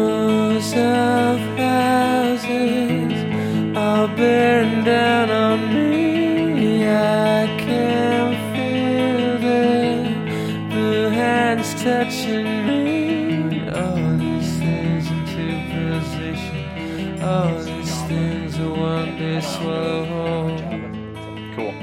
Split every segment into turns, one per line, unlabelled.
rows of houses are bearing down on me. I can feel their blue hands touching me. All these things into position. All these things are one day swallow whole.
Cool.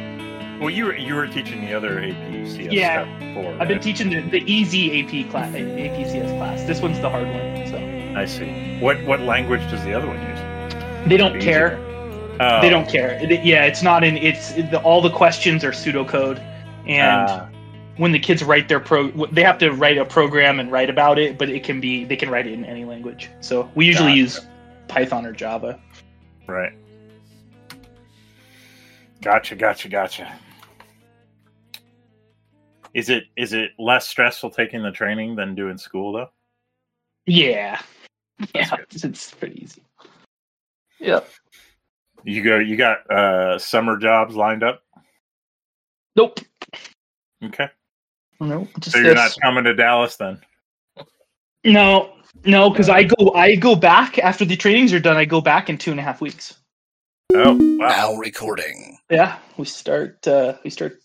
Well, you were you were teaching the other AP CS
Yeah.
stuff before.
I've been teaching the, the E easy AP class, APCS class. This one's the hard one, so
I see. What what language does the other one use?
they don't care.
E Oh,
They don't care. It- Yeah, it's not in. It's the, all the questions are pseudocode, and
ah,
when the kids write their pro, they have to write a program and write about it. But it can be they can write it in any language. So we usually
Gotcha.
use Python or Java.
ah, right. Gotcha. Gotcha. Gotcha. Is it is it less stressful taking the training than doing school though?
Yeah, yeah,
good.
it's, it's pretty easy. Yeah.
You go. You got uh, summer jobs lined up.
Nope.
Okay.
Nope. Just
So you're
this.
not coming to Dallas then.
No, no, because I go I go back after the trainings are done. I go back in two and a half weeks.
Oh wow,
Now recording.
Yeah, we start. Uh, we start.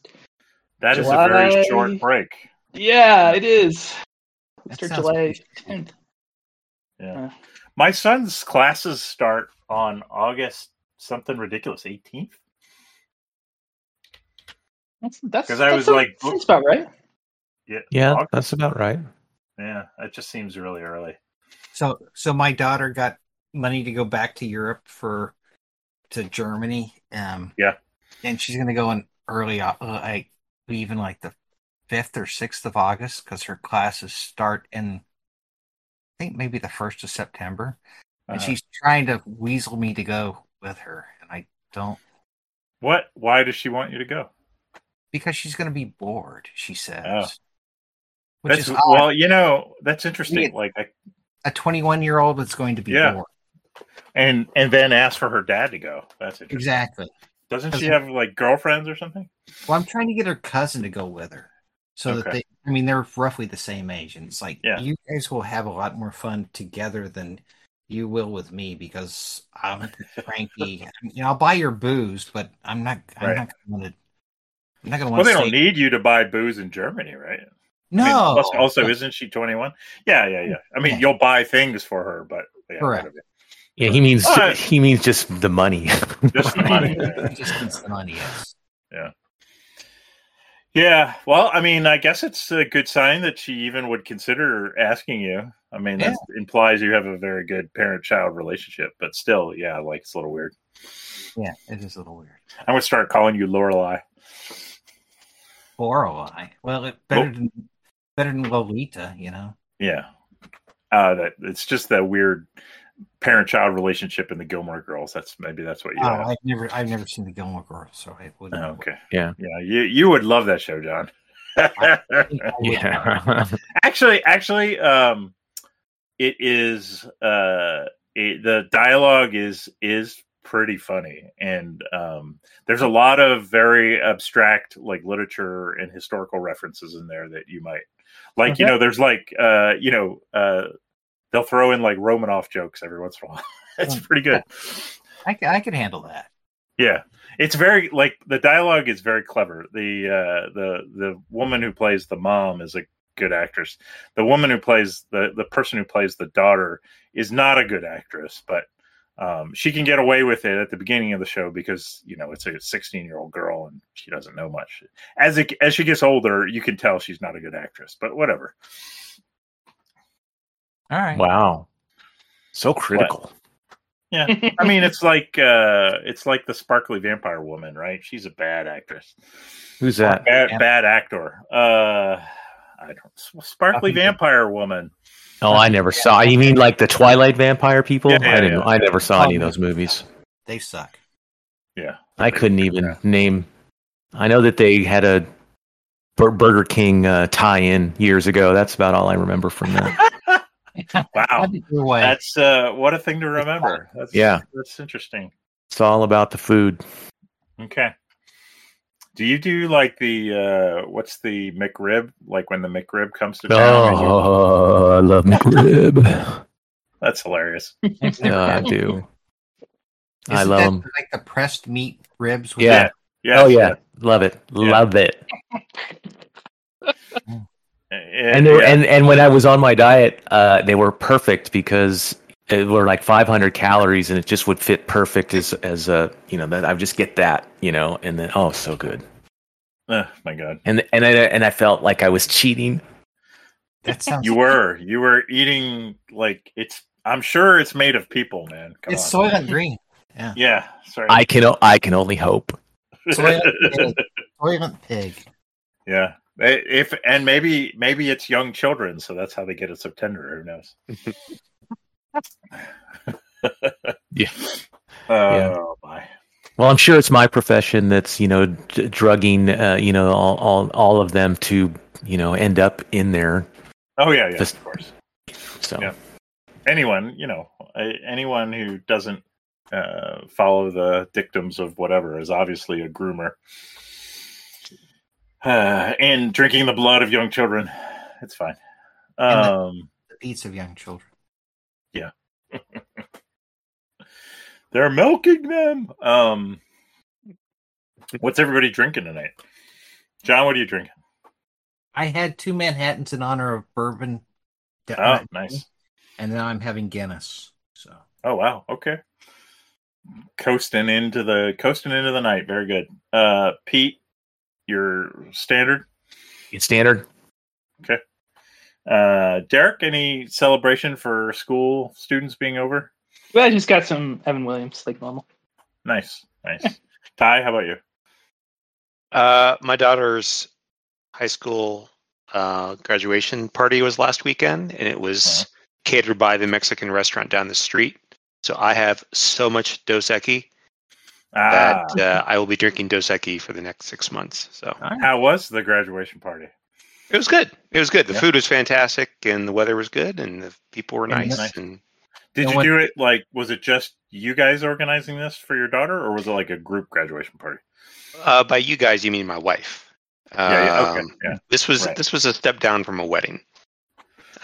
that is a very
July.
short break.
Yeah, it is. We
That
start
sounds
July
pretty cool.
tenth.
My son's classes start on August something ridiculous, 18th.
That's that's
'Cause I
that
was
sounds-
like-
sounds about right.
Yeah,
August.
that's about right.
Yeah, it just seems really early.
So, so my daughter got money to go back to Europe for to Germany. Um,
Yeah.
and she's going to go in early, uh, like even like the fifth or sixth of August because her classes start in, I think maybe the first of September.
Uh-huh.
And she's trying to weasel me to go with her, and I don't
What? Why does she want you to go?
because she's going to be bored. She says,
Oh.
which
That's
is odd.
well, you know, that's interesting.
Yeah.
Like, I,
a twenty-one-year-old is going to be
Yeah.
bored.
and and then ask for her dad to go. That's interesting.
Exactly.
Doesn't she have like girlfriends or something?
Well, I'm trying to get her cousin to go with her, so that
Okay.
they. I mean, they're roughly the same age, and it's like
Yeah.
you guys will have a lot more fun together than you will with me because I'm cranky. I mean, I'll buy your booze, but I'm not. I'm
Right.
not going to. I'm not going to
Well,
want
they
to.
don't need you to buy booze in Germany, right?
No.
I mean, plus- also, isn't she twenty-one? Yeah, yeah, yeah. I mean,
Yeah.
you'll buy things for her, but yeah,
Correct.
whatever.
Yeah, he means
Alright.
he means just the money.
Just the money. yeah.
It just needs the money. Yes.
Yeah. Well, I mean, I guess it's a good sign that she even would consider asking you. I mean, that implies you have a very good parent child relationship, but still, yeah, like it's a little weird.
Yeah, it is a little weird.
I'm going to start calling you Lorelei.
Lorelai. Well, it, better than better than Lolita, you know.
Yeah. Uh, that it's just that weird parent child relationship in the Gilmore Girls. That's maybe that's what you.
Oh,
have.
I've never I've never seen the Gilmore Girls, so I wouldn't.
Oh, okay.
Yeah.
Yeah. You you would love that show, John.
I think I would-
yeah.
actually actually um it is uh it, the dialogue is is pretty funny and um there's a lot of very abstract like literature and historical references in there that you might like you
Okay.
know there's like uh you know uh they'll throw in like romanoff jokes every once in a while it's pretty good
I can, I can handle that.
yeah it's very like the dialogue is very clever the uh the the woman who plays the mom is a good actress the woman who plays the the person who plays the daughter is not a good actress but um she can get away with it at the beginning of the show because you know it's a 16 year old girl and she doesn't know much as it as she gets older you can tell she's not a good actress but whatever
All right.
Wow. So critical.
i mean it's like uh it's like the sparkly vampire woman right she's a bad actress
Who's that?
bad,
Vamp-
bad actor. Uh, I don't. Sparkly
Fucking-
vampire woman.
Oh, I never saw. You mean like the Twilight vampire people?
Yeah, yeah,
I didn't.
yeah.
I never saw any of those
Oh,
movies.
They suck.
Yeah,
I couldn't even
Yeah.
name. I know that they had a Bur- Burger King uh, tie-in years ago. That's about all I remember from that.
Wow,
Have it your way.
that's uh, what a thing to remember. That's,
Yeah.
that's interesting.
it's all about the food.
Okay. Do you do like the uh, what's the McRib? Like when the McRib comes to town?
Oh, I love McRib.
That's hilarious.
It's never
No, I
happened.
do. I
Isn't
love
that
'em.
Like the pressed meat ribs. with
Yeah.
Yeah.
oh yeah, love it,
Yeah.
love it.
And,
and they were,
yeah.
and and when I was on my diet, uh, they were perfect because it were like 500 calories, and it just would fit perfect as as a you know that I would just get that you know, and then oh so good,
oh my god.
and and I and I felt like I was cheating.
That sounds.
You were you were eating like it's. I'm sure it's made of people, man. Come
It's
on.
soylent green.
Yeah. Sorry.
I can o- I can only hope.
Soylent pig. Soylent pig.
yeah. Eh, If and maybe maybe it's young children, so that's how they get it so tender. Who knows?
Yeah.
Oh
Yeah.
my.
Well, I'm sure it's my profession that's you know d- drugging uh, you know all, all all of them to you know end up in there.
Oh yeah, yeah.
Just-
of course.
So
Yeah. anyone you know a- anyone who doesn't uh, follow the dictums of whatever is obviously a groomer uh, and drinking the blood of young children it's fine
And the-
um,
The beats of young children.
they're milking them um, what's everybody drinking tonight john what are you drinking
I had two Manhattans in honor of bourbon.
oh nice
And now I'm having Guinness. So
oh wow okay coasting into the coasting into the night very good uh pete your standard
it's standard.
Uh, Derek, any celebration for school students being over?
Well, I just got some Evan Williams like normal.
Nice, nice. Ty, how about you?
Uh, my daughter's high school uh, graduation party was last weekend, and it
Uh-huh.
was catered by the Mexican restaurant down the street. So I have so much Dos Equis
Ah,
that uh, I will be drinking Dos Equis for the next six months. So
how was the graduation party?
it was good. It was good. The
Yeah.
food was fantastic, and the weather was good, and the people were
Yeah,
nice.
nice.
And
Did
No
you
one-
do it like was it just you guys organizing this for your daughter, or was it like a group graduation party?
uh, by you guys, you mean my wife.
yeah, yeah, okay,
Um,
yeah.
This was
Right.
this was a step down from a wedding.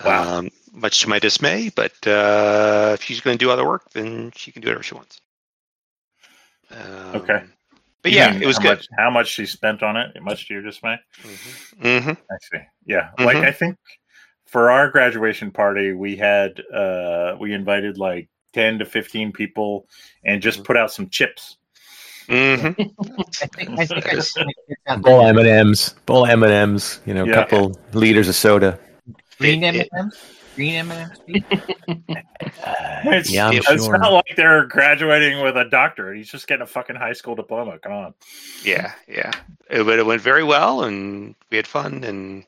Wow.
Um, much to my dismay, but uh, if she's going to do other work, then she can do whatever she wants. Um,
Okay.
But
You
yeah,
mean
it was
how
good.
Much, how much she spent on it? Much to your dismay.
hmm
I see. Yeah, like
Mhm.
I think for our graduation party, we had uh we invited like ten to fifteen people and just put out some chips.
hmm
I think I think I just like picked out
Bowl M and M's, bowl M and M's. You know, a
Yeah.
couple liters of soda.
green
It-
M
it-
Ms. Green M Ms.
It's,
Uh, yeah, I'm
it's
sure.
not like they're graduating with a doctorate. He's just getting a fucking high school diploma. Come on.
Yeah, yeah. It, but it went very well, and we had fun. And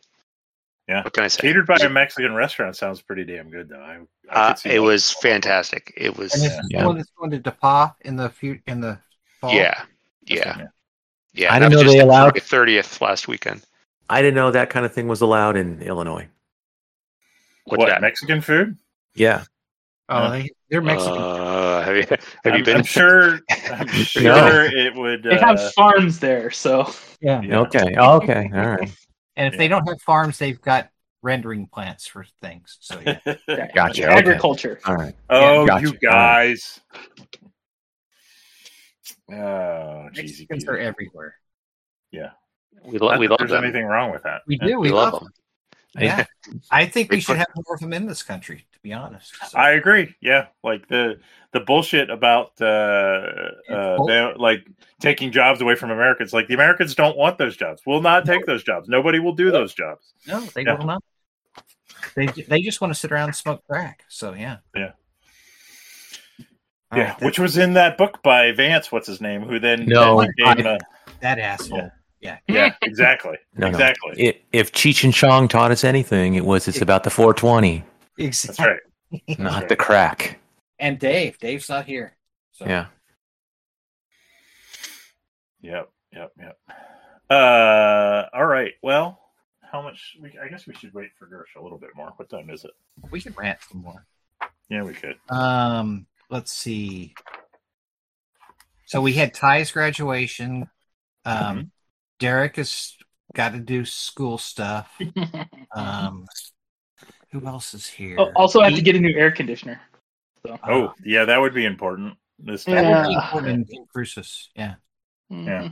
Yeah.
what can I say?
Catered by a Mexican restaurant sounds pretty damn good, though. I, I
Uh,
could see
it
that.
was fantastic. It was.
And this
Yeah,
is
Yeah.
the one that's going to DePauw in the few, in the fall.
yeah,
That's
yeah.
right,
I didn't know they allowed-
thirtieth last weekend.
I didn't know that kind of thing was allowed in Illinois.
What's
what
that?
Mexican food?
Yeah,
Oh, they, they're Mexican.
Uh, have you have
I'm,
you been?
I'm sure. I'm sure it would. Uh,
They have farms there, so
yeah.
yeah.
Okay. Oh, okay. All right.
And if they don't have farms, they've got rendering plants for things. So yeah.
Gotcha. okay.
agriculture.
All right.
Oh,
Gotcha.
you guys. Oh, jeez.
Mexicans are everywhere.
We, lo- we
Not that
love
there's
them.
anything wrong with that.
We
Yeah.
do. We,
We love
love
them.
them. Yeah. I think
They
we should
put-
have more of them in this country, to be honest. So-
I agree. Yeah, like the the bullshit about uh, uh,
bull-
they- like taking jobs away from Americans. Like the Americans don't want those jobs. Will not take those jobs. Nobody will do those jobs.
no, they
Yeah.
will not. They, ju- they just want to sit around and smoke crack. So yeah.
Yeah.
All
yeah,
right, that,
which was in that book by Vance. What's his name? Who then
No,
then became a-
that asshole.
Oh, yeah, exactly,
No, no.
exactly.
It, if Cheech and Chong taught us anything, it was it's about the 420,
Exactly.
That's right.
not the crack.
And Dave, Dave's not here. So
Yeah.
Yep, yep, yep. Uh, all right. Well, how much? We, I guess we should wait for Gersh a little bit more. What time is it?
we can rant some more.
Yeah, we could.
Um, let's see. So we had Ty's graduation. Um, Derek has got to do school stuff. Um, who else is here?
Oh, also, I have to get a new air conditioner. So,
Oh, yeah, that would be important. This time.
That would be
Yeah.
important in Crucis. Yeah.
Yeah.
Mm-hmm.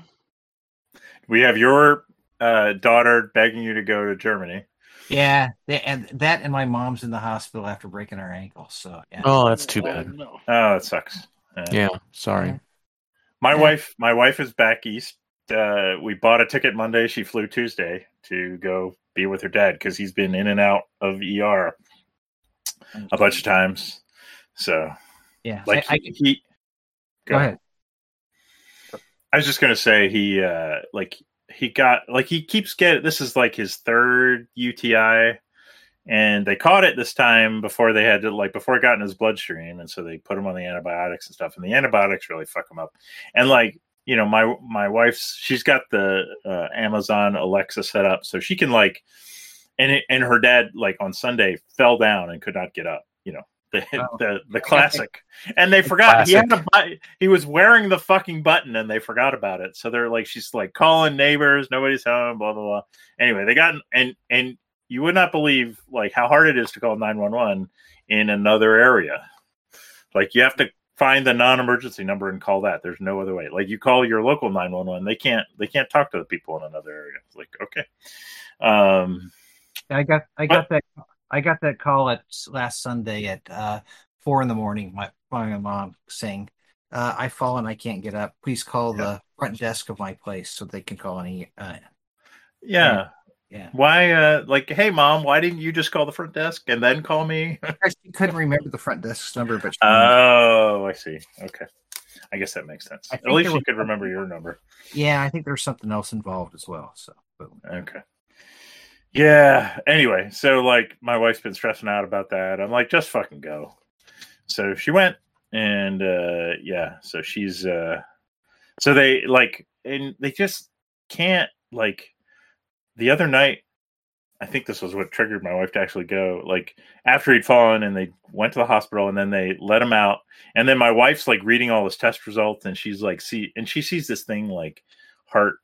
we have your uh, daughter begging you to go to Germany.
Yeah. They, and that and my mom's in the hospital after breaking her ankle. So, yeah.
Oh, that's too
Oh,
bad.
no.
Oh, that sucks.
Yeah, sorry.
My
Yeah.
wife, my wife is back east. Uh, we bought a ticket Monday. She flew Tuesday to go be with her dad because he's been in and out of ER a bunch of times. So,
Yeah.
like,
I, I,
he,
go,
he-
ahead.
I was just gonna say he, uh, like, he got like he keeps getting. This is like his third UTI, and they caught it this time before they had to like before it got in his bloodstream, and so they put him on the antibiotics and stuff. And the antibiotics really fuck him up. and like you know my my wife's she's got the uh, amazon alexa set up so she can like and it, and her dad like on sunday fell down and could not get up you know the
Oh.
the, the classic and they forgot he had a
Classic.
bu- he was wearing the fucking button and they forgot about it so they're like she's like calling neighbors nobody's home blah blah blah anyway they got and and you would not believe like how hard it is to call 911 in another area like you have to find the non-emergency number and call that. There's no other way. Like you call your local 911, they can't they can't talk to the people in another area. It's like okay. Um
I got I got that I got that call at last Sunday at uh four in the morning. My my mom saying, uh, "I fall and I can't get up. Please call the front desk of my place so they can call any." Uh,
yeah.
yeah,
Why uh like hey mom, why didn't you just call the front desk and then call me?
she couldn't remember the front desk's number, but she
oh, I see. Okay. I guess that makes sense.
I
At
think
least
there
you
was-
could remember your number.
yeah, I think there's something else involved as well. So, but,
Okay. Yeah. Anyway, so like my wife's been stressing out about that. I'm like, just fucking go. So she went and uh yeah, so she's uh so they like and they just can't like the other night I think this was what triggered my wife to actually go. Like after he'd fallen and they went to the hospital and then they let him out. And then my wife's like reading all his test results and she's like see and she sees this thing like heart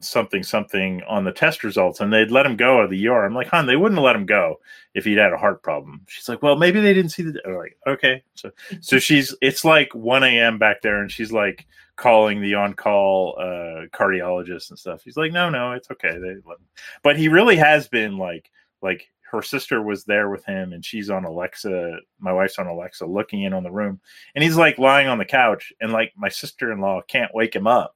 something something on the test results and they'd let him go out of the ER. I'm like, hon, they wouldn't let him go if he'd had a heart problem. She's like, well, maybe they didn't see the. I'm like, okay, so so she's it's like 1 a.m. back there and she's like calling the on-call uh, cardiologist and stuff. He's like, no, no, it's okay. They let him. but he really has been like like her sister was there with him and she's on Alexa. My wife's on Alexa, looking in on the room, and he's like lying on the couch and like my sister-in-law can't wake him up.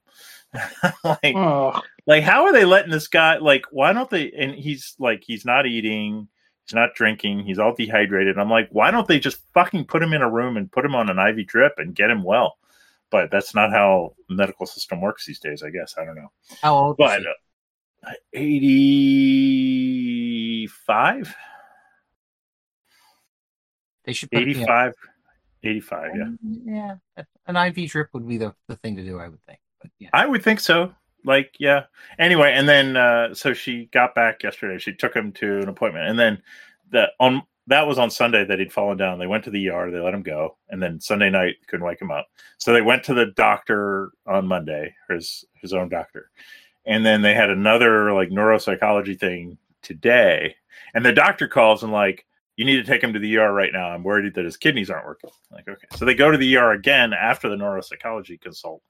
like
Oh,
like how are they letting this guy like why don't they and he's like he's not eating he's not drinking he's all dehydrated i'm like why don't they just fucking put him in a room and put him on an iv drip and get him well but that's not how the medical system works these days i guess i don't know
how old? is
but uh,
he?
85
they should put, you know,
85 85 yeah
yeah, an IV drip would be the, the thing to do, I would think. But yeah,
I would think so. Like, yeah. Anyway, and then uh, so she got back yesterday. She took him to an appointment, and then the on that was on Sunday that he'd fallen down. They went to the ER. They let him go, and then Sunday night couldn't wake him up. So they went to the doctor on Monday, his his own doctor, and then they had another like neuropsychology thing today. And the doctor calls and like, you need to take him to the ER right now. I'm worried that his kidneys aren't working. Like, okay. So they go to the ER again after the neuropsychology consult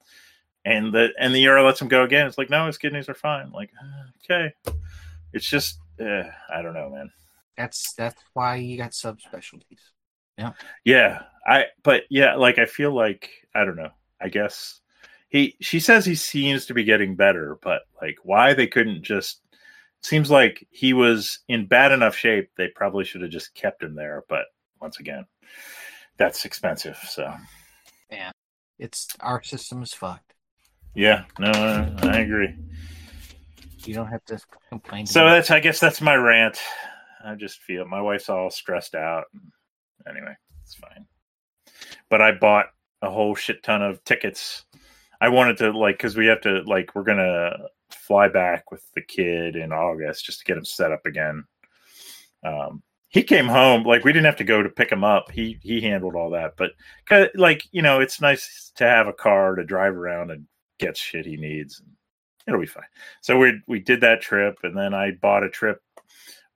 and the and the ER lets him go again. It's like, no, his kidneys are fine. Like, okay, it's just uh, I don't know, man.
that's that's why you got subspecialties.
Yeah, I but yeah, like I feel like I don't know. I guess he she says he seems to be getting better, but like why they couldn't just seems like he was in bad enough shape. They probably should have just kept him there, but once again, that's expensive. So
It's our system is fucked.
yeah, no, I, I agree.
You don't have to complain. to
So
me.
that's I guess that's my rant. I just feel my wife's all stressed out. Anyway, it's fine. But I bought a whole shit ton of tickets. I wanted to like because we have to like we're gonna fly back with the kid in August just to get him set up again. Um, he came home like we didn't have to go to pick him up. He he handled all that, but 'cause, like you know, it's nice to have a car to drive around and get shit he needs. It'll be fine so we we did that trip and then i bought a trip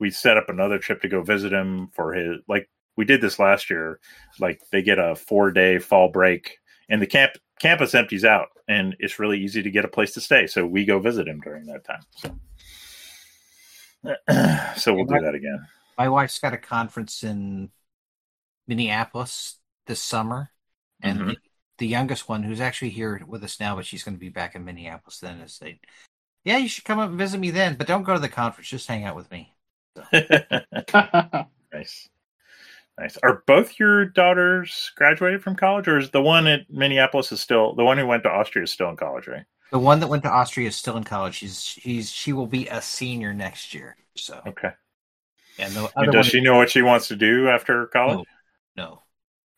we set up another trip to go visit him for his like we did this last year. Like they get a four day fall break, and the camp campus empties out, and it's really easy to get a place to stay. So we go visit him during that time. So, so we'll do that again.
My wife's got a conference in Minneapolis this summer, and
Mhm.
the, the youngest one, who's actually here with us now, but she's going to be back in Minneapolis then, is saying, "Yeah, you should come up and visit me then, but don't go to the conference. Just hang out with me."
nice, nice. Are both your daughters graduated from college, or is the one at Minneapolis is still the one who went to Austria is still in college? Right?
The one that went to Austria is still in college. She's she's she will be a senior next year. So,
Okay.
and the
And
other
does
one,
she know what she wants to do after college?
no,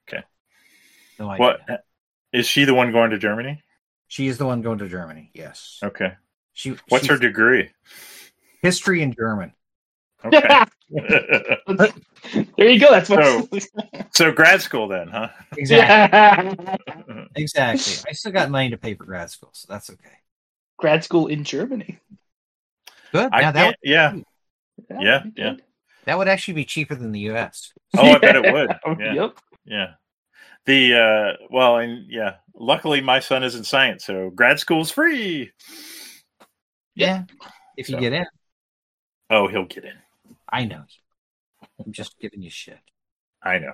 Okay.
no idea.
What is she the one going to Germany?
She is the one going to Germany. Yes.
Okay.
She.
What's
she's
her degree?
history in German?
Okay.
there you go. That's what.
so grad school then, huh?
Exactly.
yeah.
Exactly. I still got money to pay for grad school, so that's okay.
Grad school in Germany.
Good.
I
now that
can't, yeah. Yeah,
that'd be
yeah.
good.
That would actually be cheaper than the U.S.
Oh, I bet it would. Yeah.
Yep.
Yeah. The uh well and yeah. Luckily my son is in science, so grad school's free.
Yeah, if you
So-
get in,
Oh, he'll get in.
I know. I'm just giving you shit.
I know.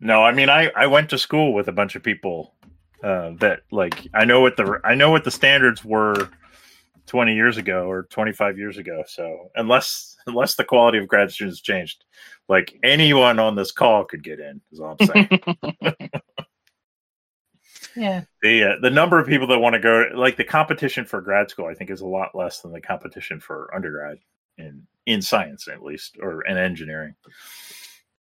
No, I mean I I went to school with a bunch of people uh that like I know what the I know what the standards were 20 years ago or 25 years ago. So, unless unless the quality of grad students changed, like anyone on this call could get in is all I'm saying.
Yeah.
the uh, the number of people that want to go like the competition for grad school i think is a lot less than the competition for undergrad in in science at least or in engineering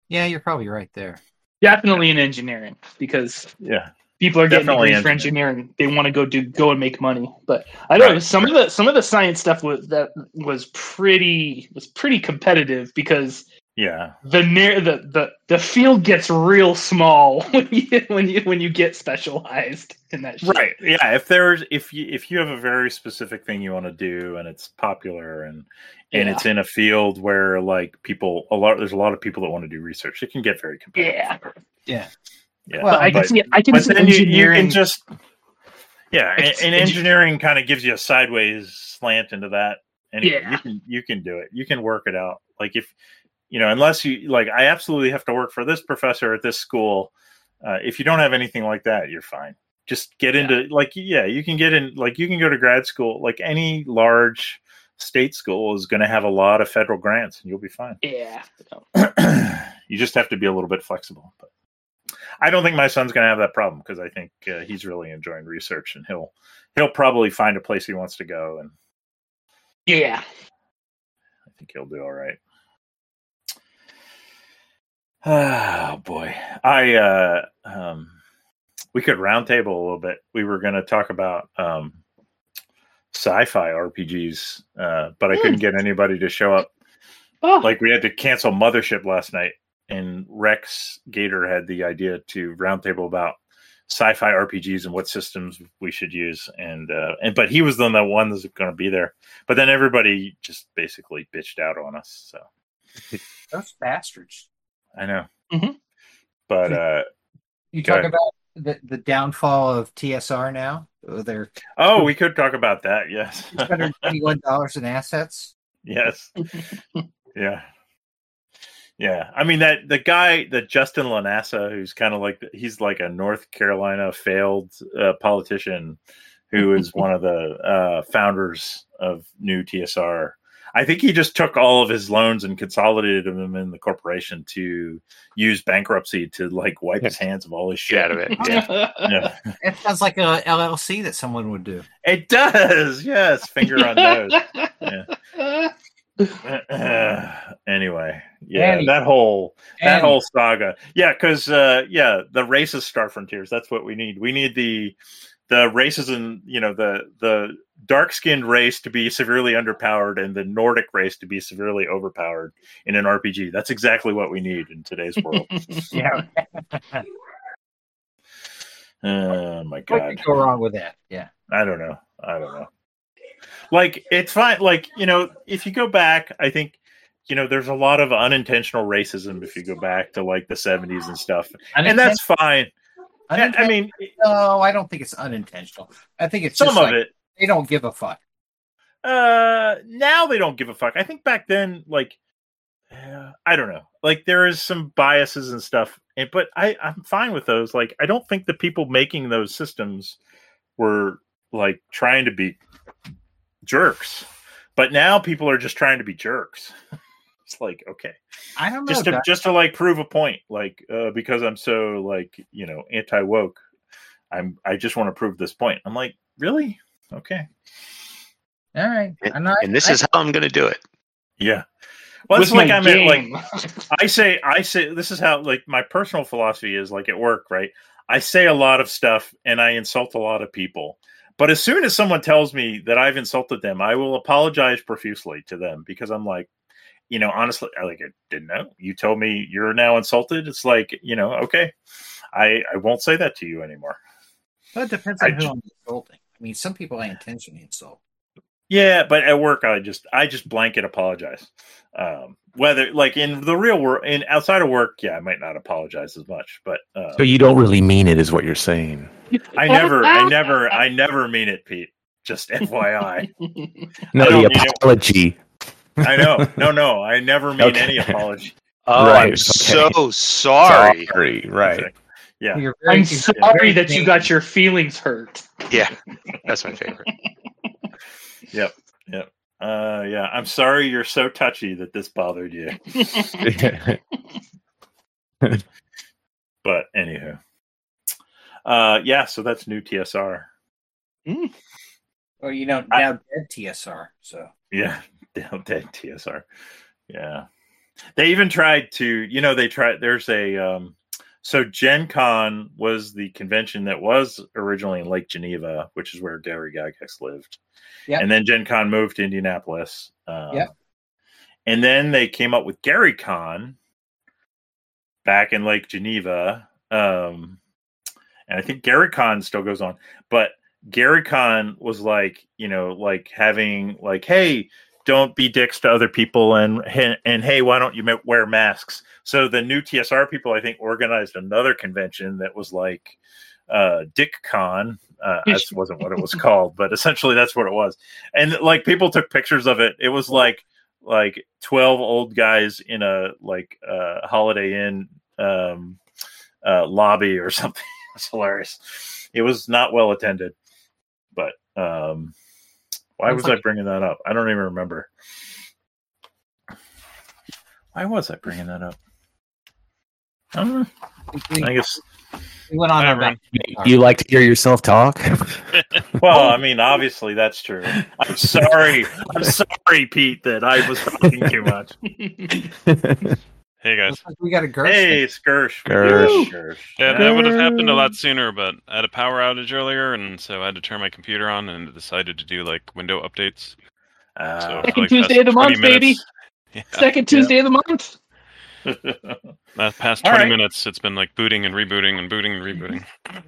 Yeah, you're probably right there.
Definitely in engineering because
yeah
people are getting
Definitely
degrees for engineering. They want to go do go and make money. But I know
Right,
some of the some of the science stuff was that was pretty was pretty competitive because
yeah
the near the the, the field gets real small when you when you when you get specialized in that shit.
right yeah if there's if you if you have a very specific thing you want to do and it's popular and and
Yeah.
it's in a field where like people a lot there's a lot of people that want to do research it can get very competitive
Yeah.
Yeah.
yeah
Well,
But I can
But-
see I can
but
see
then you, you
engineering
can just yeah and,
It's-
and
it's-
engineering kind of gives you a sideways slant into that anyway
Yeah.
you can you can do it you can work it out like if you know unless you like i absolutely have to work for this professor at this school uh, if you don't have anything like that you're fine just get into like yeah you can get in like you can go to grad school like any large state school is going to have a lot of federal grants and you'll be fine
yeah.
you just have to be a little bit flexible. But I don't think my son's going to have that problem because I think uh, he's really enjoying research and he'll he'll probably find a place he wants to go and
Yeah.
I think he'll do all right. Oh boy, I uh, um, we could roundtable a little bit. We were going to talk about um, sci-fi RPGs, uh, but I couldn't get anybody to show up
Oh,
like we had to cancel mothership last night and rex gator had the idea to roundtable about sci-fi rpgs and what systems we should use and uh and but he was the one that's going to be there but then everybody just basically bitched out on us so
Those bastards.
i know
Mhm.
but uh
You
Go
talk
ahead.
about the, the downfall of TSR now. They're
oh we could talk about that yes
$121 in assets.
yes yeah yeah i mean that the guy the justin lanassa who's kind of like the- he's like a north carolina failed uh, politician who is one of the uh, founders of new tsr i think he just took all of his loans and consolidated them in the corporation to use bankruptcy to like wipe his hands of all his shit
Get out of it. Yeah.
yeah.
It sounds like a LLC that someone would do.
it does yes finger on nose anyway yeah
Anyway.
that whole that
And-
whole saga yeah because uh yeah the racist star frontiers that's what we need we need the the racism you know the the dark skinned race to be severely underpowered and the nordic race to be severely overpowered in an rpg that's exactly what we need in today's world
yeah,
oh my
what
god
could go wrong with that? Yeah.
I don't know. I don't know. Like it's fine. Like you know, if you go back, I think you know, there's a lot of unintentional racism if you go back to like the 70s and stuff, and that's fine. I, I mean,
no, I don't think it's unintentional. I think it's
some of
just like
it.
They don't give a fuck.
Uh, now they don't give a fuck. I think back then, like, uh, I don't know, like there is some biases and stuff, and but I I'm fine with those. Like, I don't think the people making those systems were like trying to be jerks, but now people are just trying to be jerks. it's like okay,
I don't know.
just to
Doc.
just to like prove a point, like uh, because I'm so like you know anti woke, I'm I just want to prove this point. I'm like really okay,
All right. I'm not-
and this
I-
is how I'm going to do it.
yeah. Well,
With
it's like
my
I'm at like
game.
I say I say this is how like my personal philosophy is like at work, right? I say a lot of stuff and I insult a lot of people. But as soon as someone tells me that I've insulted them, I will apologize profusely to them because I'm like, you know, honestly, I like I didn't know. You told me you're now insulted. It's like, you know, okay. I I won't say that to you anymore.
Well, it depends
I
on who
ju-
I'm insulting. I mean, some people I intentionally insult.
Yeah, but at work, I just I just blanket apologize. Um, whether like in the real world, in outside of work, yeah, I might not apologize as much, but uh,
So you don't really mean it, is what you're saying.
I never, I never, I never mean it, Pete. Just FYI.
No,
I don't
the
mean it.
apology.
I know. No, no, I never mean
Okay.
any apology.
Oh,
Right,
I'm
okay.
so sorry.
Sorry, right.
Yeah.
You're very-
I'm
you're
sorry
very
that you
vain.
got your feelings hurt.
Yeah, that's my favorite.
Uh, yeah. I'm sorry you're so touchy that this bothered you. But anywho. Uh, yeah. So that's new TSR.
Well, you know,
I-
now dead TSR. So
Yeah, down dead TSR. Yeah, they even tried to. You know, they tried. There's a. Um, so Gen Con was the convention that was originally in Lake Geneva, which is where Gary Gygax lived.
Yep.
And then Gen Con moved to Indianapolis. Um,
Yep.
And then they came up with Gary Con back in Lake Geneva. Um, and I think Gary Con still goes on, but Gary Con was like, you know, like having like, hey, don't be dicks to other people, and and, and hey, why don't you ma- wear masks? So the new TSR people, I think, organized another convention that was like uh, Dick Con. Uh, that wasn't what it was called, but essentially that's what it was. And like people took pictures of it. It was like like twelve old guys in a like uh, Holiday Inn um, uh, lobby or something. It's hilarious. It was not well attended, but um, why
Sounds
was I
like-
bringing that up? I don't even remember. Why was I bringing that up? I don't know.
we,
I guess.
we went on
whatever.
about
you like to hear yourself talk?
Well, I mean, obviously that's true. I'm sorry. I'm sorry, Pete, that I was talking too much.
Hey guys.
we got a girl.
Hey, Skirsh.
Gersh.
Gersh.
Yeah, that would have happened a lot sooner, but I had a power outage earlier, and so I had to turn my computer on and it decided to do like window updates. So
Uh,
for, like,
Tuesday
past
of the month,
20 minutes-
baby.
Yeah,
Second Tuesday of the month.
uh, past
All
20
right.
minutes, it's been like booting and rebooting and booting and rebooting.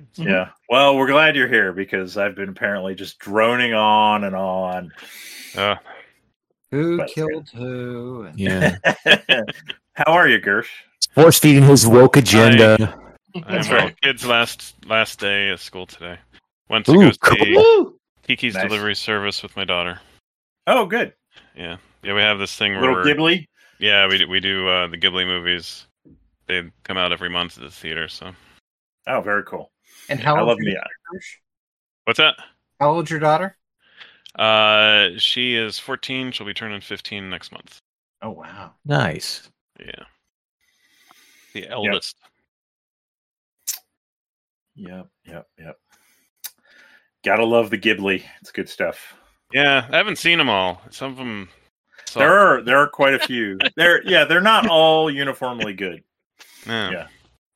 yeah. Well, we're glad you're here because I've been apparently just droning on and on.
Uh,
Who
But-
killed who? And
Yeah.
How are you, Gersh?
Force feeding his woke agenda.
I
That's
am right.
right.
kids last last day at school today. Went to
Ooh,
go see
Woo!
Kiki's
Nice.
delivery service with my daughter.
Oh, good.
Yeah, yeah, we have this thing where
Little
we're-
Ghibli.
yeah we do, we do uh, the Ghibli movies. They come out every month at the theater. So
Oh, very cool.
and how
I
old
love
is your
Mia.
daughter?
what's that?
How old's your daughter?
Uh, she is 14. She'll be turning 15 next month.
Oh wow.
Nice.
Yeah, the eldest.
Yep, yep, yep. Gotta love the Ghibli. It's good stuff.
Yeah, I haven't seen them all. Some of them.
There are there are quite a few. They're yeah, they're not all uniformly good,
Yeah.
yeah.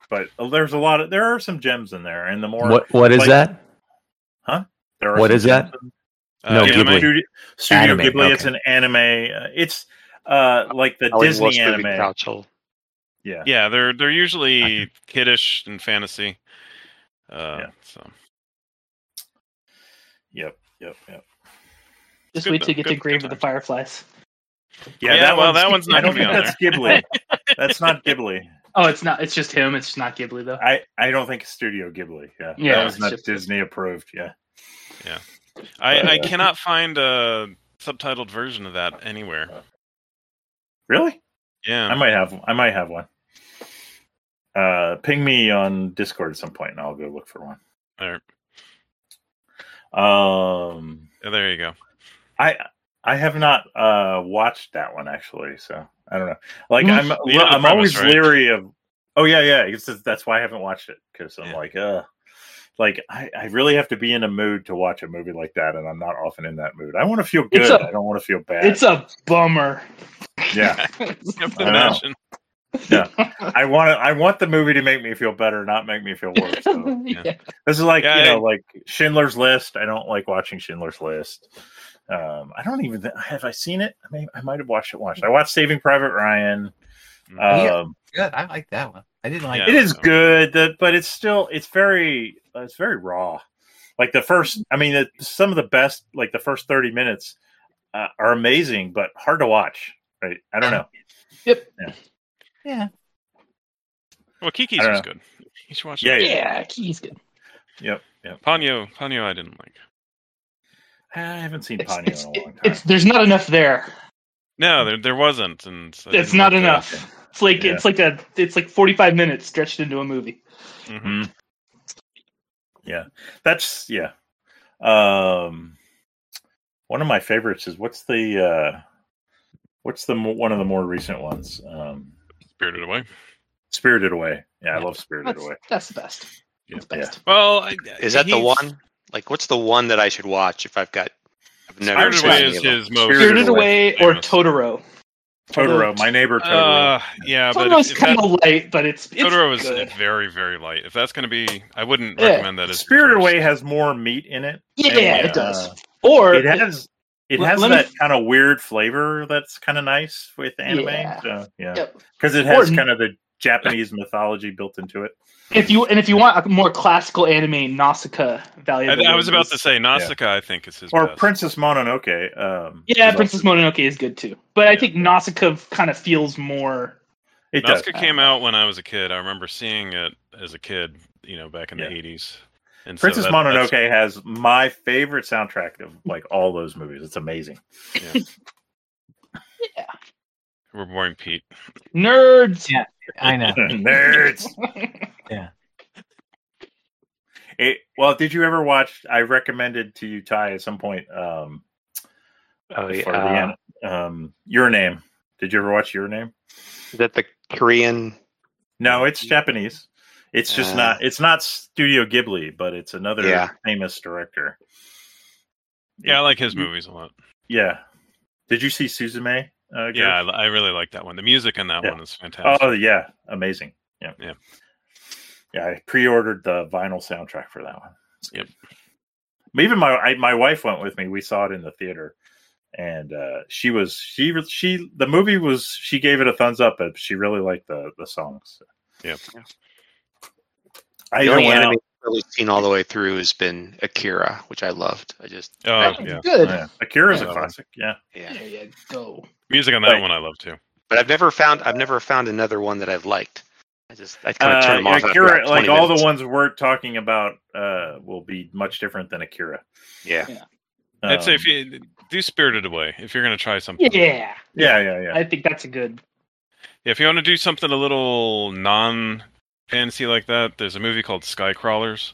but uh, there's a lot of there are some gems in there, and the more
What what is
like-
that?
there are
what
some
is that?
gems in-
Uh,
No,
yeah,
Ghibli.
my-
Studio, Studio
Anime,
Ghibli. It's
okay.
an anime. uh, It's uh like the
Howard
Disney
Wolf's movie
anime.
Couchel.
Yeah,
yeah, they're they're usually kiddish and fantasy. Uh,
Yeah.
So
yep, yep, yep.
Just
Good
wait
though,
till you get
good-
to Grave
good
of the
times.
Fireflies.
Yeah, well, that one's not
I don't
gonna
think
be on
that's Ghibli. That's not Ghibli.
Oh, it's not. It's just him. It's not Ghibli though.
I I don't think it's Studio Ghibli. Yeah,
Yeah,
that was
it's
not
just-
Disney approved. Yeah,
I, I
Uh,
cannot find a subtitled version of that anywhere.
really? I
Yeah,
might have I might have one. Uh, ping me on Discord at some point, and I'll go look for one.
All right.
Um,
there you go.
I I have not uh watched that one actually, so I don't know. Like
Mm.
I'm
Mm-hmm. You know the
I'm
premise,
always
right?
leery of. Oh yeah, yeah. It's just- that's why I haven't watched it because I'm
Yeah.
like, uh, like I, I really have to be in a mood to watch a movie like that, and I'm not often in that mood. I want to feel
It's
good.
a-
I I don't want to feel bad.
It's a bummer.
yeah. know.
Imagine.
I want to, I want the movie to make me feel better, not make me feel worse. So,
yeah.
this is like
Yeah,
you know,
I-
like Schindler's List. I don't like watching Schindler's List. Um, I don't even thi- have I seen it. I mean, I might have watched it once. I watched Saving Private Ryan. Um,
Yeah. Good. I like that one. I didn't like
Mm-hmm. Yeah.
It is good, that- but it's still it's very uh, it's very raw. Like the first, I mean, the, some of the best, like the first thirty minutes, uh, are amazing, but hard to watch. Right? I don't know.
Well, Kiki's
I don't
was good. You should watch
Yeah,
that.
yeah, he's good.
Yep. Yep.
Ponyo, Ponyo, I didn't like.
I haven't seen
It's,
Ponyo
it's,
in a long time.
it's there's not enough there.
No, there there wasn't, and I
It's
didn't
not
like
enough. It's like
Yeah.
it's like a it's like 45 minutes stretched into a movie.
that.
Mm-hmm.
Mhm.
Mm-hmm. Yeah. That's yeah. Um one of my favorites is what's the uh what's the mo- one of the more recent ones? Um
Spirited Away.
Spirited Away. Yeah, I
Yeah.
love Spirited
That's,
Away.
that's the best. That's the
Yeah.
best.
Well, I,
Is that the
he's-
one? Like, what's the one that I should watch if I've got? I've never
Spirited
seen
Away
any
is
of them.
his most.
Spirited
Spirited Away or
famous.
Totoro.
Totoro, my neighbor Totoro.
Uh, yeah, but
Totoro's
if, if that,
kind of light, but it's it's
Totoro is
good.
very very light. If that's going to be, I wouldn't
Yeah.
recommend that. As your
Spirited
first.
Away has more meat in it.
Yeah,
and,
it does.
uh,
Or
it has it
Let-
has
let me-
that kind of weird flavor that's kind of nice with anime.
Yeah.
So, yeah.
Yep.
Cuz it has
Or-
kind of the Japanese mythology built into it.
if you and if you want a more classical anime, Nausicaa, Valley of
I,
the
I was about
Winds.
to say Nausicaa. I think is his.
Or
best.
Princess Mononoke. Um
Yeah,
is
Princess
also-
Mononoke is good too, but I
Yeah.
think Nausicaa kind of feels more.
It does.
Nausicaa came out when I was a kid. I remember seeing it as a kid. You know, back in
Yeah.
the eighties. And so
Princess
that-
Mononoke
that's-
has my favorite soundtrack of like all those movies. It's amazing.
We're boring Pete.
Nerds.
Yeah. I know.
Nerds.
Yeah.
It, well, did you ever watch? I recommended to you, Ty, at some point. Um,
Oh, yeah.
for the an- um, your name. Did you ever watch Your Name?
Is that the Korean?
No, it's Japanese. It's just
Uh.
not. It's not Studio Ghibli, but it's another
Yeah.
famous director.
Yeah, I like his
Mm-hmm.
movies a lot.
Yeah. Did you see Suzume? Uh,
Yeah, I,
Gareth?
li- I really like that one. The music in that
Yeah.
one is fantastic.
Oh yeah, amazing. Yeah.
Yeah.
Yeah, I pre-ordered the vinyl soundtrack for that one.
Yep.
Even my I, my wife went with me. We saw it in the theater, and uh, she was she she the movie was she gave it a thumbs up, but she really liked the the songs.
Yep.
I
The
even
only
went
anime
out-
I've really seen all the way through has been Akira, which I loved. I just
Oh,
That was
yeah.
Good.
yeah. Akira's a
Yeah.
classic. Yeah.
yeah.
Yeah, yeah, go.
Music on that
Like-
one I love too.
But I've never found I've never found another one that I've liked. I just I kind of turn
Uh,
them off. after
Akira,
about
like
20
all the
minutes.
ones we're talking about, uh, will be much different than Akira.
Yeah.
I'd say
Um,
if you do Spirited Away, if you're going to try something,
Yeah,
yeah, yeah, yeah.
I think that's a good.
if you want to do something a little non fantasy like that, there's a movie called Skycrawlers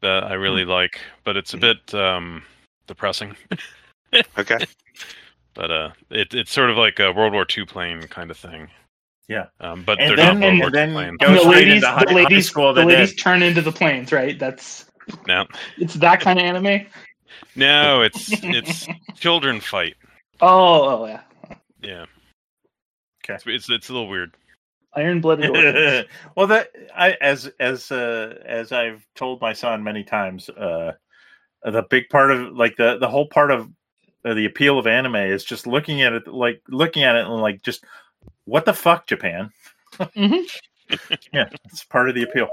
that I really
Hmm.
like, but it's a bit um, depressing.
Okay.
But uh, it, it's sort of like a World War II plane kind of thing.
Yeah.
Um, but
And
they're
then-
not World
and
War
then
II planes.
It goes
the
right
ladies,
into high-
the
high
ladies,
school of
the
the
ladies
dead.
turn into the planes, right? That's
No,
it's that kind of anime.
no, it's it's children fight.
Oh, oh yeah,
Yeah.
Okay.
It's, it's it's a little weird.
Iron Blooded Orphans.
well, that I as as uh, as I've told my son many times, uh, the big part of like the the whole part of uh, the appeal of anime is just looking at it, like looking at it and like just what the fuck, Japan.
Mhm.
yeah, it's part of the appeal.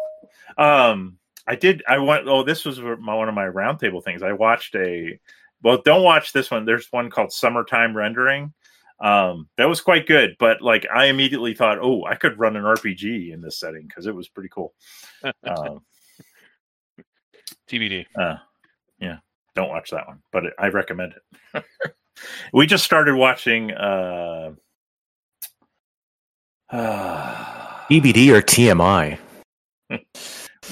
Um, I did. I want. Oh, this was my, one of my roundtable things. I watched a. Well, don't watch this one. There's one called Summertime Rendering. Um, that was quite good, but like I immediately thought, oh, I could run an RPG in this setting because it was pretty cool. Um,
TBD.
uh, yeah, don't watch that one, but it, I recommend it. we just started watching. Uh, uh,
EBD E or TMI?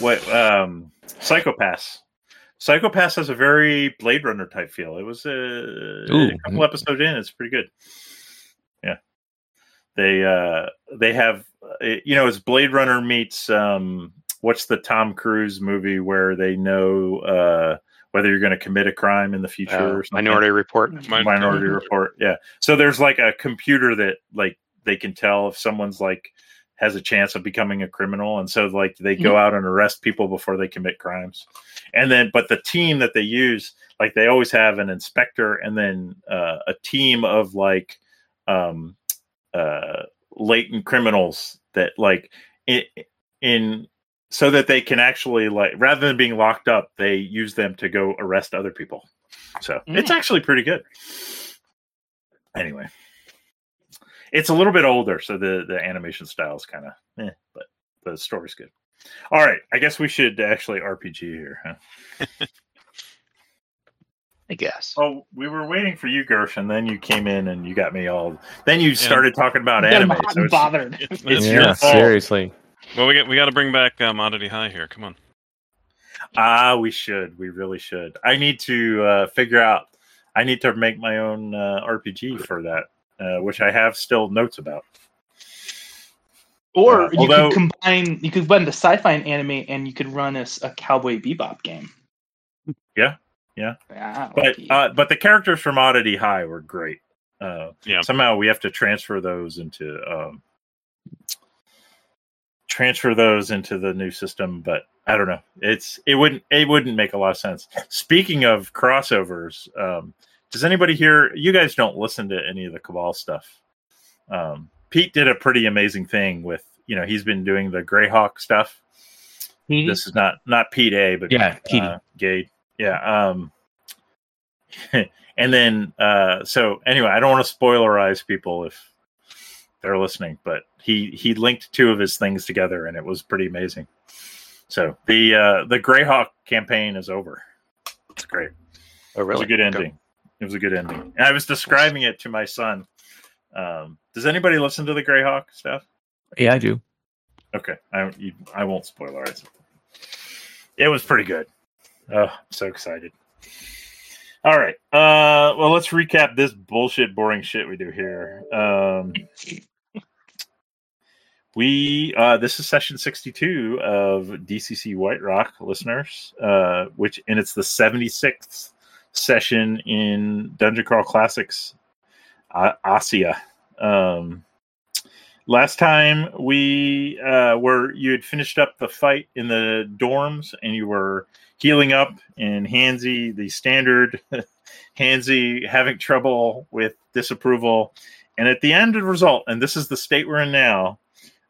what um psychopaths psychopaths has a very blade runner type feel it was uh,
Ooh.
a couple episodes in it's pretty good yeah they uh they have uh, you know it's blade runner meets um what's the tom cruise movie where they know uh whether you're going to commit a crime in the future
Uh,
or something
Minority Report.
Mine-
minority report yeah so there's like a computer that like they can tell if someone's like has a chance of becoming a criminal and so like they go out and arrest people before they commit crimes and then but the team that they use like they always have an inspector and then uh, a team of like um uh latent criminals that like in, in so that they can actually like rather than being locked up they use them to go arrest other people so it's actually pretty good. Anyway, it's a little bit older, so the the animation style is kind of, eh, but the story's good. All right, I guess we should actually RPG here. Huh?
I guess.
Oh, we were waiting for you, Gersh, and then you came in and you got me all. Then you started talking about anime.
I'm hot
so
and
it's-
bothered.
It's
Yeah.
your-
fault.
seriously.
Well, we got we got to bring back um, Oddity High here. Come on.
Ah, we should. We really should. I need to uh, figure out. I need to make my own uh, RPG for that, uh, which I have still notes about.
Or you
Yeah, although-
could combine you could blend the sci-fi and anime, and you could run a, s- a cowboy bebop game.
Yeah, yeah.
Ah,
but
lucky.
uh, but the characters from Oddity High were great. Uh,
Yeah.
Somehow we have to transfer those into um, transfer those into the new system, but I don't know. It's it wouldn't it wouldn't make a lot of sense. Speaking of crossovers, um, does anybody here? You guys don't listen to any of the Cabal stuff. Um, Pete did a pretty amazing thing with you know he's been doing the Greyhawk stuff.
Petey?
This is not not Pete A, but
Yeah, Petey.
uh, Gade. Yeah. Um, and then, uh, so anyway, I don't want to spoilerize people if they're listening, but he he linked two of his things together, and it was pretty amazing. So the uh, the Greyhawk campaign is over. It's great.
Oh,
It was
really?
a good ending. It was a good ending. And I was describing it to my son. Um, does anybody listen to the Greyhawk stuff?
Yeah, I do.
Okay, I you, I won't spoilerize it. It was pretty good. Oh, I'm so excited. All right. Uh, well, let's recap this bullshit, boring shit we do here. Um, we uh, this is session 62 of DCC White Rock listeners, uh, which and it's the 76th session in Dungeon Crawl Classics, uh, Asia. Um, last time we uh, were you had finished up the fight in the dorms and you were healing up and Hansy the standard Hansy having trouble with disapproval and at the end of the result and this is the state we're in now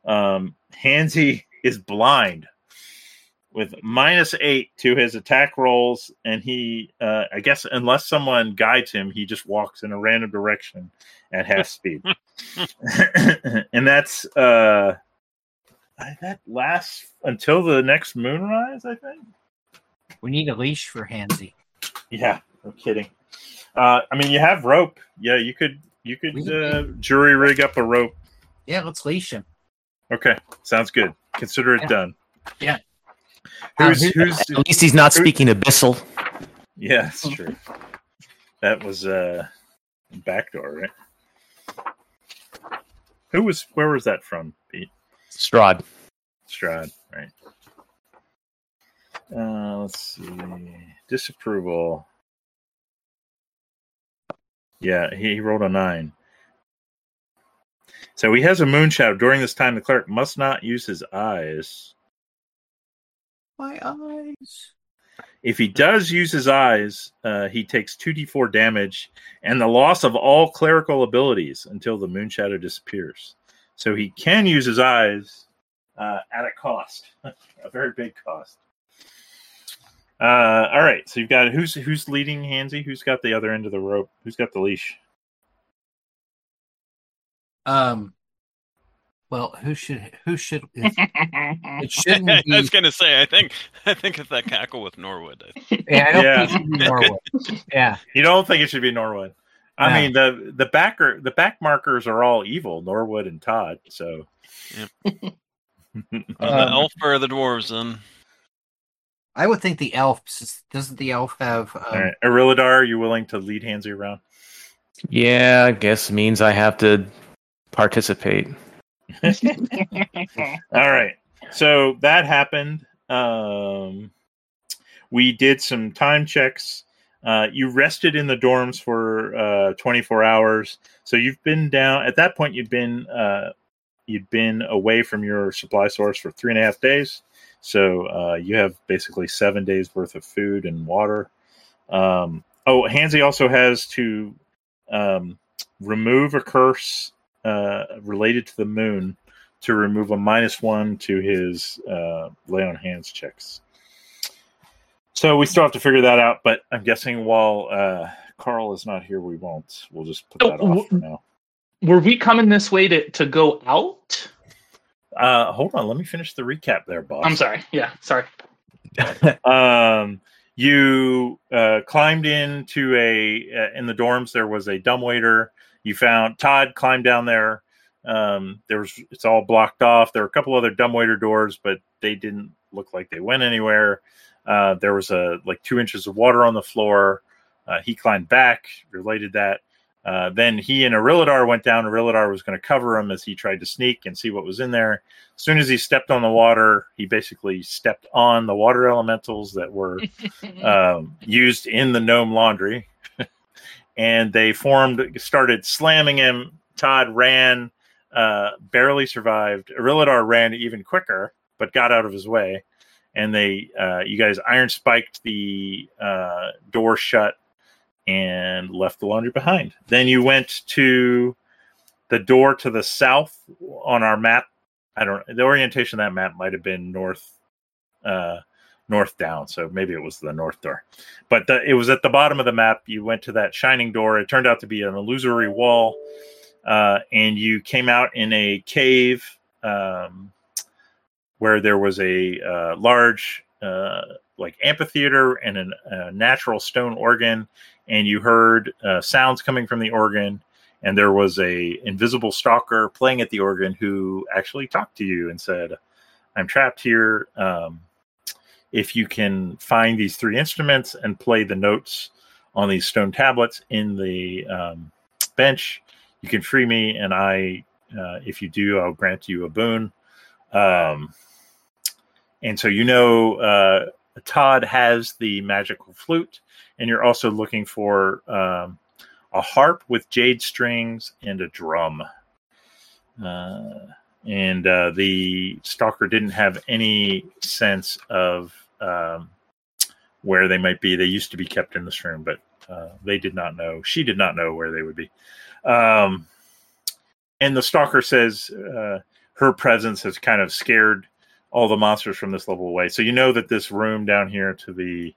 um, Hansy is blind with minus eight to his attack rolls and he uh, I guess unless someone guides him he just walks in a random direction at half speed and that's uh I- that lasts until the next moonrise i think
We need a leash for Hansy.
yeah no kidding uh i mean you have rope yeah you could you could uh, jury rig up a rope
Yeah, let's leash him.
okay sounds good consider it
Yeah.
done
Yeah.
who's
Uh, who-
who's
Um, At least he's not speaking abyssal.
yeah that's true that was uh backdoor right who was where was that from pete
Strahd.
Strad, right? Uh, let's see. Disapproval. Yeah, he, he rolled a nine. So he has a moon shadow. During this time, the cleric must not use his eyes.
My eyes.
If he does use his eyes, uh, he takes 2d4 damage and the loss of all clerical abilities until the moon shadow disappears. So he can use his eyes uh, at a cost, a very big cost. Uh, all right, so you've got who's who's leading Hansy? Who's got the other end of the rope? Who's got the leash?
Um, well, who should who should it, it shouldn't
I
be?
was gonna say, I think, I think it's that cackle with Norwood. I think.
Yeah, I don't
Yeah.
think it should be Norwood. Yeah,
You don't think it should be Norwood? I
No.
mean the the backer the back markers are all evil, Norwood and Todd. So
the
Um,
elf or the dwarves, then.
I would think the elf since- doesn't. The elf have um,
all right. Irilladar, are you willing to lead Hansy around?
Yeah, I guess means I have to participate.
All right. So that happened. Um, we did some time checks. Uh, you rested in the dorms for uh, 24 hours. So you've been down at that point. You'd been uh, you'd been away from your supply source for three and a half days. So uh, you have basically seven days worth of food and water. Um, oh, Hansy also has to um, remove a curse uh, related to the moon to remove a minus one to his uh, lay on hands checks. So we still have to figure that out, but I'm guessing while uh, Carl is not here, we won't. We'll just put
Oh,
that off for
w-
now.
Were we coming this way to, to go out?
Uh, hold on, let me finish the recap there, boss.
I'm sorry. Yeah, sorry.
um, you uh, climbed into a uh, in the dorms. There was a dumbwaiter. You found Todd climbed down there. Um, there was it's all blocked off. There were a couple other dumbwaiter doors, but they didn't look like they went anywhere. Uh, there was a like two inches of water on the floor. Uh, he climbed back, related that. Uh, then he and Arilladar went down. Arilladar was going to cover him as he tried to sneak and see what was in there as soon as he stepped on the water, he basically stepped on the water elementals that were um, used in the gnome laundry, and they formed, started slamming him. Todd ran, uh, barely survived. Arilladar ran even quicker, but got out of his way. And they, uh, you guys, iron spiked the uh, door shut and left the laundry behind. Then you went to the door to the south on our map. I don't. The orientation of that map might have been north, uh, north down. So maybe it was the north door but the, it was at the bottom of the map. You went to that shining door. It turned out to be an illusory wall, uh, and you came out in a cave um, where there was a uh, large, uh, like amphitheater and an, a natural stone organ, and you heard uh, sounds coming from the organ. And there was a invisible stalker playing at the organ who actually talked to you and said, "I'm trapped here." Um, if you can find these three instruments and play the notes on these stone tablets in the um, bench, you can free me. And I, uh, if you do, I'll grant you a boon. Um, and so you know, uh, Todd has the magical flute, and you're also looking for um, a harp with jade strings and a drum. Uh, and uh, the stalker didn't have any sense of um, where they might be. They used to be kept in this room, but uh, they did not know. She did not know where they would be. Um, and the stalker says uh, her presence has kind of scared all the monsters from this level away. So you know that this room down here to the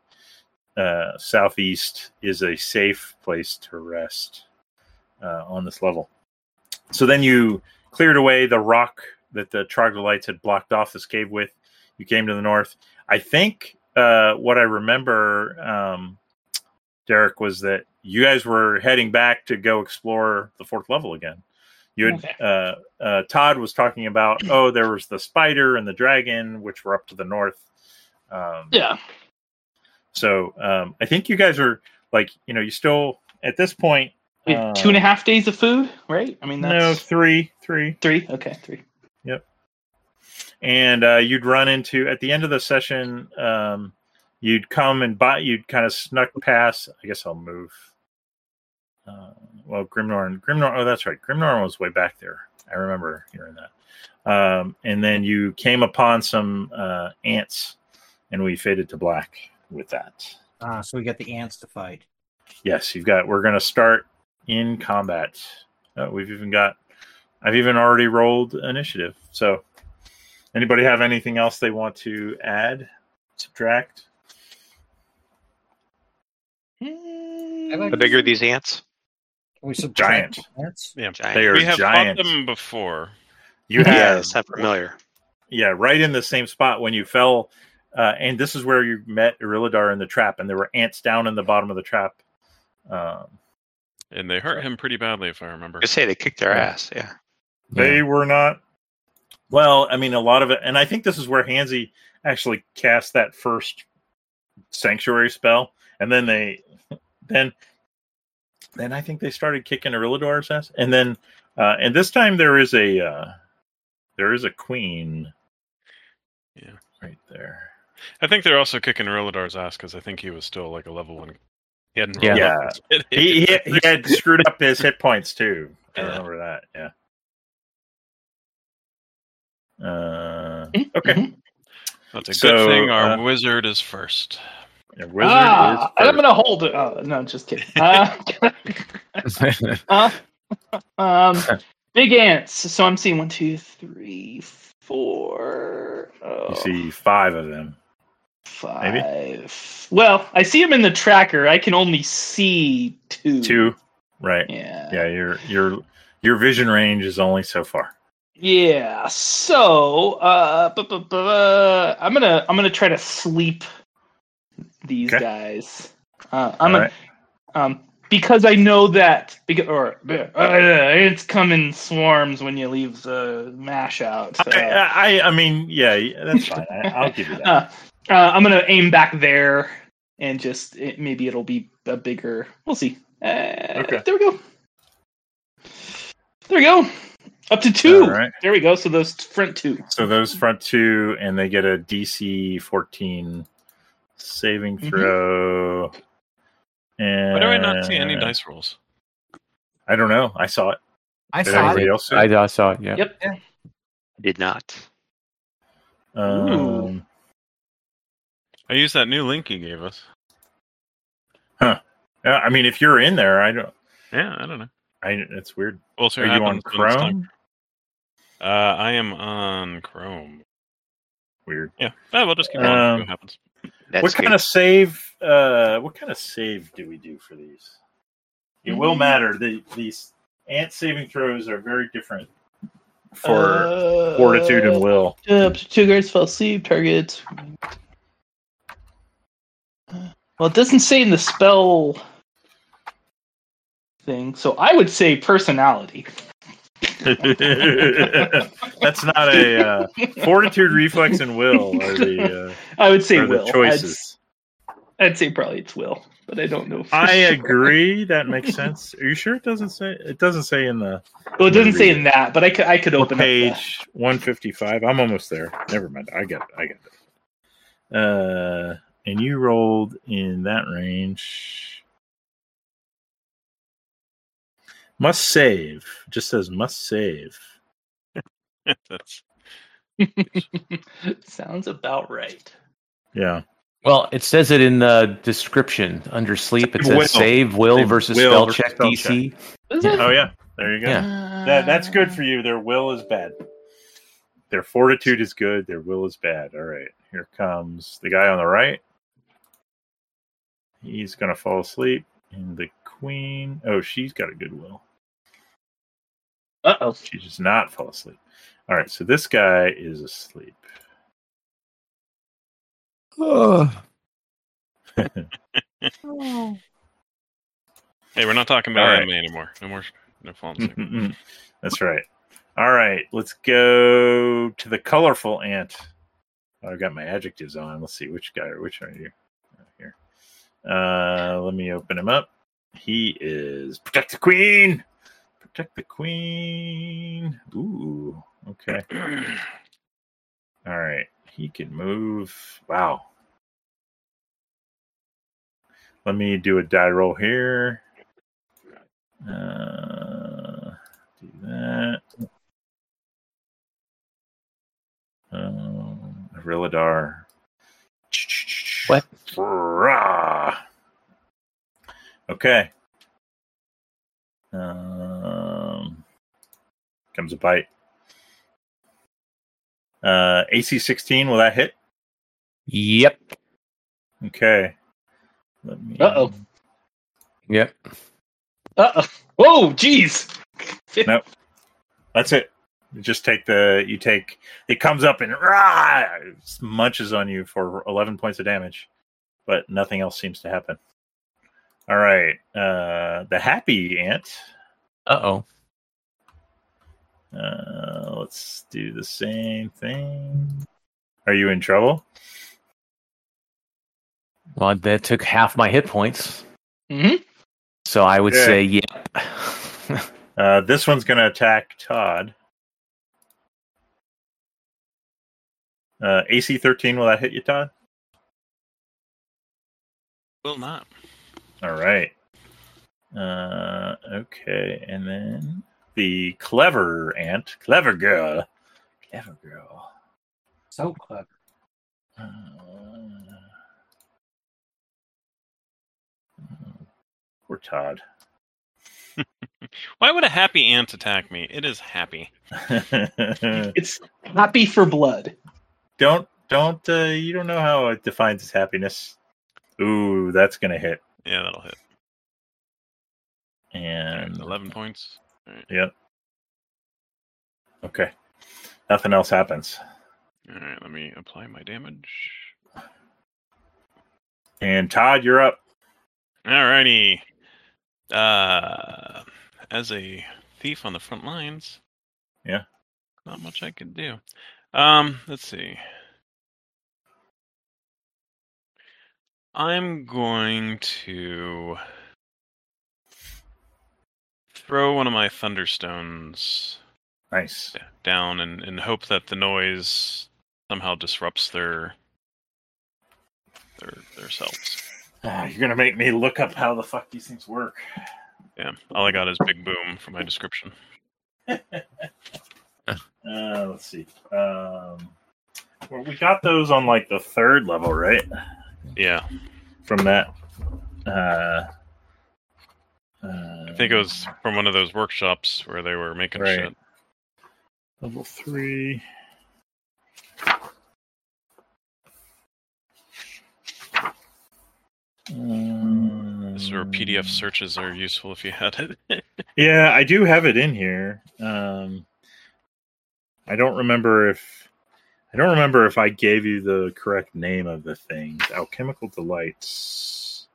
uh, southeast is a safe place to rest uh, on this level. So then you cleared away the rock that the troglodytes had blocked off this cave with. You came to the north. I think uh, what I remember, um, Derek, was that you guys were heading back to go explore the fourth level again. You had
Okay.
uh, uh, Todd was talking about oh there was the spider and the dragon which were up to the north. Um,
Yeah.
So um, I think you guys are like you know you still at this point
We
uh,
have two and a half days of food, right? I mean,
no
that's
three three
three. Okay, three.
and uh, you'd run into at the end of the session um, you'd come and buy you'd kind of snuck past i guess i'll move uh, well grimnor and grimnor oh that's right grimnor was way back there i remember hearing that um, and then you came upon some uh, ants and we faded to black with that
ah, so we got the ants to fight.
yes you've got we're going to start in combat oh, we've even got i've even already rolled initiative so anybody have anything else they want to add subtract
I like-
The bigger these ants,
Can we subtract
Giant.
plants?
Giant.
They are
we have
giant.
fought them before.
You have
yeah, it's not familiar.
Yeah, right in the same spot when you fell. Uh, and this is where you met Irilladar in the trap, and there were ants down in the bottom of the trap. Um,
And they hurt him pretty badly, if I remember.
Just say they kicked their ass. Yeah.
they were not. Well, I mean, a lot of it, and I think this is where Hansi actually cast that first sanctuary spell, and then they, then, then I think they started kicking Irillador's ass, and then, uh, and this time there is a, uh, there is a queen.
Yeah.
right there.
I think they're also kicking Roladar's ass because I think he was still like a level one. He hadn't.
Yeah.
rolled up his hit.
he, he, he had screwed up his hit points too. I remember that. Yeah. Uh, okay.
That's a
So,
good thing. Our
uh,
wizard is first.
Yeah, Wizard
ah,
is
I'm
first.
gonna hold. Uh, no, just kidding. Uh, uh, um, big ants. So I'm seeing one, two, three, four. Oh,
You see five of them.
five. Well, I see them in the tracker. I can only see two.
Two. Right.
Yeah.
Yeah. Your your your vision range is only so far.
Yeah. So, uh, bu- bu- bu- uh, I'm gonna I'm gonna try to sleep these
Okay.
guys. Uh, I'm gonna,
All right.
um because I know that because or uh, it's come in swarms when you leave the mash out. So.
I, I I mean yeah that's fine. I, I'll give you that.
Uh, uh, I'm gonna aim back there and just it, maybe it'll be a bigger. We'll see. Uh,
Okay.
There we go. There we go. Up to two.
All right.
There we go. So those front two.
So those front two, and they get a DC 14 saving
Mhm.
throw. And
Mm-hmm. Why do I not see any dice rolls?
I don't know. I saw it.
I
Did
saw it.
anybody else? see it?
I, I saw it. Yeah.
Yep.
Did not.
Um,
I used that new link you gave us.
yeah, I mean, if you're in there, I don't.
Yeah, I don't know.
I it's weird.
We'll see
Are
what
you on
happens when it's time.
Chrome?
Uh, I am on Chrome.
Weird.
Yeah, Ah, we'll just keep going. see
Um,
what happens.
That's
what kind of save? Uh, what kind of save do we do for these? It will
Mm-hmm.
matter. The, these ant saving throws are very different for
Uh,
fortitude and will.
Uh, two guards fell asleep. Target. Well, it doesn't say in the spell thing, so I would say personality.
That's not a uh, fortitude, reflex, and will are the,
I would
uh,
say
are
will.
the choices.
I'd, I'd say probably it's will, but I don't know. For
I
sure.
agree. That makes sense. Are you sure it doesn't say? It doesn't say in the
Well, it doesn't say
Read
in that, but I could. I could
What
open up. that.
page 155 i'm almost there never mind i got it i got it uh and you rolled in that range must save It just says must save
That's-
Sounds about right.
yeah
Well, it says it in the description under sleep. It
Save
says
will.
save will
Save
versus
will
spell
versus
check
spell
DC.
Is
Yeah.
it?
oh yeah there you go
Yeah.
that, that's good for you their will is bad their fortitude is good their will is bad all right here comes the guy on the right he's gonna fall asleep and the queen oh she's got a good will
Uh oh.
She does not fall asleep. All right, so this guy is asleep.
Oh.
hey, we're not talking about
All right. Mm-hmm.
anime anymore. No more. No falling asleep.
That's right. All right, let's go to the colorful ant. I've got my adjectives on. Let's see which guy. Which are you? Right Here. Uh, let me open him up. He is protect the queen. Protect the queen. Ooh. Okay. All right. He can move. Wow. Let me do a die roll here. Uh, do that. Um, Rilladar.
What?
Rah. Okay. Um, comes a bite. Uh, AC 16, will that hit?
Yep.
Okay. Let me.
Uh-oh.
Yep.
Uh, whoa, jeez.
Nope. That's it. You just take the you take it comes up and rah, munches on you for eleven points of damage, but nothing else seems to happen. All right, uh, the happy ant.
Uh oh.
Uh, let's do the same thing. Are you in trouble?
Well, that took half my hit points,
hmm
so I would
Yeah.
say yeah.
Uh, this one's going to attack Todd. Uh, AC 13, will that hit you, Todd?
Will not.
All right. Uh, okay, and then the clever ant, clever girl, clever girl.
So clever.
Uh, poor Todd.
Why would a happy ant attack me? It is happy.
It's happy for blood.
don't don't uh, you don't know how it defines its happiness. Ooh, that's gonna hit.
Yeah, that'll hit. Alright,
And
Eleven points.
okay, nothing else happens.
All right, let me apply my damage.
And Todd, you're up.
Alrighty. Uh, as a thief on the front lines.
Yeah.
Not much I can do. Um, let's see. I'm going to throw one of my thunderstones
Nice.
down and, and hope that the noise somehow disrupts their their their selves.
Ah, you're gonna make me look up how the fuck these things work.
Yeah, all I got is big boom for my description.
Uh, let's see. Um, well, we got those on like the third level, right?
Yeah,
From that. Uh, uh,
I think it was from one of those workshops where they were making
Right.
shit.
level three.
This is where PDF searches are useful if you had it.
Yeah, I do have it in here. Um, I don't remember if I don't remember if I gave you the correct name of the thing. Alchemical delights.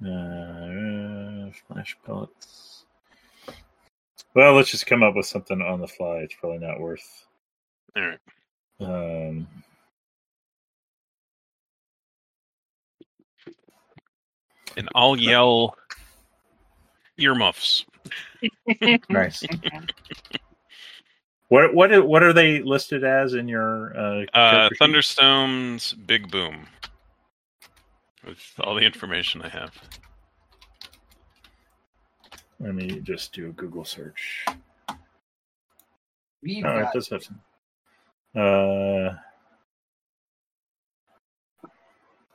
Uh, flash pellets. Well, let's just come up with something on the fly. It's probably not worth.
all right,
Um,
and I'll yell earmuffs.
nice. what what are- what are they listed as in your uh,
Uh,
character sheet?
Thunderstone's big boom. With all the information I have.
Let me just do a Google search.
We've
No, it
got-
does have some. Uh,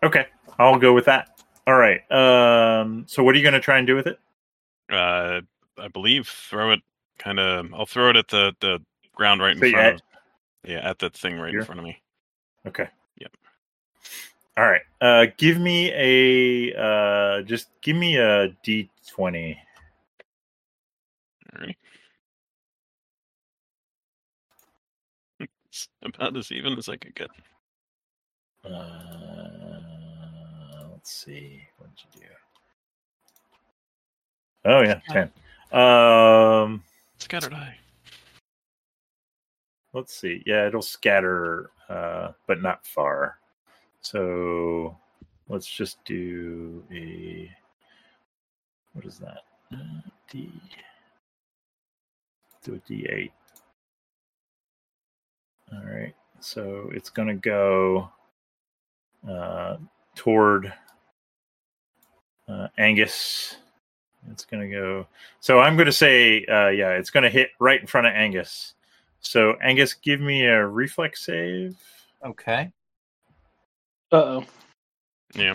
okay, I'll go with that. All right. Um, so, what are you going to try and do with it?
Uh, I believe throw it kind of. I'll throw it at the the ground right in
So you
front.
had-
of Yeah, at that thing right
Here?
in front of me.
Okay.
Yep.
All right. Uh, give me a uh, just give me a D twenty.
Alright. Hmm, It's about as even as I could get.
Uh, let's see. What did you do? Oh yeah, ten. Um,
Scattered eye.
let's see yeah it'll scatter uh but not far so let's just do a what is that Uh, d do a d8 all right so it's gonna go uh toward uh, angus it's gonna go so i'm gonna say uh yeah it's gonna hit right in front of angus so Angus, give me a reflex save.
Okay.
Uh oh.
Yeah.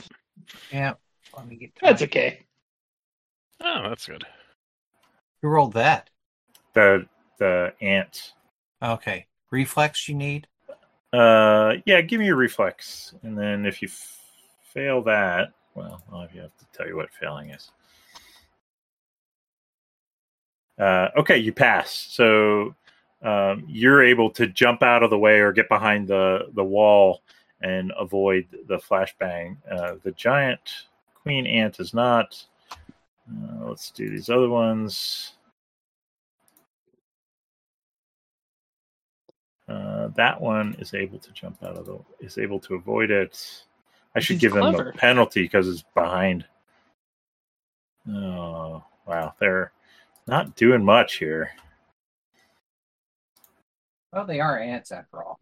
Yeah. Let me get.
That's okay.
Oh, that's good.
Who rolled that?
The the ant.
Okay. Reflex you need.
Uh, yeah, give me a reflex, and then if you f- fail that, well, I'll have you have to tell you what failing is. Uh, okay, you pass. So um, you're able to jump out of the way or get behind the the wall and avoid the flashbang. Uh, the giant queen ant is not. Uh, let's do these other ones. Uh, that one is able to jump out of the is able to avoid it. I should
He's
give him
clever.
a penalty because it's behind. Oh wow, they're not doing much here.
Well, they are ants after all.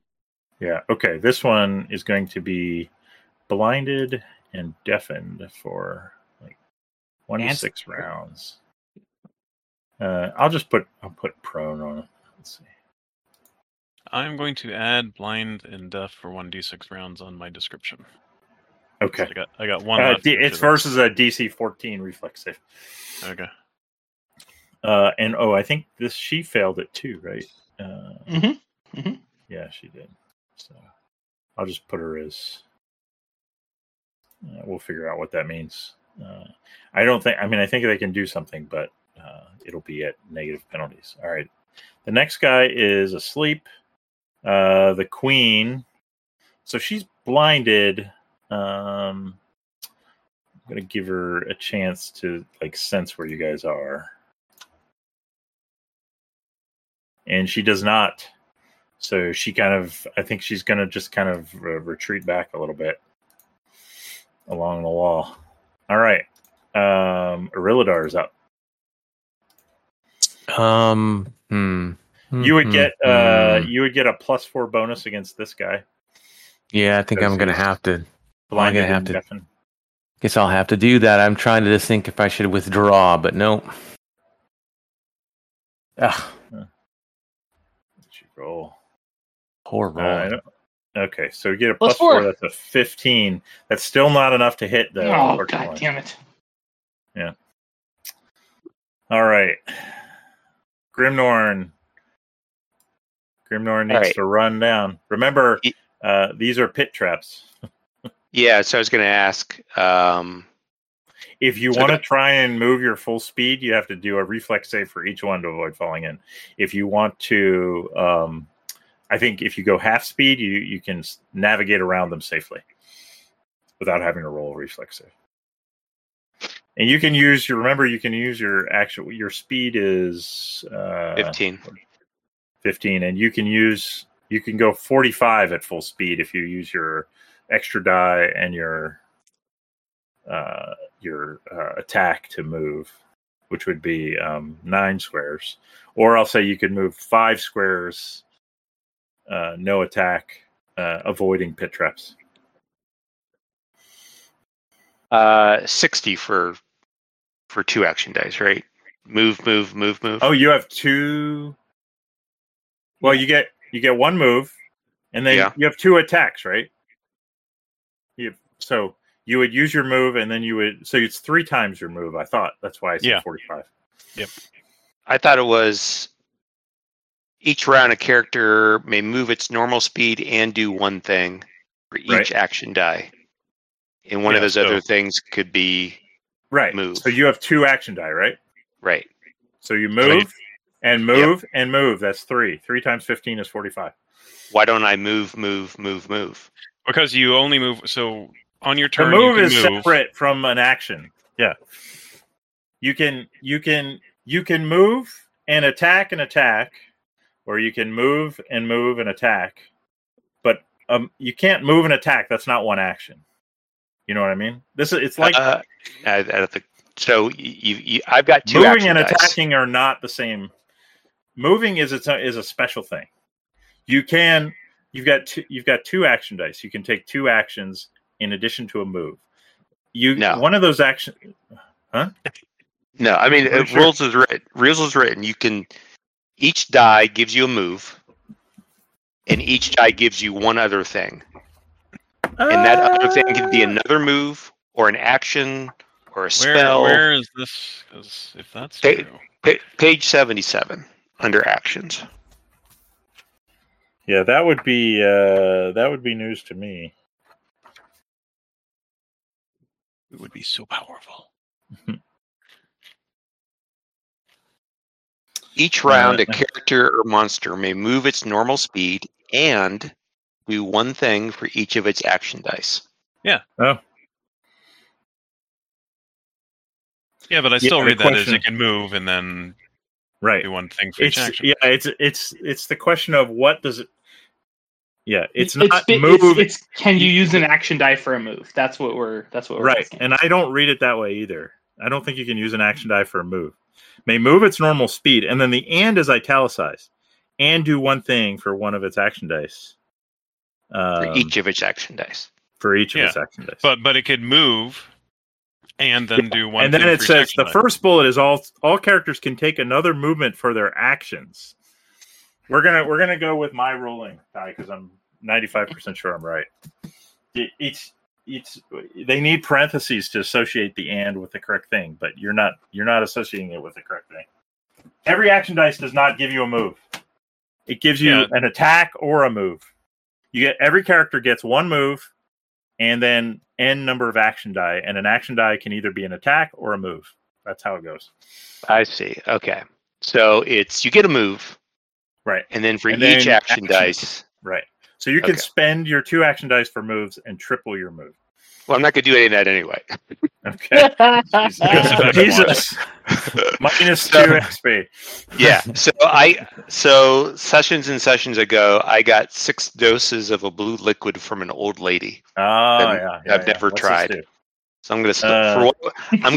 Yeah. Okay. This one is going to be blinded and deafened for like one to
Ants?
six rounds. Uh, I'll just put I'll put prone on it. Let's see.
I'm going to add blind and deaf for one d6 rounds on my description. So
Okay.
I got I got one.
Uh,
left,
D-
which
it's
is-
versus a DC 14 reflex save.
Okay.
Uh, and oh, I think this she failed it too, right? Uh,
Mhm. Mhm.
Yeah, she did. So I'll just put her as. Uh, we'll figure out what that means. Uh, I don't think. I mean, I think they can do something, but uh, it'll be at negative penalties. All right. The next guy is asleep. Uh, the queen. So she's blinded. Um, I'm gonna give her a chance to like sense where you guys are. and she does not. So she kind of, I think she's going to just kind of uh, retreat back a little bit along the wall. All right. Um, Arilladar is up.
Um, hmm.
You would
Hmm,
get,
hmm,
uh,
hmm.
you would get a plus four bonus against this guy.
yeah, I think I'm gonna
Versus-
have to.
Blinded
gonna have
and
to-
deafened.
Guess I'll have to do that. I'm trying to just think if I should withdraw, but no. Ah,
Let's you roll.
poor
Uh,
roll.
I don't- okay, so you get a
Plus
plus four.
four.
That's a fifteen. That's still not enough to hit the.
oh
first
god
one.
damn it!
All right. Grimnorn. Grimnorn needs
All right.
to run down. Remember,
Ye-
uh, these are pit traps.
Yeah, so I was going to ask. Um,
If you
So
want to
the-
try and move your full speed, you have to do a reflex save for each one to avoid falling in. If you want to, um, I think if you go half speed, you, you can s- navigate around them safely without having to roll a reflex save. And you can use your remember you can use your actual your speed is uh,
15.
15 and you can use you can go 45 at full speed if you use your extra die and your uh your uh, attack to move which would be um nine squares or i'll say you could move five squares uh no attack uh avoiding pit traps
Uh, 60 for for two action dice, right? Move, move, move, move.
oh you have two well you get you get one move and then
Yeah.
you have two attacks right you so you would use your move and then you would so it's three times your move i thought that's why i said
Yeah.
45
I thought it was each round a character may move its normal speed and do one thing for each
Right.
action die. And one of
Yeah,
those other
so-
things could be
right
Move.
so you have two action die right
right.
so you
you-
move and move and move that's three three times 15 is 45
Why don't I move, move, move, move?
Because you only move so on your
the
turn.
move
you can
is
move.
separate from an action yeah you can you can you can move and attack and attack or you can move and move and attack but um you can't move and attack that's not one action you know what i mean this is it's like
uh, I, I don't think so. y- You, you, I've got two
moving
action
and
dice.
attacking are not the same moving is its own, is a special thing you can you've got two, you've got two action dice you can take two actions in addition to a move you
No.
one of those action
No, I mean
Pretty
uh,
sure.
rules is written. Rules is written. You can each die gives you a move, and each die gives you one other thing, and that other thing can
Uh.
be another move or an action or a
Where,
spell.
where is this? 'Cause if that's
They-
true,
Pa- page seventy-seven under actions.
Yeah, that would be uh that would be news to me.
it would be so powerful.
Each round, a
Alright.
character or monster may move its normal speed and do one thing for each of its action dice.
Yeah, but I still
the
read that as
question-
it can move and then
Right.
do one thing for each
It's
action.
yeah. It's it's it's the question of what does it. Yeah, it's
It's-
not
it's-
move.
It's, can you use an action die for a move? That's what we're. That's what we're
right
asking.
and i don't read it that way either i don't think you can use an action die for a move may move its normal speed and then the and is italicized and do one thing for one of its action dice
For
um,
each of its action dice.
for each of
Yeah,
its action dice
But but it could move and then do one.
and then
thing
it
for each
says
action
the
die.
first bullet is all all characters can take another movement for their actions we're gonna we're gonna go with my ruling guy because i'm 95% sure i'm right it, it's it's they need parentheses to associate the and with the correct thing but you're not you're not associating it with the correct thing every action dice does not give you a move it gives you
Yeah.
an attack or a move you get every character gets one move and then n number of action die and an action die can either be an attack or a move that's how it goes
I see. Okay. So it's you get a move.
Right.
And then for
And
each
then
action
action.
dice.
right so you can
Okay.
spend your two action dice for moves and triple your move
Well, I'm not gonna do any of that anyway.
okay jesus,
Jesus.
minus two
So-
xp
yeah. So I so sessions and sessions ago, I got six doses of a blue liquid from an old lady.
oh
I've-
yeah,
I've never
this
tried.
do?
So I'm gonna st-
Uh,
for what, I'm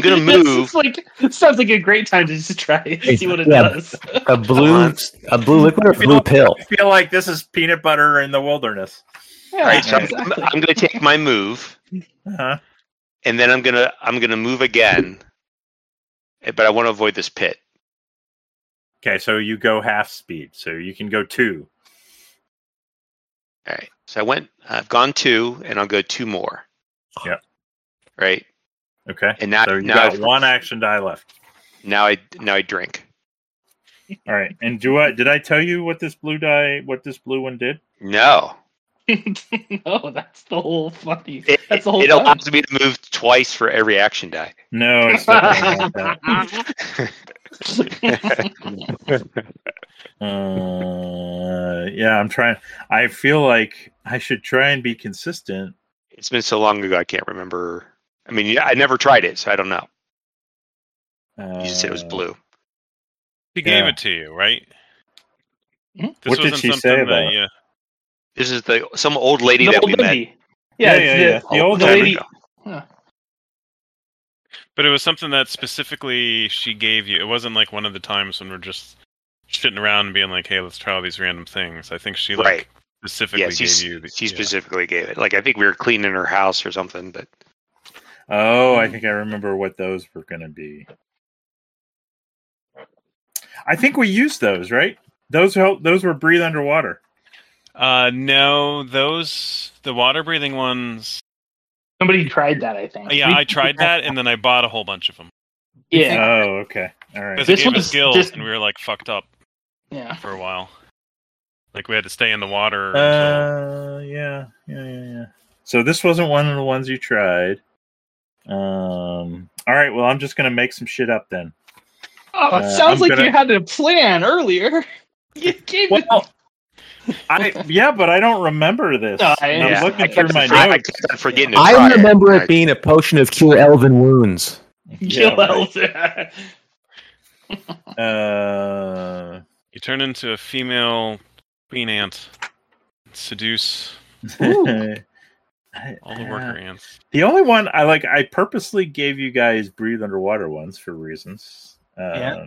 gonna
This is
move.
like sounds like a great time to just try it, see what it
Yeah.
does.
A blue, a blue liquid or a blue pill?
I feel like this is peanut butter in the wilderness
Yeah,
right, so I'm-
exactly.
I'm gonna take my move
uh-huh.
and then I'm gonna I'm gonna move again. eh, But I want to avoid this pit.
okay so you go half speed so you can go two
All right. So I went I've gone two and I'll go two more.
Yep.
Right.
okay
And now,
so you
now,
got
I've-
one action die left
now I now I drink.
all right and do i did i tell you what this blue die what this blue one did
No.
no, that's the whole funny.
It,
That's the whole
it
fun.
allows me to move twice for every action die.
no it's definitely not that. Uh, yeah, I'm trying. I feel like I should try and be consistent.
It's been so long ago I can't remember. I mean, yeah, I never tried it, so I don't know.
Uh,
You just
Uh,
said it was blue.
she gave
yeah.
it to you, right?
Hmm?
This
What did
wasn't
she say
something
about
that,
it?
yeah.
This is the some old lady
The
that
old
we met.
lady. Yeah,
Yeah,
it's
yeah,
the,
yeah. The old
the
time
lady.
ago.
But it was something that specifically she gave you. It wasn't like one of the times when we're just shitting around and being like, "Hey, let's try all these random things." I think she like
Right.
specifically
Yeah, she,
gave you. The,
she
yeah.
specifically gave it. Like I think we were cleaning her house or something, but
Oh,
Mm.
I think I remember what those were going to be. I think we used those, right? Those help. Those were breathe underwater.
Uh, no, those the water breathing ones.
Somebody tried that, I
Uh,
think.
Yeah, I tried that, and then I bought a whole bunch of them
Yeah,
Oh, okay. All right.
because it
This
gave
was-
us gills,
this-
and we were like fucked up
yeah.
for a while. Like we had to stay in the water. until-
Uh, yeah, yeah, yeah, yeah. So this wasn't one of the ones you tried. Um. All right. Well, I'm just going to make some shit up then.
Oh, it
Uh,
sounds
I'm
like
gonna-
you had a plan earlier. You gave it.
Well, I yeah, but I don't remember this.
No, I-
And I'm
yeah,
looking
I
through
kept-
my
I, I
notes.
kept on forgetting. to try
I remember
and I-
it being a potion of cure elven wounds.
Gil
Yeah, right.
Elder.
Uh,
you turn into a female queen ant, seduce
I- uh,
all the worker ants.
The only one I like, I purposely gave you guys breathe underwater ones for reasons. Um,
Yeah.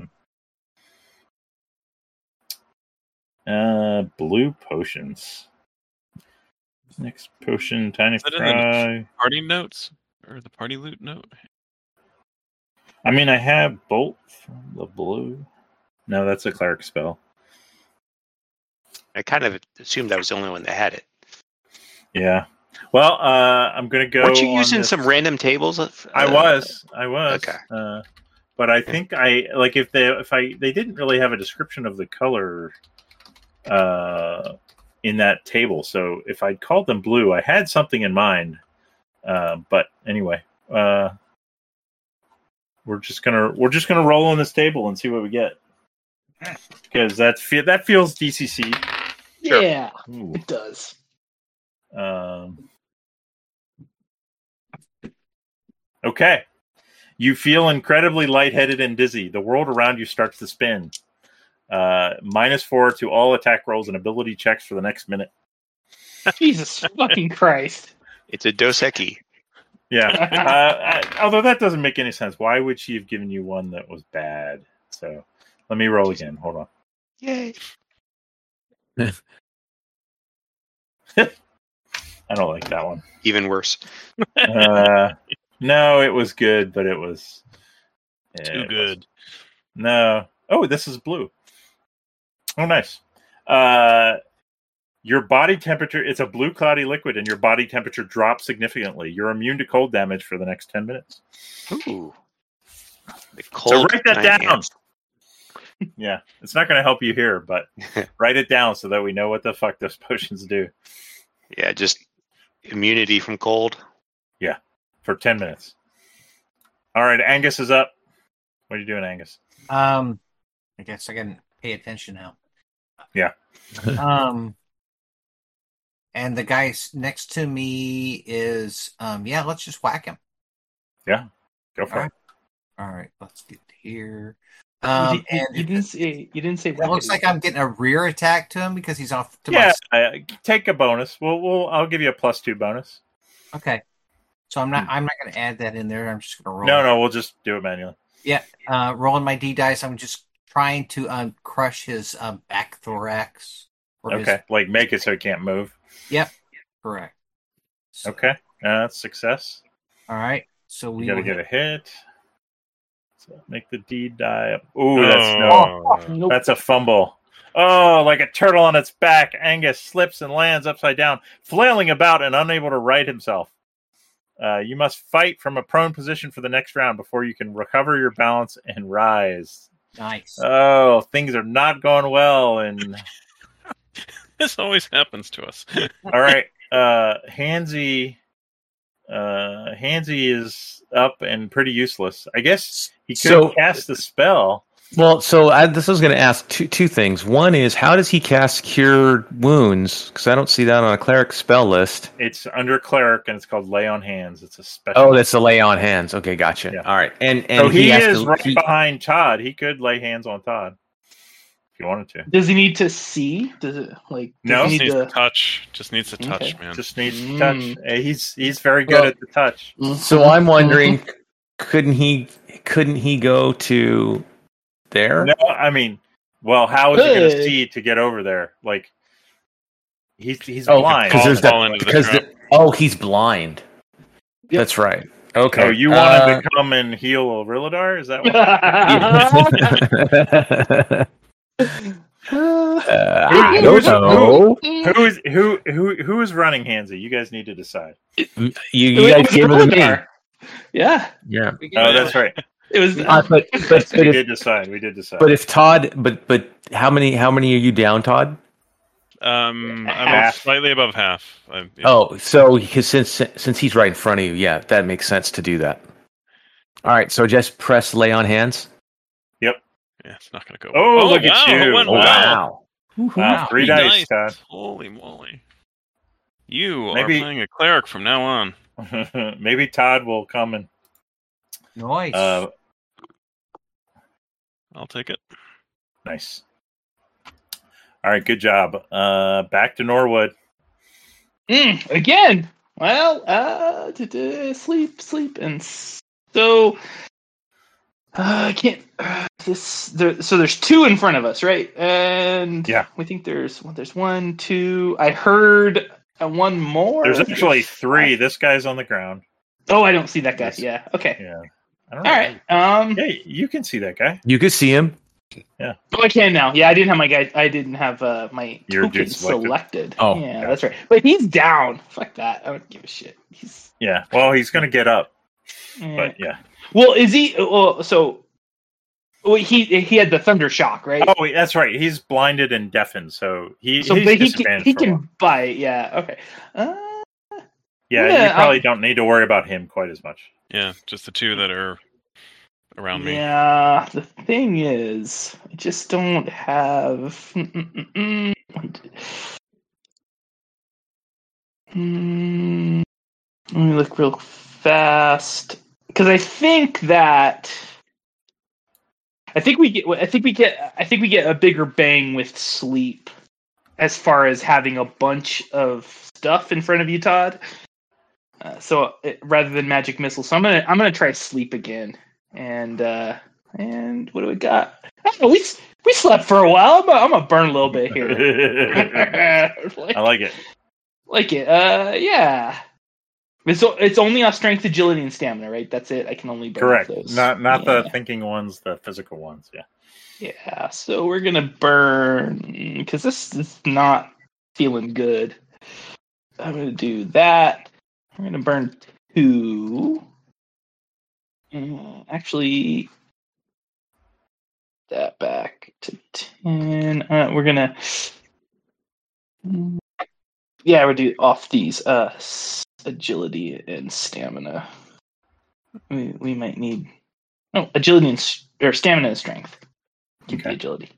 Uh, blue potions. Next potion, tiny
that in the-
fry.
Party notes or the party loot note?
I mean, I have bolt from the blue. No, that's a cleric spell.
I kind of assumed I was the only one that had it.
Yeah. Well, uh, I'm gonna go.
Weren't you
on
using
this-
some random tables? Uh,
I was. I was.
okay.
Uh, but I think I like if they if I they didn't really have a description of the color uh in that table. So if I'd called them blue, I had something in mind. Uh, but anyway, uh we're just gonna we're just gonna roll on this table and see what we get.
Hmm.
because that fe- that feels DCC.
Sure.
Yeah,
Ooh.
it does.
Um, okay. You feel incredibly lightheaded and dizzy. The world around you starts to spin. Uh, minus four to all attack rolls and ability checks for the next minute.
Jesus fucking Christ.
It's a Dos Equis.
Yeah. uh, I, although that doesn't make any sense. Why would she have given you one that was bad? So let me roll again. Hold on.
Yay.
I don't like that one.
Even worse.
Uh, no, it was good, but it was
Too
it was-
good.
No. Oh, this is blue. Oh, nice. Uh, your body temperature, it's a blue cloudy liquid, and your body temperature drops significantly. You're immune to cold damage for the next 10 minutes.
Ooh. The
So
cold
write that
night
down.
hands.
yeah, it's not going to help you here, but write it down so that we know what the fuck those potions do
Yeah, just immunity from cold.
for 10 minutes. All right, Angus is up. What are you doing, Angus?
Um, I guess I can pay attention now.
Yeah.
um, and the guy s- next to me is um, yeah. Let's just whack him.
Go for it.
All right, let's get here. Um,
you,
and
you didn't say you didn't say.
it looks like I'm getting a rear attack to him because he's off to my
Yeah,
s-
uh, take a bonus. We'll, we'll, I'll give you a plus two bonus.
Okay. So I'm
Hmm.
not. I'm not going to add that in there. I'm just going to roll.
No, no, we'll just do it manually.
Uh, rolling my d dice. I'm just trying to um, crush his um, back thorax. Or His,
Okay, like make it so it can't move.
correct. So-
Okay, uh, that's success.
All right. So
You
we
gotta
will
get
hit-
a hit. So make the D die up. Ooh, that's no,
Oh,
Nope.
that's a fumble. Oh, like a turtle on its back, Angus slips and lands upside down, flailing about and unable to right himself. Uh, you must fight from a prone position for the next round before you can recover your balance and rise.
nice.
Oh, things are not going well. And
this always happens to us.
all right, uh, Hansy, uh, Hansy is up and pretty useless. I guess He could
So-
cast the spell.
Well, so I, this was going to ask two two things. One is how does he cast Cure Wounds? Because I don't see that on a cleric spell list.
It's under cleric and it's called lay on hands. It's a special.
Oh, that's the lay on hands. Okay, gotcha.
Yeah.
All right, and and
so he,
has
is
to-
right
he-
behind Todd. He could lay hands on Todd if he wanted to.
Does he need to see? Does it like? Does
No.
Just
He need
needs
to...
to touch. Just needs to touch,
Okay.
man.
Just needs to
Mm.
touch. Uh, He's he's very good
Hmm. Well-
at the touch.
So
Mm-hmm.
I'm wondering, couldn't he couldn't he go to there?
No, I mean, well, how is he going to
Good.
see to get over there? Like he's he's
Oh,
blind.
'cause there's
Oh,
that-
Fall into the
because
trap.
the- oh, he's blind.
Yep.
That's right. Okay.
Oh, you wanted
uh,
to come and heal Rilladar? Is that what?
Uh, uh, I
Who's-
don't know.
who is who who who is running Hansy? You guys need to decide.
You,
It
you
was
guys gave it to me.
Rilladar. Yeah,
Yeah.
Oh, that's right.
it was.
Uh, but, but, but,
We
if,
did decide. We did decide.
but if Todd, but but how many how many are you down, Todd?
Um, I'm
Half.
slightly above half. I, yeah.
Oh, so he- since since he's right in front of you, yeah, that makes sense to do that. All right, so just press lay on hands.
yeah, it's not gonna go.
Oh, look at
wow,
you.
it went
Oh,
well.
Wow, three
Nice.
dice, Todd.
Holy moly! You
Maybe-
are playing a cleric from now on.
Maybe Todd will come and
Nice.
uh,
I'll take it.
nice. All right, good job. Uh, back to Norwood.
Mm, again. Well, uh, duh, duh, sleep, sleep, and s- so uh, I can't. Uh, this there, so there's two in front of us, right? And
Yeah.
we think there's well, there's one, two. I heard uh, one more.
There's actually three. This guy's on the ground.
Oh, I don't see that guy.
Yes.
Yeah. Okay.
Yeah, I don't
All right. Um.
Yeah, you can see that guy.
You could see him.
Oh, I can now. Yeah, I didn't have my guy. I didn't have uh, my
Your
token
dude's
selected.
selected.
Oh,
yeah,
yeah.
that's right. But he's down. Fuck that. I don't give a shit. He's.
Yeah. Well, he's gonna get up,
eh.
but yeah.
Well, is he? uh, Well, so well, he he had the thunder shock, right?
Oh, wait, that's right. He's blinded and deafened, so he
so
he's
but he can
disadvantaged.
he
for a while.
can bite. Yeah. Okay. Uh,
yeah,
yeah, um,
you probably don't need to worry about him quite as much.
Yeah, just the two that are around me.
Yeah, the thing is, I just don't have. Mm, let me look real fast because I think that I think we get I think we get I think we get a bigger bang with sleep as far as having a bunch of stuff in front of you, Todd. Uh, so it, rather than magic missile, so I'm gonna I'm gonna try sleep again. And uh, and what do we got? Oh, we s- we slept for a while. I'm gonna, I'm gonna burn a little bit here.
I
Like-
like it.
like it. Uh, yeah. It's o- it's only on strength, agility, and stamina, right? That's it. I can only burn
Correct.
Those.
Not not
yeah.
the thinking ones, the physical ones. Yeah.
Yeah. So we're gonna burn because this is not feeling good. I'm gonna do that. I'm gonna burn two. Uh, actually, that back to ten. Uh, we're gonna. Yeah, we're do off these uh s- agility and stamina. We we might need oh agility and s- or stamina and strength. Keep the
Okay.
agility.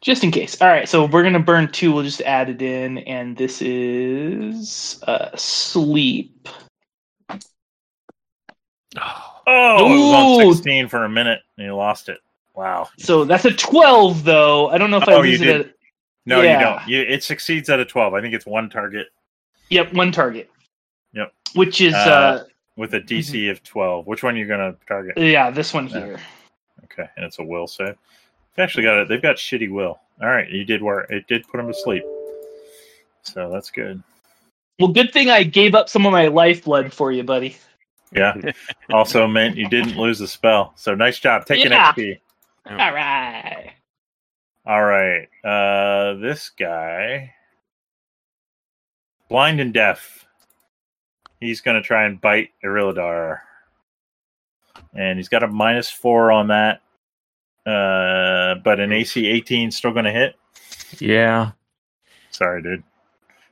Just in case. All right, so we're gonna burn two. We'll just add it in, and this is uh sleep.
Ah,
Oh, it was
Ooh.
on sixteen for a minute and you lost it. Wow.
So that's a twelve, though. I don't know if I
Oh, you
lose it.
did.
At,
No,
Yeah.
you don't. You, it succeeds at a twelve. I think it's one target
yep, one target.
Yep.
Which is uh,
Uh, with a DC of twelve. Which one are you gonna target?
yeah, this one
yeah.
here.
Okay, and it's a will save. They've actually got it. They've got shitty will. All right, you did work. It did put him to sleep. So that's good.
Well, good thing I gave up some of my lifeblood for you, buddy.
Yeah. also meant you didn't lose the spell. So nice job. Take an
Yeah.
XP.
All right.
All right. Uh this guy blind and deaf. He's going to try and bite Irilladar. And he's got a minus 4 on that. Uh but an AC 18 still going to hit.
Yeah.
Sorry, dude.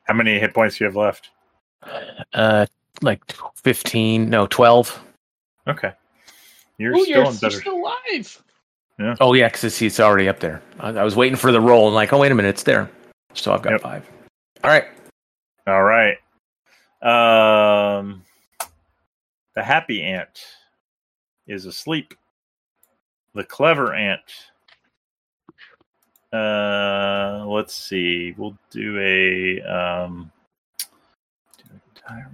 How many hit points do you have left?
Uh, like fifteen? No, twelve.
Okay. You're
Ooh,
still
you're,
in
you're
better.
still alive.
Oh yeah, because it's already up there. I, I was waiting for the roll, and like, oh wait a minute, it's there. So I've got
Yep.
five. All right.
All right. Um, the happy ant is asleep. The clever ant. Uh, let's see. We'll do a um. Do a die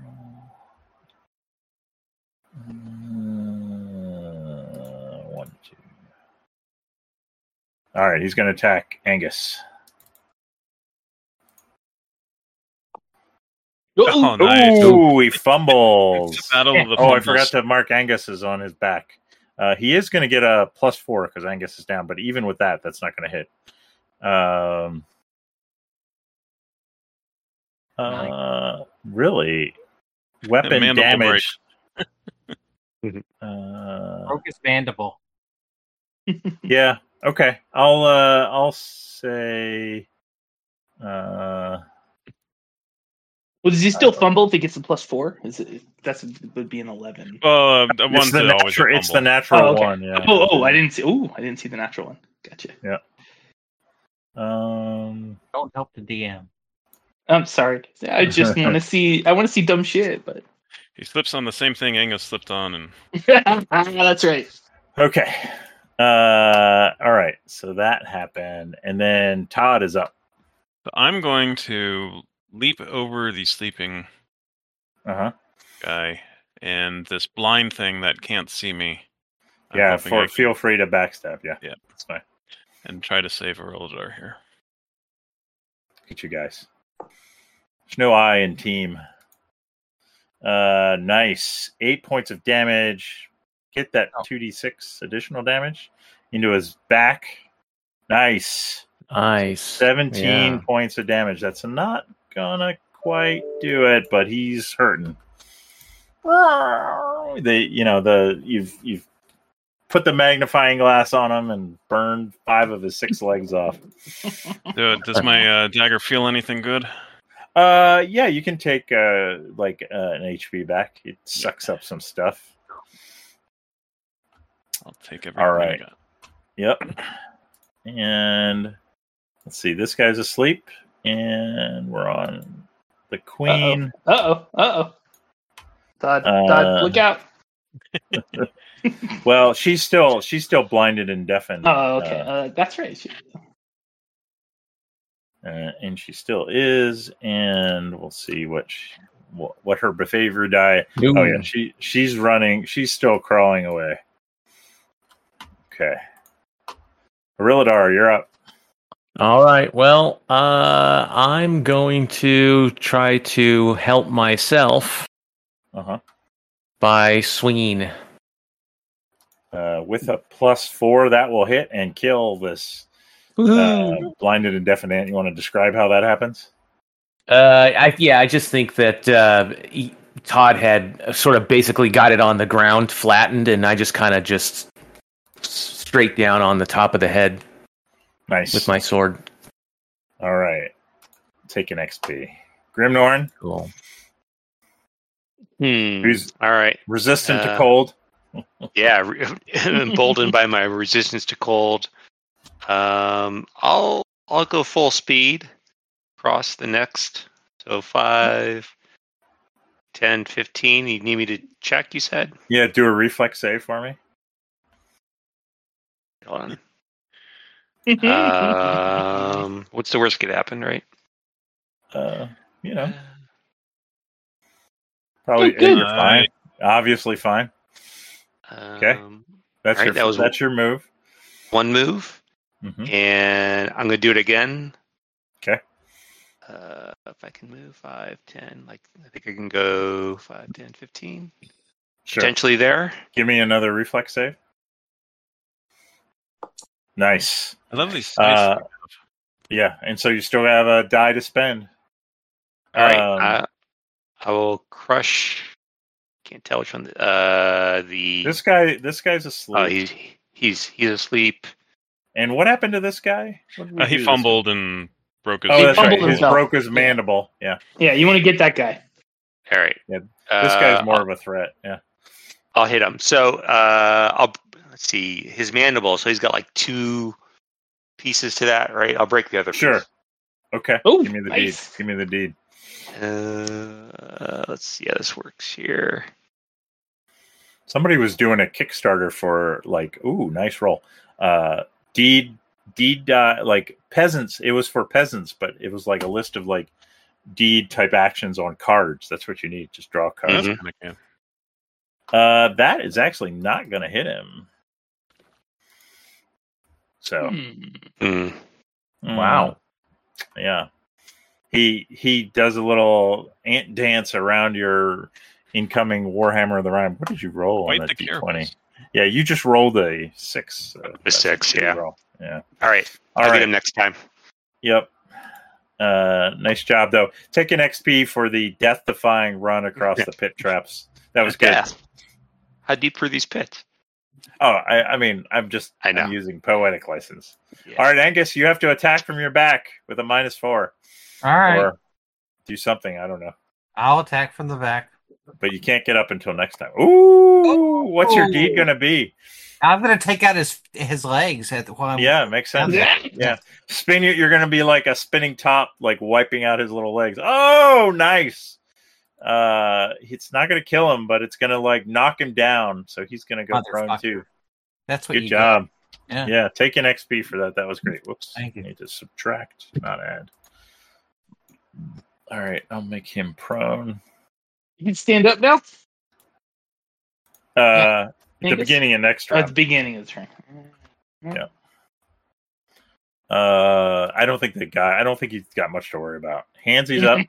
roll. Uh, one, two. All right, he's going to attack Angus.
Oh, nice.
Ooh, he fumbles.
It's a battle of the
Oh, I
fumbles.
forgot to mark Angus is on his back. Uh, he is going to get a plus four because Angus is down, but even with that, that's not going to hit. Um, uh, really,
And
weapon
mandible
damage.
break.
uh,
Broke his mandible.
yeah. Okay. I'll uh, I'll say. Uh,
Well, does he still fumble if he gets a plus four? Is it that's would be an eleven?
Well, uh,
it's
one's
the,
always a
natural, it's the
fumble.
natural
Oh, okay.
one. Yeah.
Oh, oh, I didn't see. Oh, I didn't see the natural one. Gotcha.
Um,
Don't help the DM.
I'm sorry. I just want to see. I want to see dumb shit, but
He slips on the same thing Angus slipped on, and
that's right.
Okay. Uh all right. So that happened. And then Todd is up.
but I'm going to leap over the sleeping
Uh-huh.
guy and this blind thing that can't see me. I'm
yeah,
hoping
for,
I can-
feel free to backstab. Yeah.
Yeah.
That's fine.
and try to save Arilidar here.
Get you guys. There's no I in team. Uh nice. Eight points of damage. Get that
Oh.
two D six additional damage into his back. Nice.
Nice.
17
Yeah.
points of damage. That's not gonna quite do it, but he's hurting. Ah, They, you know, the you've you've put the magnifying glass on him and burned five of his six legs off.
Do it. Does my uh, dagger feel anything good?
Uh, yeah, you can take uh like uh, an HP back. It sucks up some stuff.
I'll take everything.
All
I
right.
got.
Yep. And let's see, this guy's asleep, and we're on the queen.
Uh oh. Uh oh. Todd,
Uh,
Todd, look out.
Well, she's still she's still blinded and deafened.
Oh, okay.
uh,
Uh, that's right. She-
uh, and she still is, and we'll see what she, what, what her behavior die. Oh
Hmm.
yeah, she she's running. She's still crawling away. Okay, Arilladar, you're up.
All right. Well, uh, I'm going to try to help myself
Uh-huh.
by swinging.
Uh, with a plus four, that will hit and kill this uh,
Hmm.
Woohoo.
blinded and deafened ant. You want to describe how that happens?
Uh, I, yeah, I just think that uh, he- Todd had sort of basically got it on the ground, flattened, and I just kind of just s- straight down on the top of the head
Nice.
with my sword.
All right, take an XP. Grimnorn,
Cool.
Hmm.
who's
All right.
resistant to
Uh,
cold.
Yeah. re- Emboldened by my resistance to cold. Um, I'll I'll go full speed across the next. So 5, 10, 15. You need me to check, you said?
Yeah, do a reflex save for me.
Hold on. um, what's the worst could happen, right?
Uh, you know, probably
Oh, good.
you're fine. Obviously, fine. Okay.
Um,
That's
All right,
your
that was-
that's your move.
one move,
hmm
and I'm gonna do it again.
'Kay.
Uh, if I can move 5, 10, like I think I can go 5, 10, 15.
Sure.
Potentially there.
Give me another reflex save. Nice.
I love these.
Uh, yeah, and so you still have a die to spend.
All right.
Um,
I, I will crush. Can't tell which one. The, uh, the
This guy, this guy's asleep.
oh, he's he's he's asleep.
and what happened to this guy? What did we
Uh,
do
he
to this
fumbled and broke his.
guy? Oh,
He
that's
fumbled
right. He
himself.
broke his mandible. Yeah,
yeah, you want to get that guy.
All right.
Yeah, this
Uh,
guy's more
I'll,
of a threat. Yeah.
I'll hit him. So uh, I'll let's see his mandible. So he's got like two pieces to that, right? I'll break the other.
Sure. Okay.
Oh,
Give me the
nice.
deed. Give me the deed.
Piece. Uh, let's see how this works here.
Somebody was doing a Kickstarter for like, ooh, nice roll. Uh deed deed uh, like peasants. It was for peasants, but it was like a list of like deed type actions on cards. That's what you need. Just draw cards.
Mhm.
Uh that is actually not gonna hit him. So
Hmm.
Mm.
mm,
Wow.
Yeah. He he does a little ant dance around your incoming Warhammer of the Rhyme. What did you roll
Quite
on
the
that
careful.
D20? Yeah, you just rolled a six. Uh, that's a
six,
good
yeah.
roll. Yeah.
All right.
All
I'll
right.
get him next time.
Yep. Uh, nice job though. Take an XP for the death-defying run across the pit traps. That was good.
Yeah. How deep were these pits?
Oh, I, I mean, I'm just
I know.
I'm using poetic license.
Yeah.
All right, Angus, you have to attack from your back with a minus four,
All right.
or do something. I don't know,
I'll attack from the back.
but you can't get up until next time. Ooh, what's your
Oh.
deed gonna be?
I'm gonna take out his his legs at the while I'm
Yeah, makes sense.
Yeah.
Yeah. Spin you you're gonna be like a spinning top, like wiping out his little legs. Oh nice. Uh it's not gonna kill him, but it's gonna like knock him down. So he's gonna go prone
Motherfucker.
too.
That's what
Good
you
job.
Yeah.
yeah, take an XP for that. That was great. Whoops.
Thank you.
Need to subtract, not add. All right, I'll make him prone.
You can stand up now.
Uh at the
Angus?
beginning of next
Oh, at the
round.
beginning of the turn.
Uh I don't think the guy I don't think he's got much to worry about. Handsy's up.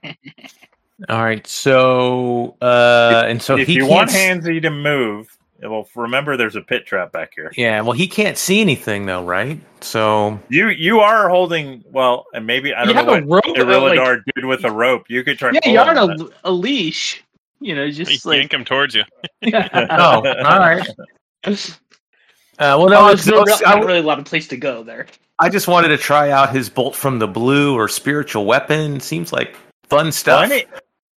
All right. So, uh, and so
if
he
you
can't
want
s-
Hansy to move, well, remember there's a pit trap back here.
Yeah. Well, he can't see anything though, right? So
You you are holding well, and maybe I don't
you
know
have
what
a rope. uh, like-
Irilladar did with a rope. You could try. and
yeah,
pull
you're
him
on
on
a, a leash. You know, just
yank
like.
him towards you.
Oh, all right.
Oh,
Uh, well,
Oh,
no,
there's no,
I, was-
real-
I
not
was-
really a lot of place to go there.
I just wanted to try out his bolt from the blue or spiritual weapon. Seems like fun
that.
stuff.
Funny,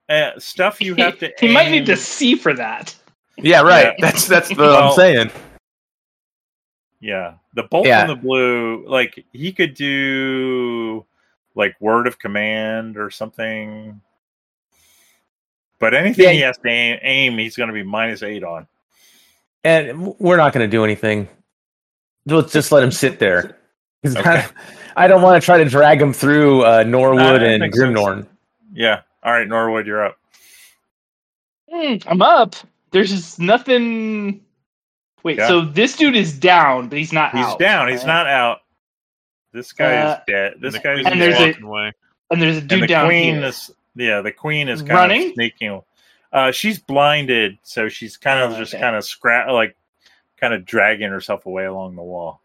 uh, stuff you have to.
he might need to
aim-
see for that.
Yeah, right. That's that's what
Well-
I'm saying.
Yeah. The bolt
Yeah.
in the blue, like he could do like word of command or something. But anything
Yeah.
he has to aim, aim he's going to be minus eight on.
and w- we're not going to do anything. Let's just let him sit there. 'Cause
Okay.
I, I don't want to try to drag him through uh, Norwood
Uh, that
and
makes sense.
Grimnorn.
Yeah. All right, Norwood, you're up.
Hmm, I'm up. There's just nothing. Wait,
Yeah.
so this dude is down, but he's not
He's
out.
down. He's not out. This guy is
Uh,
dead. This
the
guy is
queen's
And there's
dead.
a-
walking away.
And there's a dude
and the
down
queen
here.
is yeah the queen is kind
Running?
of sneaking uh she's blinded so she's kind of
Oh,
just
okay.
kind of scrap like kind of dragging herself away along the wall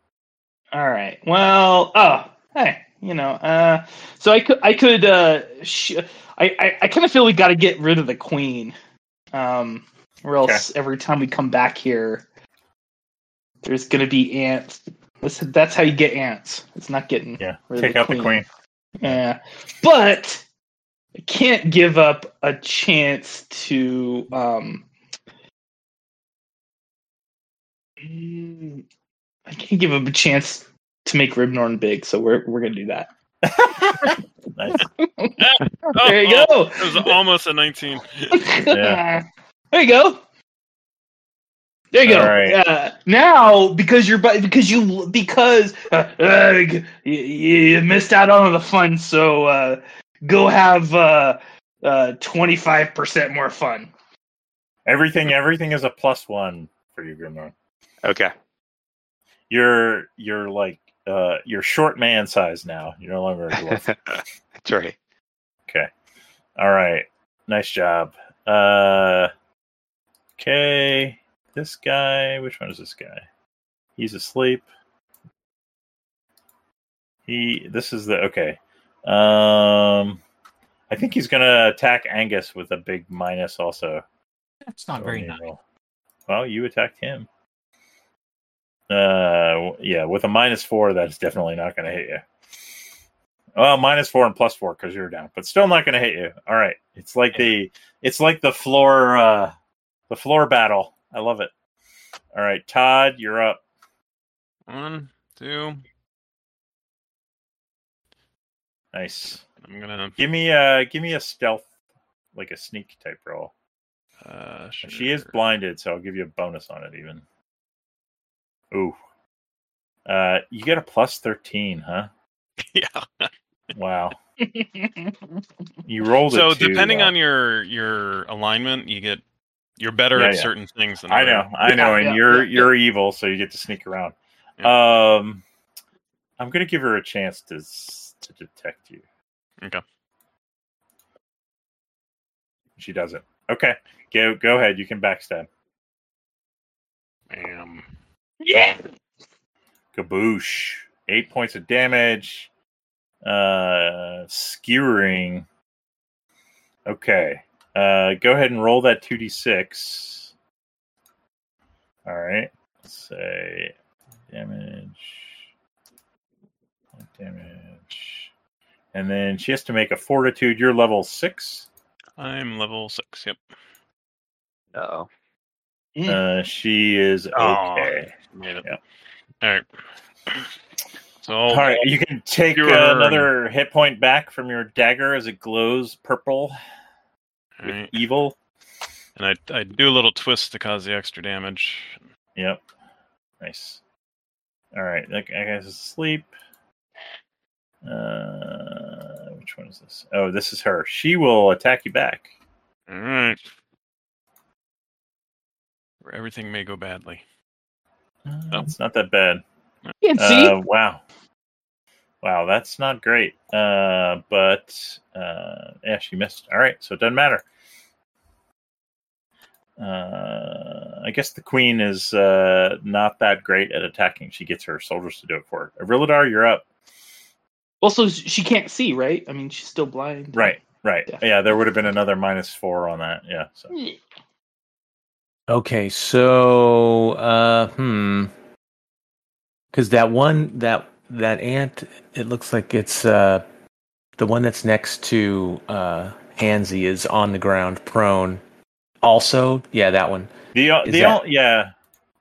All right. Well, oh, hey, you know, uh, so I could, I could, uh, sh- I, I, I kind of feel we got to get rid of the queen, um, or else every time we come back here, there's gonna be ants. That's that's how you get ants. It's not getting
yeah
rid of
take out the queen
Yeah, but I can't give up a chance to um. mm, I can't give up a chance to make Ribnorn big, so we're we're gonna do that.
Nice.
Oh,
there you
oh,
go.
It was almost a 19.
Yeah.
There you go. There you go.
All right.
Uh, now, because you're bu- because you because uh, uh, you, you missed out on all the fun, so uh, go have twenty five percent more fun.
everything everything is a plus one for you Grimnorn.
Okay.
you're you're like uh you're short man size now you're no longer a dwarf
That's right.
Okay. All right. Nice job. Uh Okay. This guy, which one is this guy? He's asleep. He this is the okay. Um I think he's going to attack Angus with a big minus also.
That's not very
Okay,
nice.
well- Well, you attacked him. Uh, w- yeah, with a minus four, that's definitely not going to hit you. Well, minus four and plus four because you're down, but still not going to hit you. All right, it's like the it's like the floor uh the floor battle. I love it. All right, Todd, you're up.
One, two.
Nice.
I'm gonna.
Give me uh give me a stealth like a sneak type roll.
Uh,
She is
sure.
blinded, so I'll give you a bonus on it even. Ooh. Uh you get a plus 13, huh?
Yeah.
Wow. You rolled
So
it. too,
depending
though.
on your your alignment, you get you're better
Yeah,
at
yeah.
certain things. Than
I
other-
know, I know,
Yeah,
and
yeah,
you're
yeah.
you're evil, so you get to sneak around. Um, I'm gonna give her a chance to s- to detect you.
Okay.
She doesn't. Okay, go go ahead. You can backstab.
Bam.
Yeah.
Kaboosh. Eight points of damage. Uh, skewering. Okay. Uh, go ahead and roll that 2d6. All right. Let's say damage. Damage. And then she has to make a fortitude. You're level six.
I'm level six. Yep.
Oh.
Uh, she is
Hmm. Aw.
okay.
Made it.
Yeah.
All right. So
All right. You can take uh,
You're-
another hit point back from your dagger as it glows purple.
all right.
evil.
and I I do a little twist to cause the extra damage.
Yep. Nice. All right. That guy is asleep. Uh, which one is this? Oh, this is her. She will attack you back.
All right. Where everything may go badly. Oh.
It's not that bad.
Can't see.
Uh, wow. Wow, that's not great. Uh, but uh, yeah, she missed. All right, so it doesn't matter. Uh, I guess the queen is uh, not that great at attacking. She gets her soldiers to do it for her. Arilidar, you're up.
also, she can't see, right? I mean, she's still blind.
Right, right.
Yeah.
Yeah, there would have been another minus four on that. Yeah. So
Mm-hmm.
Okay, so uh hmm. Cause that one that that ant it looks like it's uh the one that's next to uh Hansy is on the ground prone. Also, yeah, that one.
the uh,
Is
the
that-
only yeah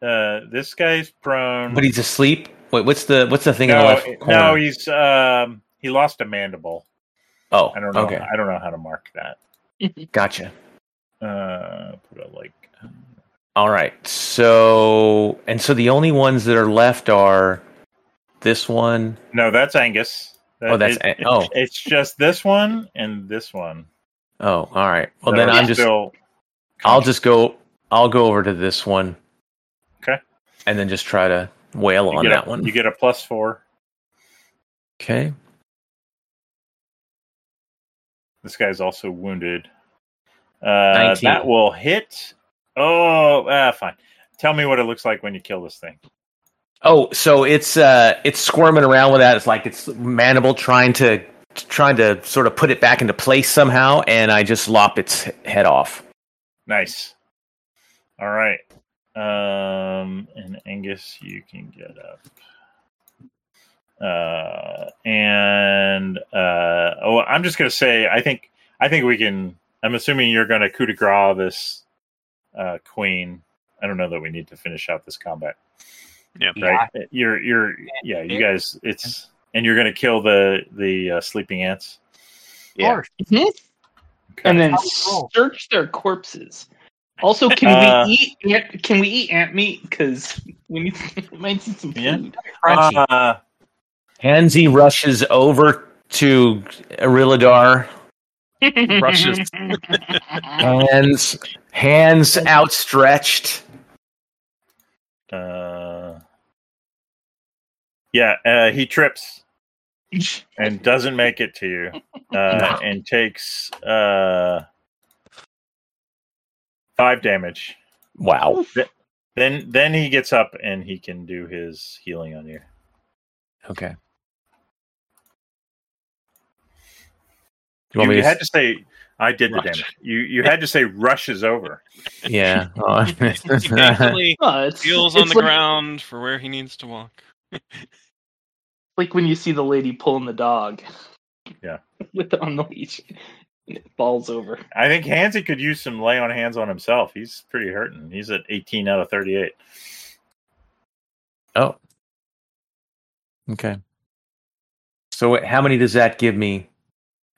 Uh, this guy's prone.
But he's asleep. Wait, what's the what's the thing in the
Mm-hmm. no,
left corner?
no, he's um, he lost a mandible.
oh,
I don't know.
Okay,
I don't know how to mark that.
gotcha.
Uh, put it like
All right. So and so the only ones that are left are this one.
no, that's Angus.
Oh, that's
it-
An- oh.
It's just this one and this one.
Oh, all right. Well,
that
then
are
I'm just
still-
I'll just go. I'll go over to this one.
Okay.
And then just try to wail
you
on
get
that
a,
one.
You get a plus four.
okay.
This guy's also wounded. Uh,
19.
that will hit. Oh, ah, fine. Tell me what it looks like when you kill this thing.
Oh, so it's uh, it's squirming around with that. It's like it's mandible trying to trying to sort of put it back into place somehow, and I just lop its head off.
Nice. All right. Um, and Angus, you can get up. Uh, and uh, oh, I'm just gonna say, I think, I think we can. I'm assuming you're gonna coup de grace this uh, queen. I don't know that we need to finish out this combat.
Yeah.
Right. Uh, You're, you're, yeah. You guys, it's, and you're gonna kill the the uh, sleeping ants.
Yeah.
Or-
Okay.
and then
How we roll.
search their corpses. Also, can
Uh,
we eat? Ant, can we eat ant meat? Because we need we might need some
Yeah.
food.
Uh,
Hansi rushes over to Arilladar,
Mm-hmm.
Rushes.
hands hands outstretched.
Uh, yeah, uh, he trips and doesn't make it to you, uh, and takes uh, five damage.
Wow.
Then, then he gets up and he can do his healing on you.
Okay. You
You,
want me to
had to say, "I did
Rush.
the damage." You, you had to say, "Rushes over."
s- yeah. Oh.
He basically
Oh, it's,
feels on
it's
the
like,
ground for where he needs to walk.
Like when you see the lady pulling the dog.
Yeah.
With on the leash, and it falls over.
I think Hansi could use some lay on hands on himself. He's pretty hurting. He's at eighteen out of thirty-eight.
oh. Okay. So wait, how many does that give me?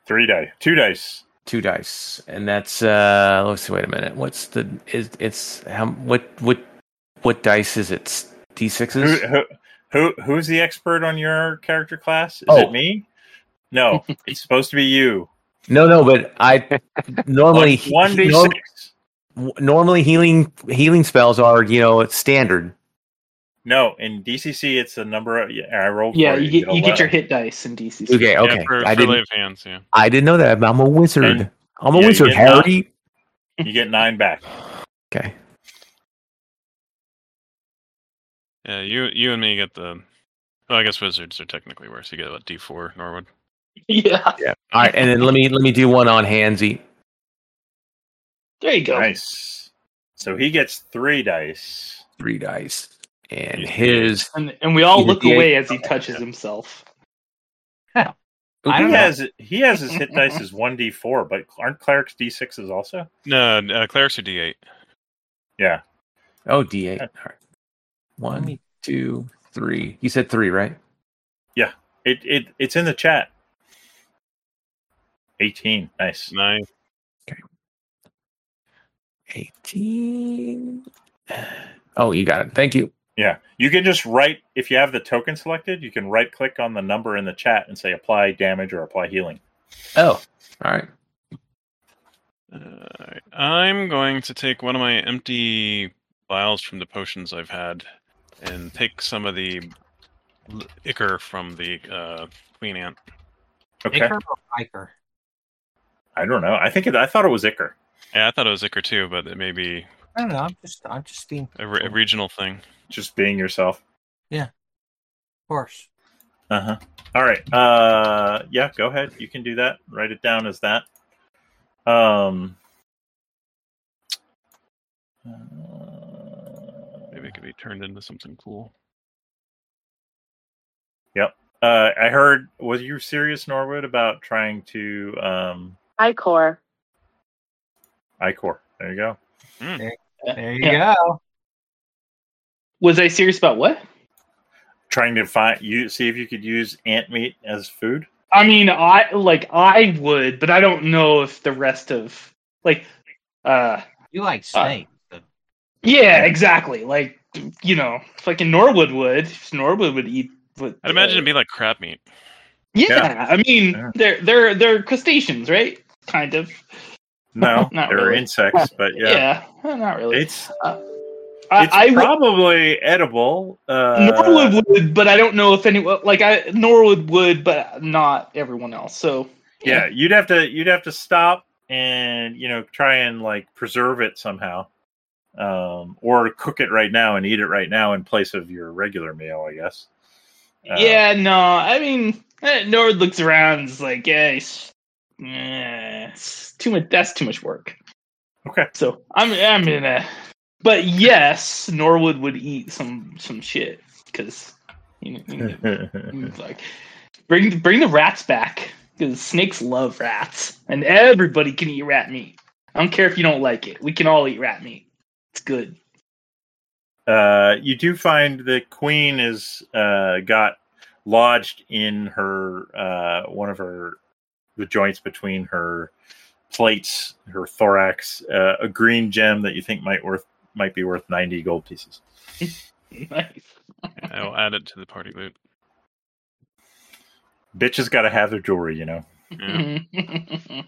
Three dice, two dice.
two dice and that's uh let's see wait a minute what's the is it's how what what what dice is it S-
who,
d6s
who, who who's the expert on your character class? Is
Oh.
it me? No, it's supposed to be you.
no no but i normally
one d
norm-
six.
normally healing healing spells are you know it's standard
No, in DCC it's a number. Of, yeah, I rolled.
Yeah,
for
you get you get your hit
hit.
dice in DC.
okay okay
Yeah, for,
i
for
didn't
lay of hands, yeah.
i didn't know that i'm a wizard
And-
i'm a
yeah, you
wizard
get nine.
harry
You get nine back.
okay
Yeah, you you and me get the. Well, I guess wizards are technically worse. You get what D four Norwood.
Yeah,
all right and then let me let me do one on hansy
there you go.
Nice. So he gets three dice.
three dice and his
And and we all
You hit
look
the eight.
away as he touches himself.
I
he
don't know.
has he has his hit dice as one d four, but aren't clerics d sixes also?
No, uh, clerics are D eight.
Yeah,
oh d8 all right one
Only-
two three you said three right
it it it's in the chat. Eighteen, nice.
Nine.
18. Oh, you got it. Thank you.
Yeah, you can just right if you have the token selected, you can right click on the number in the chat and say apply damage or apply healing.
Oh, all right.
Uh, I'm going to take one of my empty vials from the potions I've had, and take some of the l- ichor from the uh, queen ant.
Okay,
Iker or Iker?
I don't know. I think it, I thought it was Icker.
Yeah, I thought it was ichor too, but it may be
I don't know. I'm just I'm just being
a, re- a regional thing.
Just being yourself.
coarse.
Uh huh. All right. Uh, yeah. Go ahead. You can do that. Write it down as that. Um.
Maybe it could be turned into something cool.
Uh, I heard. Was you serious, Norwood, about trying to um,
Icor.
Icor? There you go.
There
Yeah.
There you
Yeah.
go.
Was I serious about what?
Trying to find you, see if you could use ant meat as food.
I mean, I like I would, but I don't know if the rest of like, uh,
You like snake.
yeah, exactly. Like you know, fucking Norwood would. Norwood would eat. Would,
I'd imagine it'd be like crab meat.
Yeah,
Yeah.
I mean,
Yeah.
they're they're they're crustaceans, right? Kind of.
No,
Not
they're
really.
insects, but yeah,
Yeah, well, not really.
it's
I,
it's
I would-
probably edible. Uh,
Norwood would, but I don't know if anyone like I Norwood would, but not everyone else. So
yeah, you'd have to you'd have to stop and you know try and like preserve it somehow, um, or cook it right now and eat it right now in place of your regular meal, I guess. Uh,
yeah, no, I mean eh, Norwood looks around, and is like, yeah, it's, eh, it's too much. That's too much work.
Okay.
So I'm I'm gonna, but yes, Norwood would eat some some shit because you know, you know Mm, Like, bring bring the rats back because snakes love rats, and everybody can eat rat meat. I don't care if you don't like it. We can all eat rat meat. It's good.
uh, you do find the queen is uh, got lodged in her uh, one of her the joints between her plates, her thorax, uh, a green gem that you think might worth might be worth ninety gold pieces.
Nice.
I'll add it to the party loot.
Bitches got to have their jewelry, you know.
Yeah.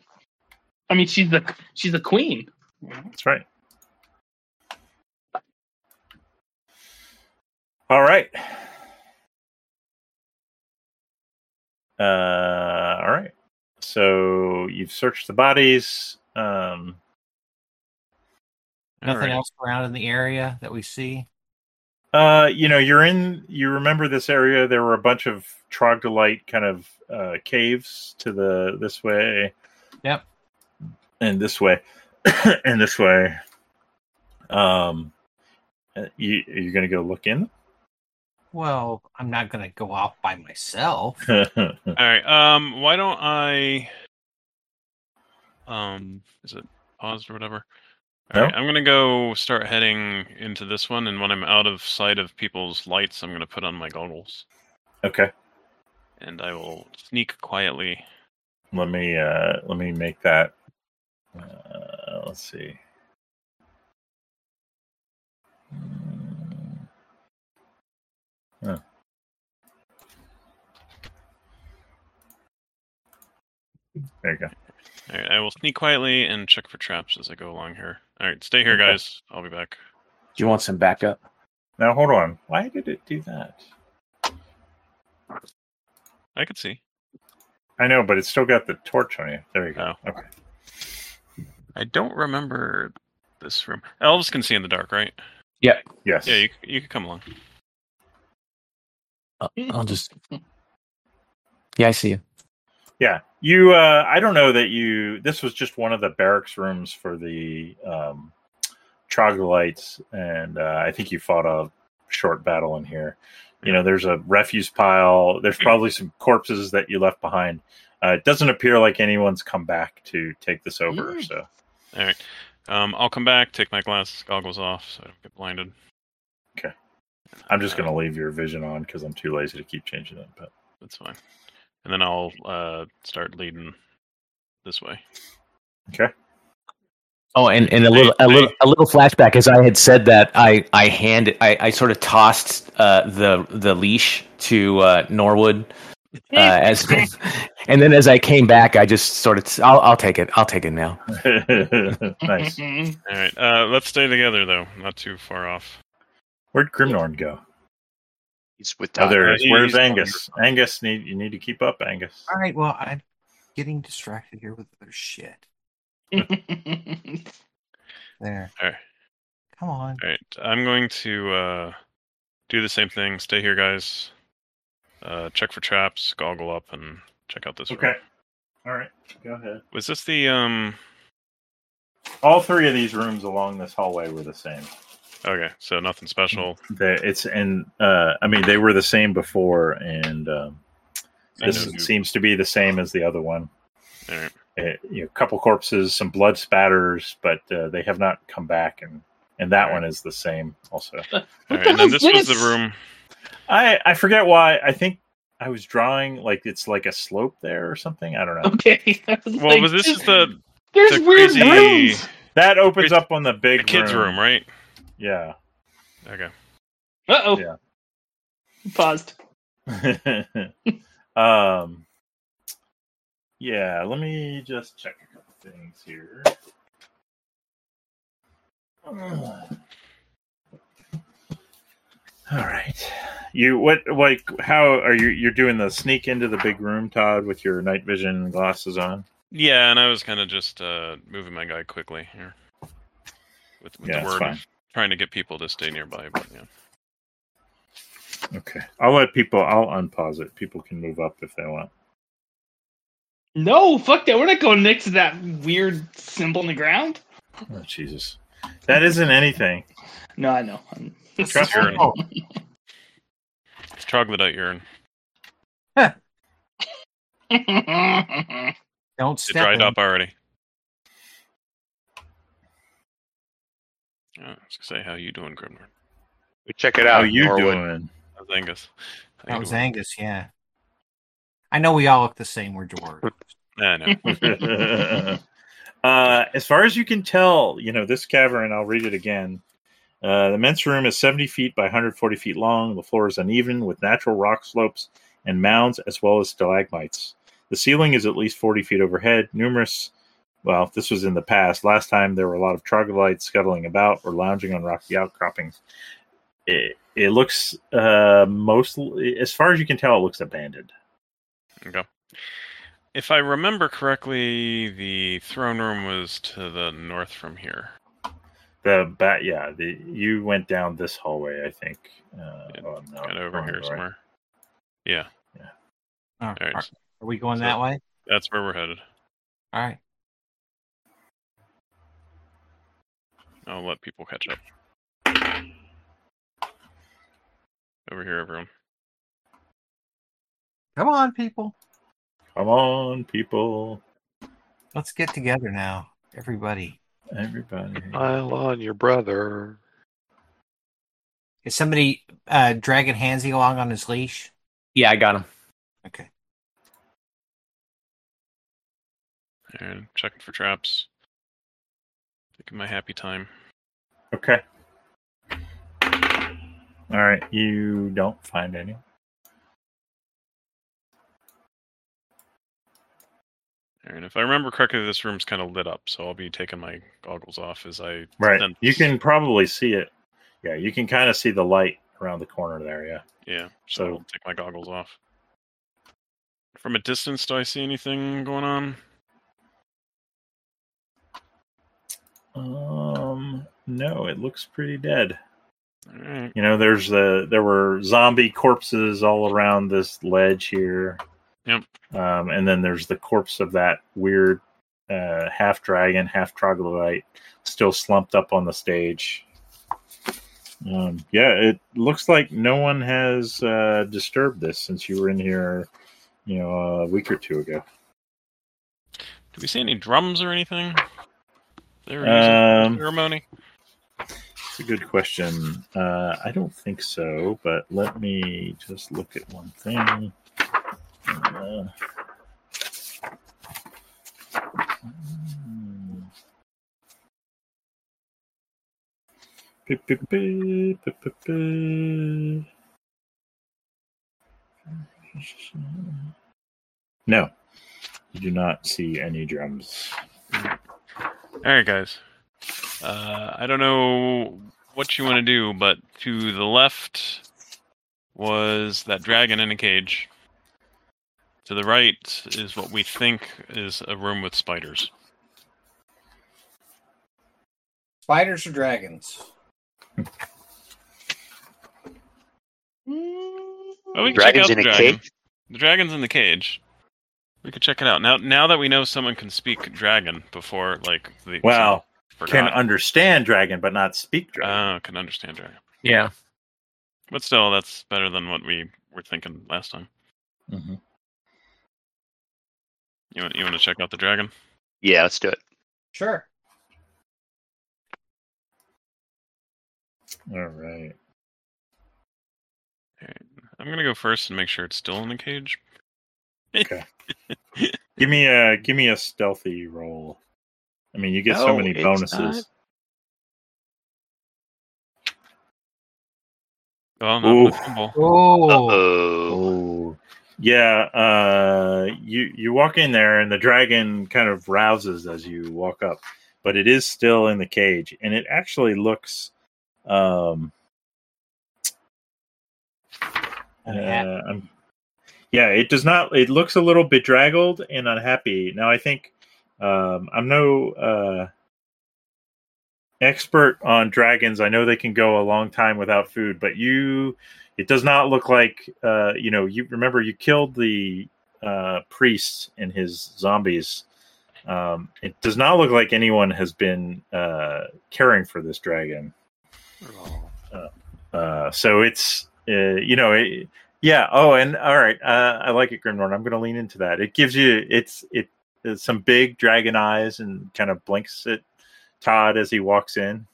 I mean, she's the she's the queen.
That's right. All right. Uh, all right. So you've searched the bodies. Um,
All
Nothing
right.
else around in the area that we see.
uh, you know, you're in. You remember this area? There were a bunch of troglodyte kind of uh, caves to the this way.
Yep.
And this way, and this way. Um, uh, you you're gonna go look in.
Well, I'm not gonna go out by myself.
All right. Um, why don't I? Um, is it paused or whatever? All
No.
right, I'm gonna go start heading into this one, and when I'm out of sight of people's lights, I'm gonna put on my goggles
okay.
and I will sneak quietly.
let me uh let me make that uh, let's see Mm. Huh. there you go
All right, I will sneak quietly and check for traps as I go along here. All right, stay here,
Okay.
guys. I'll be back.
Do you want some backup?
now hold on why did it do that
I could see.
i know but it's still got the torch on you there you go okay
I don't remember this room. Elves can see in the dark, right?
yes
Oh. Yeah, you you could come along.
I'll, Uh, I'll just. Yeah, I see you.
Yeah. You uh I don't know that you this was just one of the barracks rooms for the um troglodytes and uh, I think you fought a short battle in here. You know, there's a refuse pile. There's probably some corpses that you left behind. Uh, it doesn't appear like anyone's come back to take this over.
Mm.
So,
All right. Um, I'll come back, take my glass goggles off so I don't get blinded.
Okay. I'm just going to leave your vision on because I'm too lazy to keep changing it. But
That's fine. And then I'll uh, start leading this way.
okay.
Oh, and, and a little a little a little flashback. As I had said that, I I handed I, I sort of tossed uh, the the leash to uh, Norwood uh, as, and then as I came back, I just sort of I'll, I'll take it. I'll take it now.
nice.
All right. Uh, let's stay together, though. Not too far off.
Where'd Grimnorn go?
He's with
Oh, there
Doc.
it is. Where's
He's-
Angus? Angus, need you need to keep up, Angus.
All right. Well, I'm getting distracted here with other shit. There.
Alright.
Come on.
All right. I'm going to uh, do the same thing. Stay here, guys. Uh, check for traps, goggle up, and check out this room.
Okay. All right. Go ahead.
Was this the. um?
All three of these rooms along this hallway were the same.
Okay. So nothing special.
They, it's and uh, I mean they were the same before, and um,
I
this
know.
seems to be the same as the other one.
All right.
Uh, you know, a couple corpses, some blood spatters, but uh, they have not come back and and that one is the same also.
All
What
right,
the
and then
hell's
this was
this?
the room.
I I forget why. I think I was drawing like it's like a slope there or something. I don't know.
Okay. I was
Well,
like,
was this is the
there's
the
weird
crazy-
rooms.
That opens up on the big
the kids' room, right?
Yeah.
Okay.
Uh oh.
Yeah.
Paused.
um. Yeah. Let me just check a couple things here. All right. You what like how are you you're doing the sneak into the big room Todd with your night vision glasses on?
Yeah, and I was kind of just uh, moving my guy quickly here with, with
Yeah,
the
it's
word,
fine.
trying to get people to stay nearby. But yeah,
Okay. I'll let people I'll unpause it. People can move up if they want.
No, fuck that. We're not going next to that weird symbol in the ground.
Oh Jesus. That isn't anything.
No, I know. I'm-
Trust urine. It's troglodyte urine.
I
Don't
It
step.
dried
in.
up already. Oh, I was gonna say, how you doing, Grimnor?
We check it out.
How you
Norwood.
doing?
How's Angus? How you
That was
doing?
Angus. Yeah. I know we all look the same. We're dwarves.
Yeah, I know.
uh, as far as you can tell, you know, this cavern, I'll read it again. Uh, the men's room is 70 feet by 140 feet long. The floor is uneven with natural rock slopes and mounds, as well as stalagmites. The ceiling is at least 40 feet overhead. Numerous, well, this was in the past. Last time there were a lot of troglodytes scuttling about or lounging on rocky outcroppings. It, it looks uh, mostly, as far as you can tell, it looks abandoned.
If I remember correctly, the throne room was to the north from here.
The bat, yeah. The you went down this hallway, I think. Uh,
Yeah,
oh, no,
Right over
wrong
here
door.
somewhere. Yeah,
Are,
All right.
are- are we going
So-
that way?
that's where we're headed.
All right.
I'll let people catch up. Over here, everyone.
Come on, people.
Come on, people!
Let's get together now, everybody.
Everybody.
Uh,
Pile on your brother.
Is somebody uh, dragging Hansy along on his leash?
Yeah, I got him.
Okay.
And checking for traps. Taking my happy time.
Okay. All right, you don't find any.
And if I remember correctly, this room's kind of lit up, so I'll be taking my goggles off as I
Right,
sense-
you can probably see it. Yeah, you can kind of see the light around the corner there. Yeah.
Yeah, so
So-
I'll take my goggles off. From a distance, do I see anything going on?
Um. No, it looks pretty dead.
All right.
You know, there's the there were zombie corpses all around this ledge here.
Yep.
Um, and then there's the corpse of that weird uh, half dragon, half troglodyte, still slumped up on the stage. Um, yeah, it looks like no one has uh, disturbed this since you were in here, you know, a week or two ago.
Do we see any drums or anything? They were using for
Um,
the ceremony.
That's a good question. Uh, I don't think so, but let me just look at one thing. Uh, hmm. Beep, beep, beep, beep, beep, beep. No, you do not see any drums.
All right, guys. Uh, I don't know what you want to do, but to the left was that dragon in a cage. To the right is what we think is a room with spiders.
Spiders or dragons?
Oh, we can check
Dragons
out
in
the
a
dragon.
cage.
The dragon's in the cage. We could check it out now. Now that we know someone can speak dragon before, like the
Wow.
someone
Can
forgot.
understand dragon, but not speak dragon.
oh, can understand dragon,
Yeah.
but still, that's better than what we were thinking last time.
Mhm.
You want you want to check out the dragon?
Yeah, let's do it.
Sure.
All right.
I'm gonna go first and make sure it's still in the cage.
Give me a give me a stealthy roll. I mean, you get so
No,
many
it's
bonuses.
not.
Well,
Ooh.
not with fumble.
Oh,
Oh,
Oh. Yeah, uh you you walk in there and the dragon kind of rouses as you walk up, but it is still in the cage and it actually looks um
An hat.
uh, I'm- yeah, it does not it looks a little bedraggled and unhappy. Now I think um I'm no uh expert on dragons. I know they can go a long time without food, but you it does not look like uh you know you remember you killed the uh priest and his zombies um it does not look like anyone has been uh caring for this dragon uh so it's uh, you know it, yeah oh and all right uh i like it grimnorn i'm gonna lean into that it gives you it's it it's some big dragon eyes and kind of blinks at todd as he walks in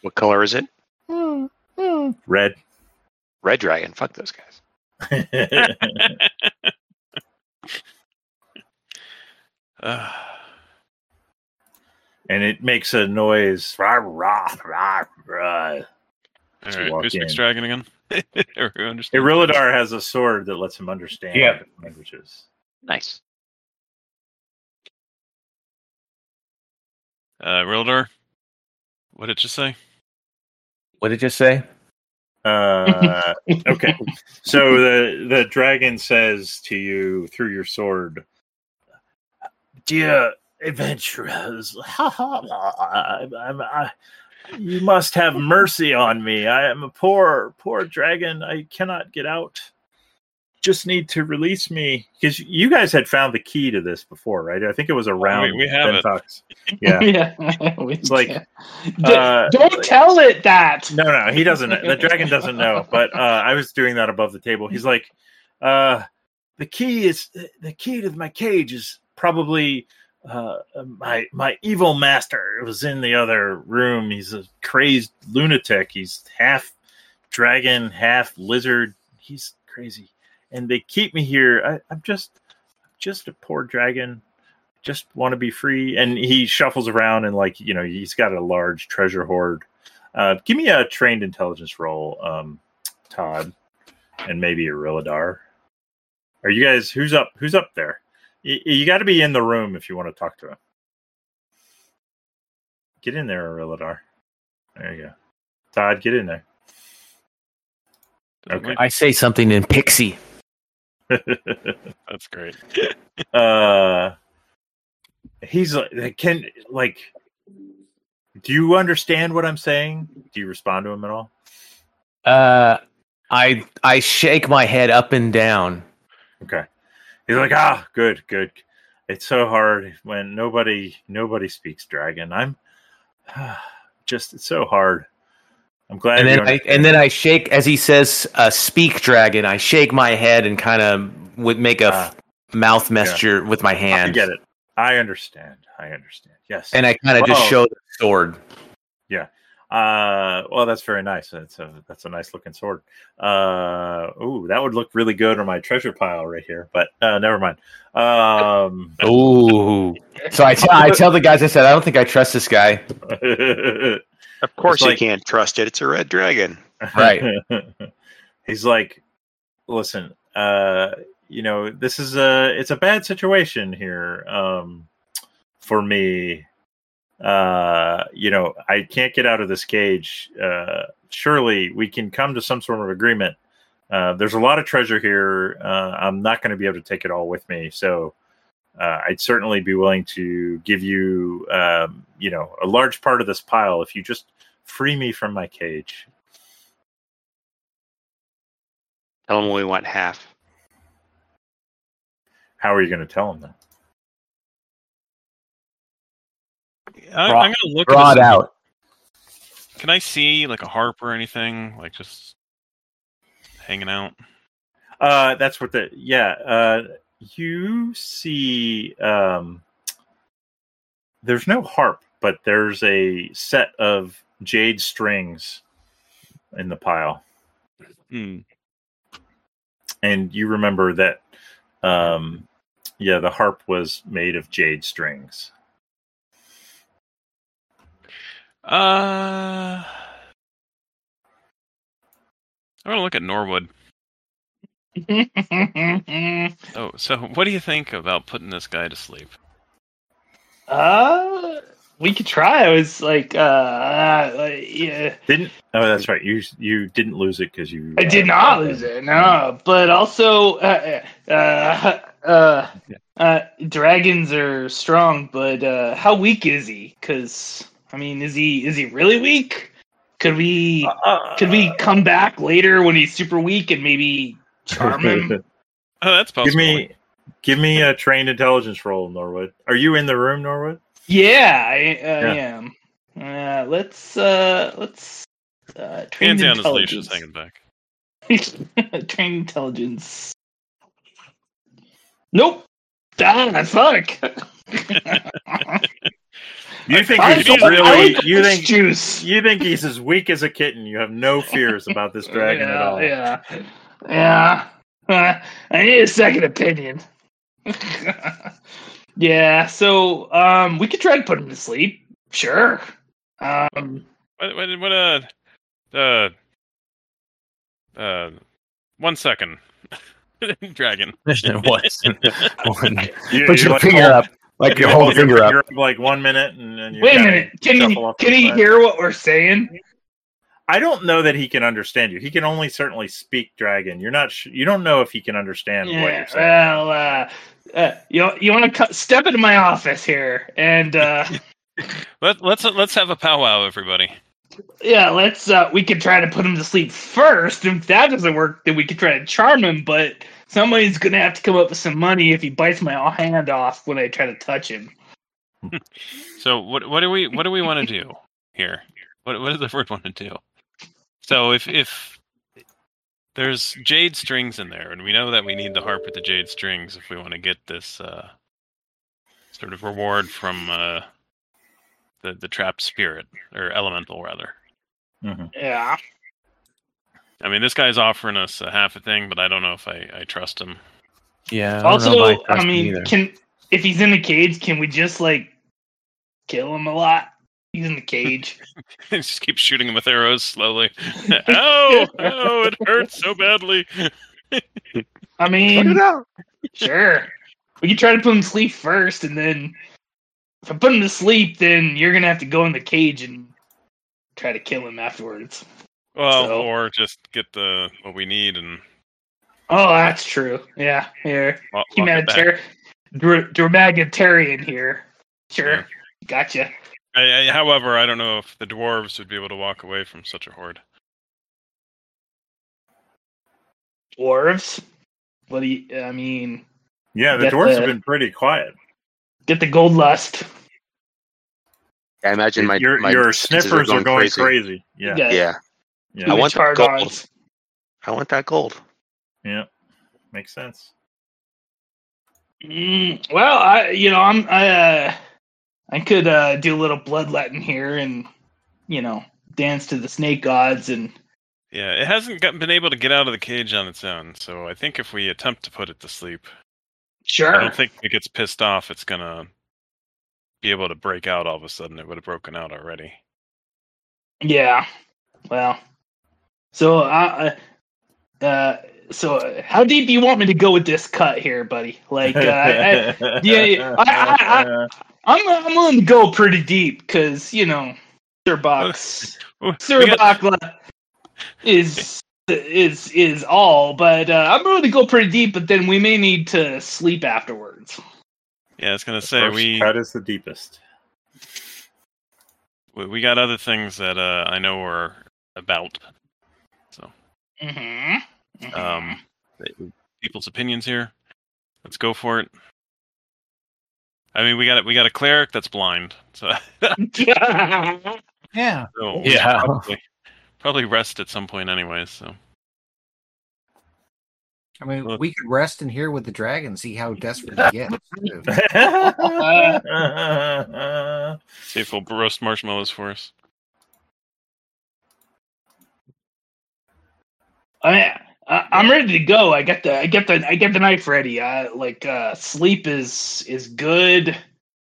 what color is it?
Uh, red
Red dragon. Fuck those guys.
Uh,
and it makes a noise rah, rah, rah, rah.
all
To
right,
walk
who speaks
in.
dragon again? Or who understands?
Irilladar has a sword that lets him understand
Yeah.
different languages.
Nice.
Uh, Irilladar. What did you say?
What did you say?
Uh, okay, so the the dragon says to you through your sword, "Dear adventurers, I'm, I'm, I, you must have mercy on me. I am a poor, poor dragon. I cannot get out. Just need to release me because you guys had found the key to this before, right? I think it was around.
we have it.
Bentox. Yeah.
yeah.
It's like, uh,
don't, don't tell it that.
No, no, he doesn't. The dragon doesn't know. But uh, I was doing that above the table. He's like, uh, the key is the key to my cage is probably uh, my my evil master. It was in the other room. He's a crazed lunatic. He's half dragon, half lizard. He's crazy, and they keep me here. I, I'm just just a poor dragon. Just want to be free. And he shuffles around and like you know he's got a large treasure hoard. Uh, give me a trained intelligence roll, um, Todd, and maybe a Rilladar. Are you guys? Who's up? Who's up there? You, you got to be in the room if you want to talk to him. Get in there, Rilladar. There you go. Todd, get in there.
Doesn't
Okay.
work.
I say something in Pixie.
That's great.
uh, he's like, can like. Do you understand what I'm saying? Do you respond to him at all?
Uh, I I shake my head up and down.
Okay. He's like, ah, good, good. It's so hard when nobody nobody speaks dragon. I'm just it's so hard. I'm glad.
and
you
then I,
understand.
and then I shake as he says, uh, "Speak, dragon." I shake my head and kind of would make a f- mouth gesture with my
Ah. I
hand.
get it. I understand. I understand. Yes.
And I kind of just
Whoa.
show the sword.
uh, well, that's very nice. That's a that's a nice looking sword. Uh, ooh, that would look really good on my treasure pile right here. But uh, never mind. Um,
Ooh! So I tell I tell the guys. I said, "I don't think I trust this guy."
Of course
like-
you can't trust it. It's a red dragon.
Right.
He's like, listen, uh, you know, this is a it's a bad situation here um, for me. Uh, you know, I can't get out of this cage. Uh, surely we can come to some sort of agreement. Uh, there's a lot of treasure here. Uh, I'm not going to be able to take it all with me, so uh, I'd certainly be willing to give you, um, you know, a large part of this pile if you just free me from my cage.
Tell them we want half.
How are you going to tell him that?
I,
Bra-
I'm gonna look at
Brought
this.
out.
Can I see like a harp or anything? Like just hanging out.
Uh, that's what the yeah. Uh, you see, um, there's no harp, but there's a set of jade strings in the pile.
Hmm.
And you remember that, um, yeah, the harp was made of jade strings.
Uh, I'm gonna look at Norwood. Oh, so what do you think about putting this guy to sleep?
uh, we could try. I was like, uh, uh, yeah.
Didn't? Oh, that's right. You you didn't lose it because you.
I did not lose it, no. But also, uh, uh, uh, uh, dragons are strong, but uh, how weak is he? Because I mean, is he is he really weak? Could we
Uh,
could
Uh,
we come back later when he's super weak and maybe charm him?
Oh, that's possible.
give me, give me a trained intelligence roll, Norwood. Are you in the room, Norwood?
yeah, I, uh,
Yeah.
am. Uh, let's uh, let's uh, train
Hands down his leash
intelligence.
is hanging back.
Train intelligence. Nope. Ah, fuck.
You think
I
he's
think-
really?
I
You think
juice?
you think he's as weak as a kitten? You have no fears about this dragon
yeah,
at all.
Yeah. Yeah. Uh, I need a second opinion. yeah, so um we could try to put him to sleep. Sure. Um
What? What? what uh, uh, uh, one second, dragon.
Once. One-
You,
Put
you
your
like
finger
hold-
up, like
you
your whole
hold your
finger up.
for like one minute, and, and you
wait a
kinda
minute. Can he
shuffle up
can
to
he
the side.
hear what we're saying?
I don't know that he can understand you. He can only certainly speak dragon. You're not. Sh- you don't know if he can understand what
Yeah,
you're saying.
well, uh, uh, you you want to co- step into my office here, and uh,
Let, let's let's have a powwow, everybody.
yeah, let's uh, we could try to put him to sleep first. If that doesn't work, then we could try to charm him. But somebody's gonna have to come up with some money if he bites my hand off when I try to touch him.
So what what do we what do we want to do here? What what does the word want to do? So if if there's jade strings in there, and we know that we need the harp with the jade strings if we want to get this uh, sort of reward from uh, the the trap spirit or elemental rather.
Yeah,
I mean, this guy's offering us a half a thing, but I don't know if I, I trust him.
yeah. I don't know if
also, I
trust him
mean,
either.
can if he's in the cage, can we just like kill him a lot? He's in the cage.
Just keep shooting him with arrows slowly. oh, oh, it hurts so badly.
I
Put
mean,
it out.
Sure. We can try to put him to sleep first, and then if I put him to sleep, then you're gonna have to go in the cage and try to kill him afterwards.
Well,
So-
or just get the what we need and
Oh, that's true. Yeah, here,
lo- lock it back.
humanitarian, dra- dramatitarian here. Sure,
Yeah.
gotcha.
I, I, however, I don't know if the dwarves would be able to walk away from such a horde.
Dwarves. What do you? I mean,
Yeah, the
Get
dwarves
the-
have been pretty quiet.
get the gold lust.
I imagine my
your
my
your
senses
sniffers are going crazy. Yeah,
You got
Yeah,
yeah,
I want
two
the
Chargons.
I want that gold.
yeah. Makes sense.
Mm, well, I you know I'm I uh, I could uh, do a little bloodletting here and you know dance to the snake gods and
Yeah, it hasn't got, been able to get out of the cage on its own, so I think if we attempt to put it to sleep, I
sure
don't think if it gets pissed off, it's gonna be able to break out all of a sudden. It would have broken out already.
yeah well so I uh, uh so how deep you want me to go with this cut here buddy like uh, I, yeah, yeah. I- I'm I'm willing to go pretty deep because you know Sir Box
We
Sir
got-
Bakla is is is all, but uh, I'm willing to go pretty deep. But then we may need to sleep afterwards.
yeah, I was gonna say
First
we
cut is the deepest.
we- we got other things that uh, I know we're about.
Mm-hmm.
Um, people's opinions here. Let's go for it. I mean, we got we got a cleric that's blind, so
Yeah.
So
Yeah.
Probably, probably rest at some point anyways, so
I mean,
Look.
we could rest in here with the dragon, see how desperate he gets.
Uh-huh.
too.
yeah,
see if we'll roast marshmallows for us.
I mean, I, I'm ready to go. I get the I get the I get the knife ready. I, like uh, sleep is is good.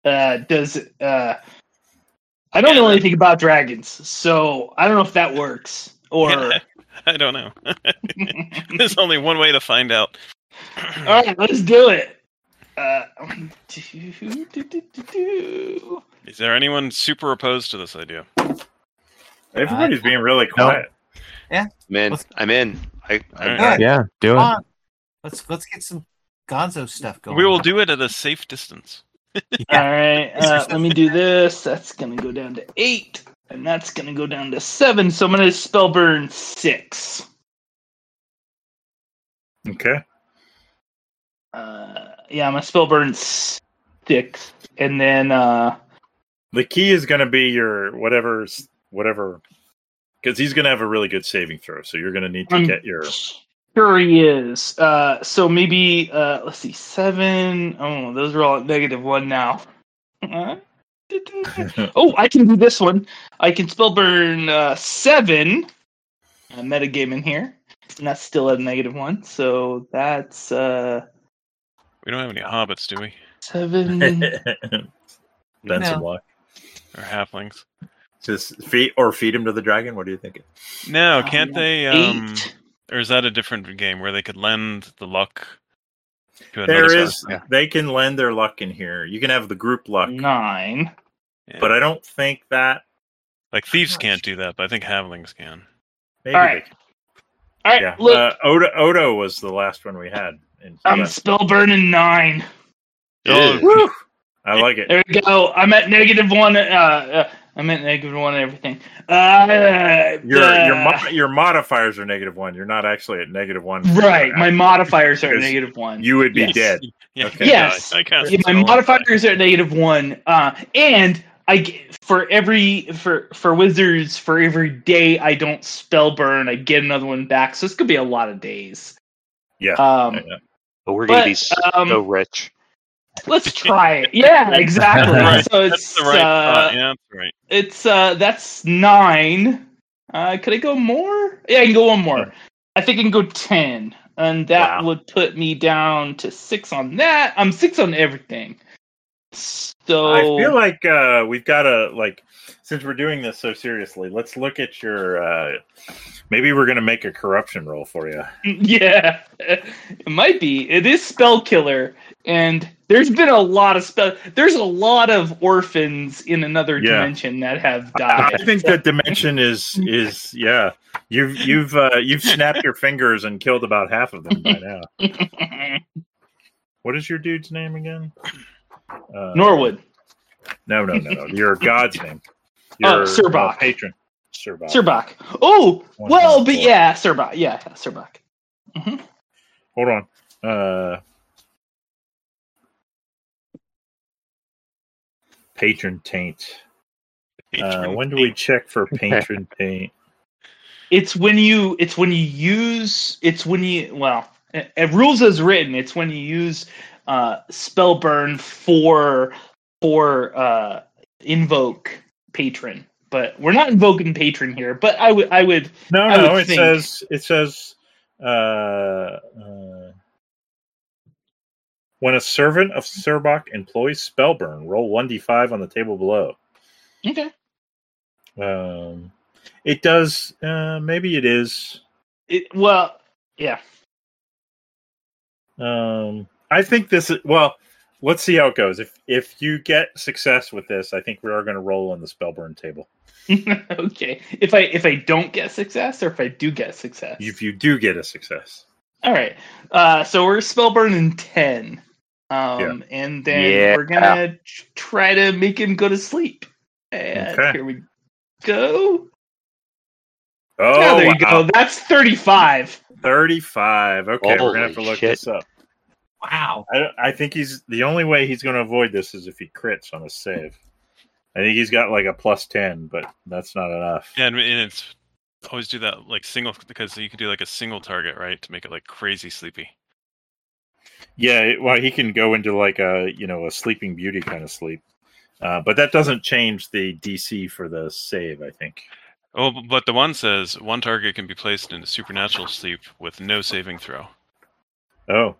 Uh, does uh, I don't know anything about dragons, so I don't know if that works or.
I don't know. There's only one way to find out.
All right, let's do it. Uh, do, do, do, do, do.
Is there anyone super opposed to this idea?
Everybody's being really quiet.
I'm in. I'm in. I, I,
All
right.
Yeah, do
Come
it.
on. Let's let's get some Gonzo stuff going.
We will do it at a safe distance.
All right, uh, let me do this. That's gonna go down to eight, and that's gonna go down to seven. So I'm gonna spell burn six.
Okay.
Uh, yeah, I'm gonna spell burn six, and then uh,
The key is going to be your whatever, whatever, because he's going to have a really good saving throw. So you're going to need to
I'm-
get your.
sure he is. Uh, so maybe uh, let's see, seven. Oh, those are all at negative one now. Uh, oh, I can do this one. I can spell burn uh, seven. Uh, metagame in here, and that's still at a negative one. So that's. Uh,
We don't have any hobbits, do we?
Seven.
Then
No.
some luck.
Or halflings?
Just feed or feed him to the dragon. What do you think?
No,
Um,
can't they? Um,
Eight.
or is that a different game where they could lend the luck? To another
There
side?
is.
yeah.
They can lend their luck in here. You can have the group luck,
Nine.
Yeah.
but I don't think that.
like thieves can't do that, but I think halflings can.
Maybe
All right, All
they,
right,
yeah.
look, Um,
Uh, Odo, Odo was the last one we had. And he
I'm
left.
spell burning nine.
Yeah.
Oh,
Woo!
I like it.
There we go. I'm at negative one. Uh, uh, I'm at negative one and everything. Uh,
Your your
uh,
mo- your modifiers are negative one. You're not actually at negative one.
right. My modifiers are at
Because
negative one.
you would be
Yes.
dead.
yeah,
Okay.
Yes.
uh, I, I cast
yeah, my
spell on-
modifiers are at negative one. Uh, and I g- for every for for wizards for every day I don't spell burn, I get another one back. So it's gonna be a lot of days.
Yeah.
Um,
Yeah.
But we're gonna be
But,
so
um,
rich.
Let's try it. Yeah, exactly.
Right.
So it's
That's the right
uh,
thought. Yeah, that's right.
it's uh that's nine. Uh could I go more? Yeah, I can go one more. I think I can go ten. And that
Wow.
would put me down to six on that. I'm six on everything. So
I feel like uh, we've got to like since we're doing this so seriously. Let's look at your. Uh, maybe we're gonna make a corruption roll for you.
yeah, it might be. It is spell killer, and there's been a lot of spell. There's a lot of orphans in another
Yeah.
dimension that have
I
died.
think that dimension is is yeah. You've you've uh, you've snapped your fingers and killed about half of them by now. What is your dude's name again? Uh,
Norwood,
No, no, no, no. Your god's name.
Oh,
Your
Sirbach.
uh, patron. Sirbach.
Sirbach. Oh,
One,
well,
one,
but
four.
yeah, Sirbach. Yeah, Sirbach.
Hold on. Uh, patron taint. Uh, when do we check for patron taint?
it's when you it's when you use it's when you well it, rules as written it's when you use uh spell burn for for uh invoke patron but we're not invoking patron here but i would i would
No,
I
no.
would
It
think.
says it says uh, uh, when a servant of Sirbach employs spellburn, roll one d five on the table below.
okay
Um, it does. Uh, maybe it is.
it, well yeah
Um, I think this is well. Let's see how it goes. If if you get success with this, I think we are going to roll on the spellburn table.
okay if i if i don't get success or if i do get success
If you do get a success,
all right uh so we're spell burning 10 um and then
Yeah.
we're gonna tr- try to make him go to sleep and
Okay.
here we go
oh,
oh, there you go. That's 35.
thirty-five. Okay, we're gonna have to
Holy
look
shit.
this up.
Wow.
I, I think he's the only way he's going to avoid this is if he crits on a save. I think he's got like a plus ten, but that's not enough.
Yeah, and, and it's always do that like single because you can do like a single target right to make it like crazy sleepy.
Yeah, it- well, he can go into like a you know a Sleeping Beauty kind of sleep, uh, but that doesn't change the DC for the save. I think.
Oh, b- but the one says one target can be placed into supernatural sleep with no saving throw.
Oh,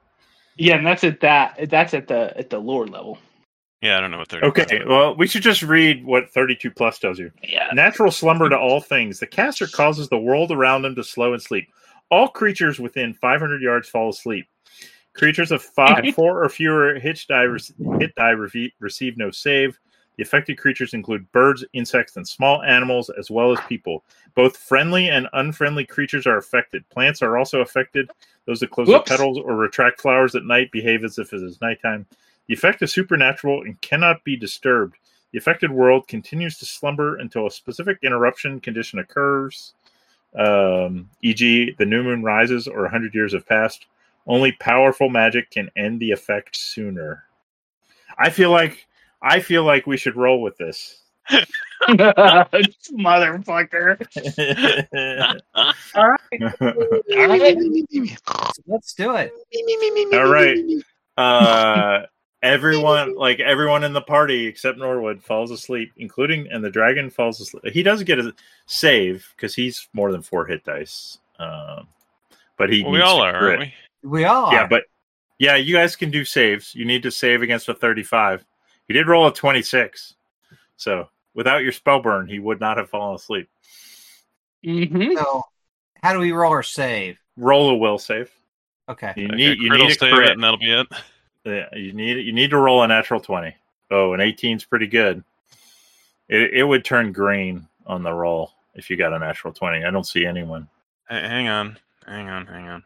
Yeah, and that's at that. That's at the at the lore level.
Yeah, I don't know what they're
okay. Well, we should just read what 32 plus does here.
Yeah.
Natural slumber to all things. The caster causes the world around them to slow and sleep. All creatures within 500 yards fall asleep. Creatures of five, four or fewer hitch die, rec- hit die rev- receive no save. The affected creatures include birds, insects, and small animals, as well as people. Both friendly and unfriendly creatures are affected. Plants are also affected. Those that close
Whoops.
their petals or retract flowers at night behave as if it is nighttime. The effect is supernatural and cannot be disturbed. The affected world continues to slumber until a specific interruption condition occurs, um, e.g., the new moon rises or 100 years have passed. Only powerful magic can end the effect sooner. I feel like I feel like we should roll with this.
Motherfucker.
All right,
All right. Me, me, me.
let's do it.
Me, me, me, me,
All
me,
right.
me, me.
uh everyone like everyone in the party except norwood falls asleep including and the dragon falls asleep he doesn't get a save because he's more than four hit dice um but he
Well, we
needs
all
to
are,
crit.
aren't we?
We all
yeah
are.
but yeah you guys can do saves you need to save against a 35 he did roll a 26 so without your spell burn he would not have fallen asleep
Mm-hmm.
so, how do we roll our save?
roll a will save
Okay.
you
Like
need
a
you
crit will
need a
save
crit.
it, and that'll be it.
Yeah, you need you need to roll a natural twenty. Oh, an 18's pretty good. It it would turn green on the roll if you got a natural twenty. I don't see anyone.
H- hang on, hang on, hang on.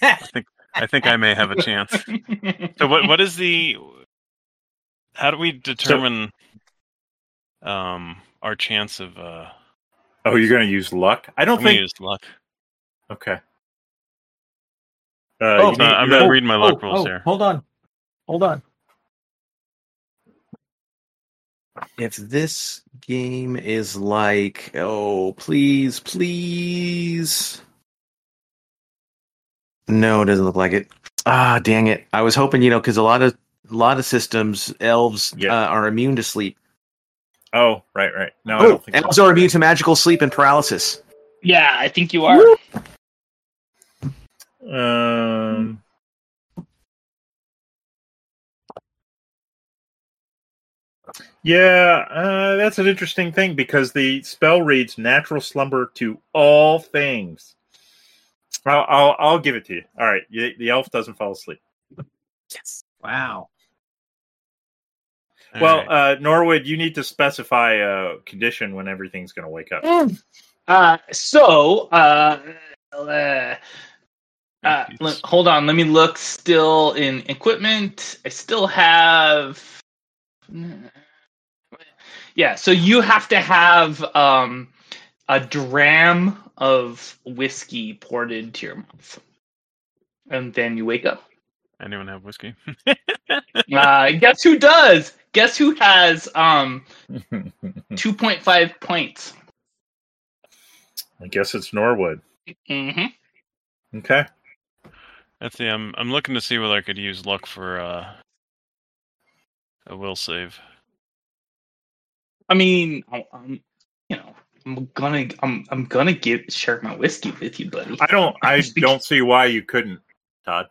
I think I may have a chance. So what what is the how do we determine um our chance of uh
Oh, you're gonna use luck? I
I'm
don't
gonna
think.
use luck.
Okay. Uh,
Oh,
you
no,
need-
I'm
you
not
got-
reading my luck rules here.
Hold on. Hold on. If this game is like, oh, please, please. No, it doesn't look like it. Ah, dang it. I was hoping, you know, because a lot of a lot of systems, elves
Yeah.
uh, are immune to sleep.
Oh, right, right. No, I
oh,
don't think.
elves
so.
are immune to magical sleep and paralysis.
yeah, I think you are.
Um. Yeah, uh, that's an interesting thing because the spell reads "natural slumber to all things." I'll I'll, I'll give it to you. All right, the, the elf doesn't fall asleep.
Wow.
All
well,
right.
uh, Norwood, you need to specify a condition when everything's going to wake up.
Uh, so, uh, uh, uh,
Jeez.
le- hold on. Let me look still in equipment. I still have. Yeah, so you have to have um, a dram of whiskey poured into your mouth. And then you wake up.
anyone have whiskey?
Uh, guess who does? Guess who has um, 2.5 points?
I guess it's Norwood.
hmm
Okay.
Let's see. I'm I'm looking to see whether I could use luck for uh a will save.
I mean, I- I'm, you know, I'm gonna, I'm, I'm gonna give share my whiskey with you, buddy.
I don't. I don't see why you couldn't, Todd.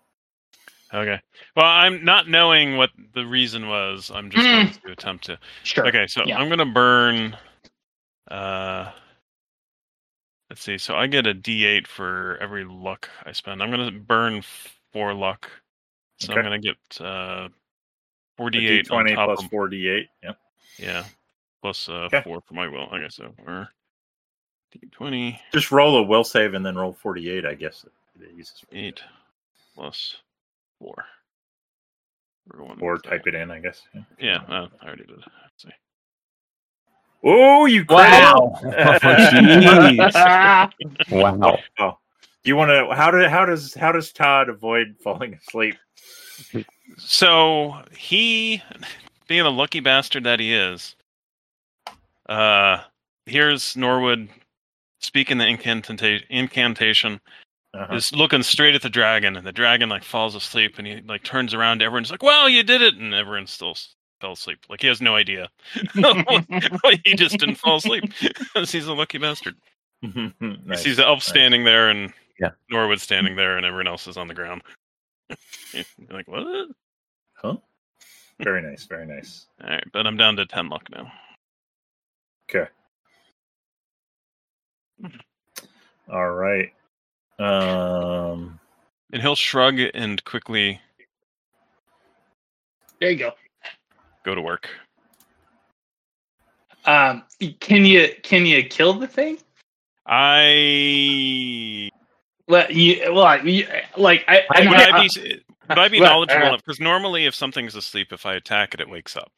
Okay. Well, I'm not knowing what the reason was. I'm just going to attempt to.
Sure.
Okay, so
Yeah.
I'm gonna burn. Uh, let's see. So I get a D8 for every luck I spend. I'm gonna burn four luck. So I'm
Okay.
gonna get uh, four
A
D8 on
D20
top
plus
of
four D8. Yep.
yeah, plus uh,
Okay.
four for my will. Okay, so we're D20
Just roll a will save and then roll 48, I guess. The easiest way to do
eight plus four. We're going
it. Or
with
type
that.
it in, I guess. Yeah.
Yeah, uh, I already did. Let's see.
Oh, you
Wow.
Jeez. Wow.
Oh. Do you want to? How do? How does? How does Todd avoid falling asleep?
So he, being a lucky bastard that he is, uh, here's Norwood speaking the incantata- incantation,
Uh-huh.
is looking straight at the dragon, and the dragon like falls asleep, and he like turns around to everyone's like, "Wow, you did it!" and everyone's still s- fell asleep. Like he has no idea. he just didn't fall asleep. He's a lucky bastard.
nice.
He sees the elf
nice.
standing there and
Yeah.
Norwood standing there and everyone else is on the ground. You're like, what? All
Huh? Very nice. Very nice.
right, but I'm down to 10 luck now.
Okay. All right. Um.
And he'll shrug and quickly
There you go.
go to work.
Um, can you can you kill the thing?
I
Well, you, well, you, like I,
would
I-
I be would I be
Well,
knowledgeable
uh,
enough? Because normally, if something's asleep, if I attack it, it wakes up.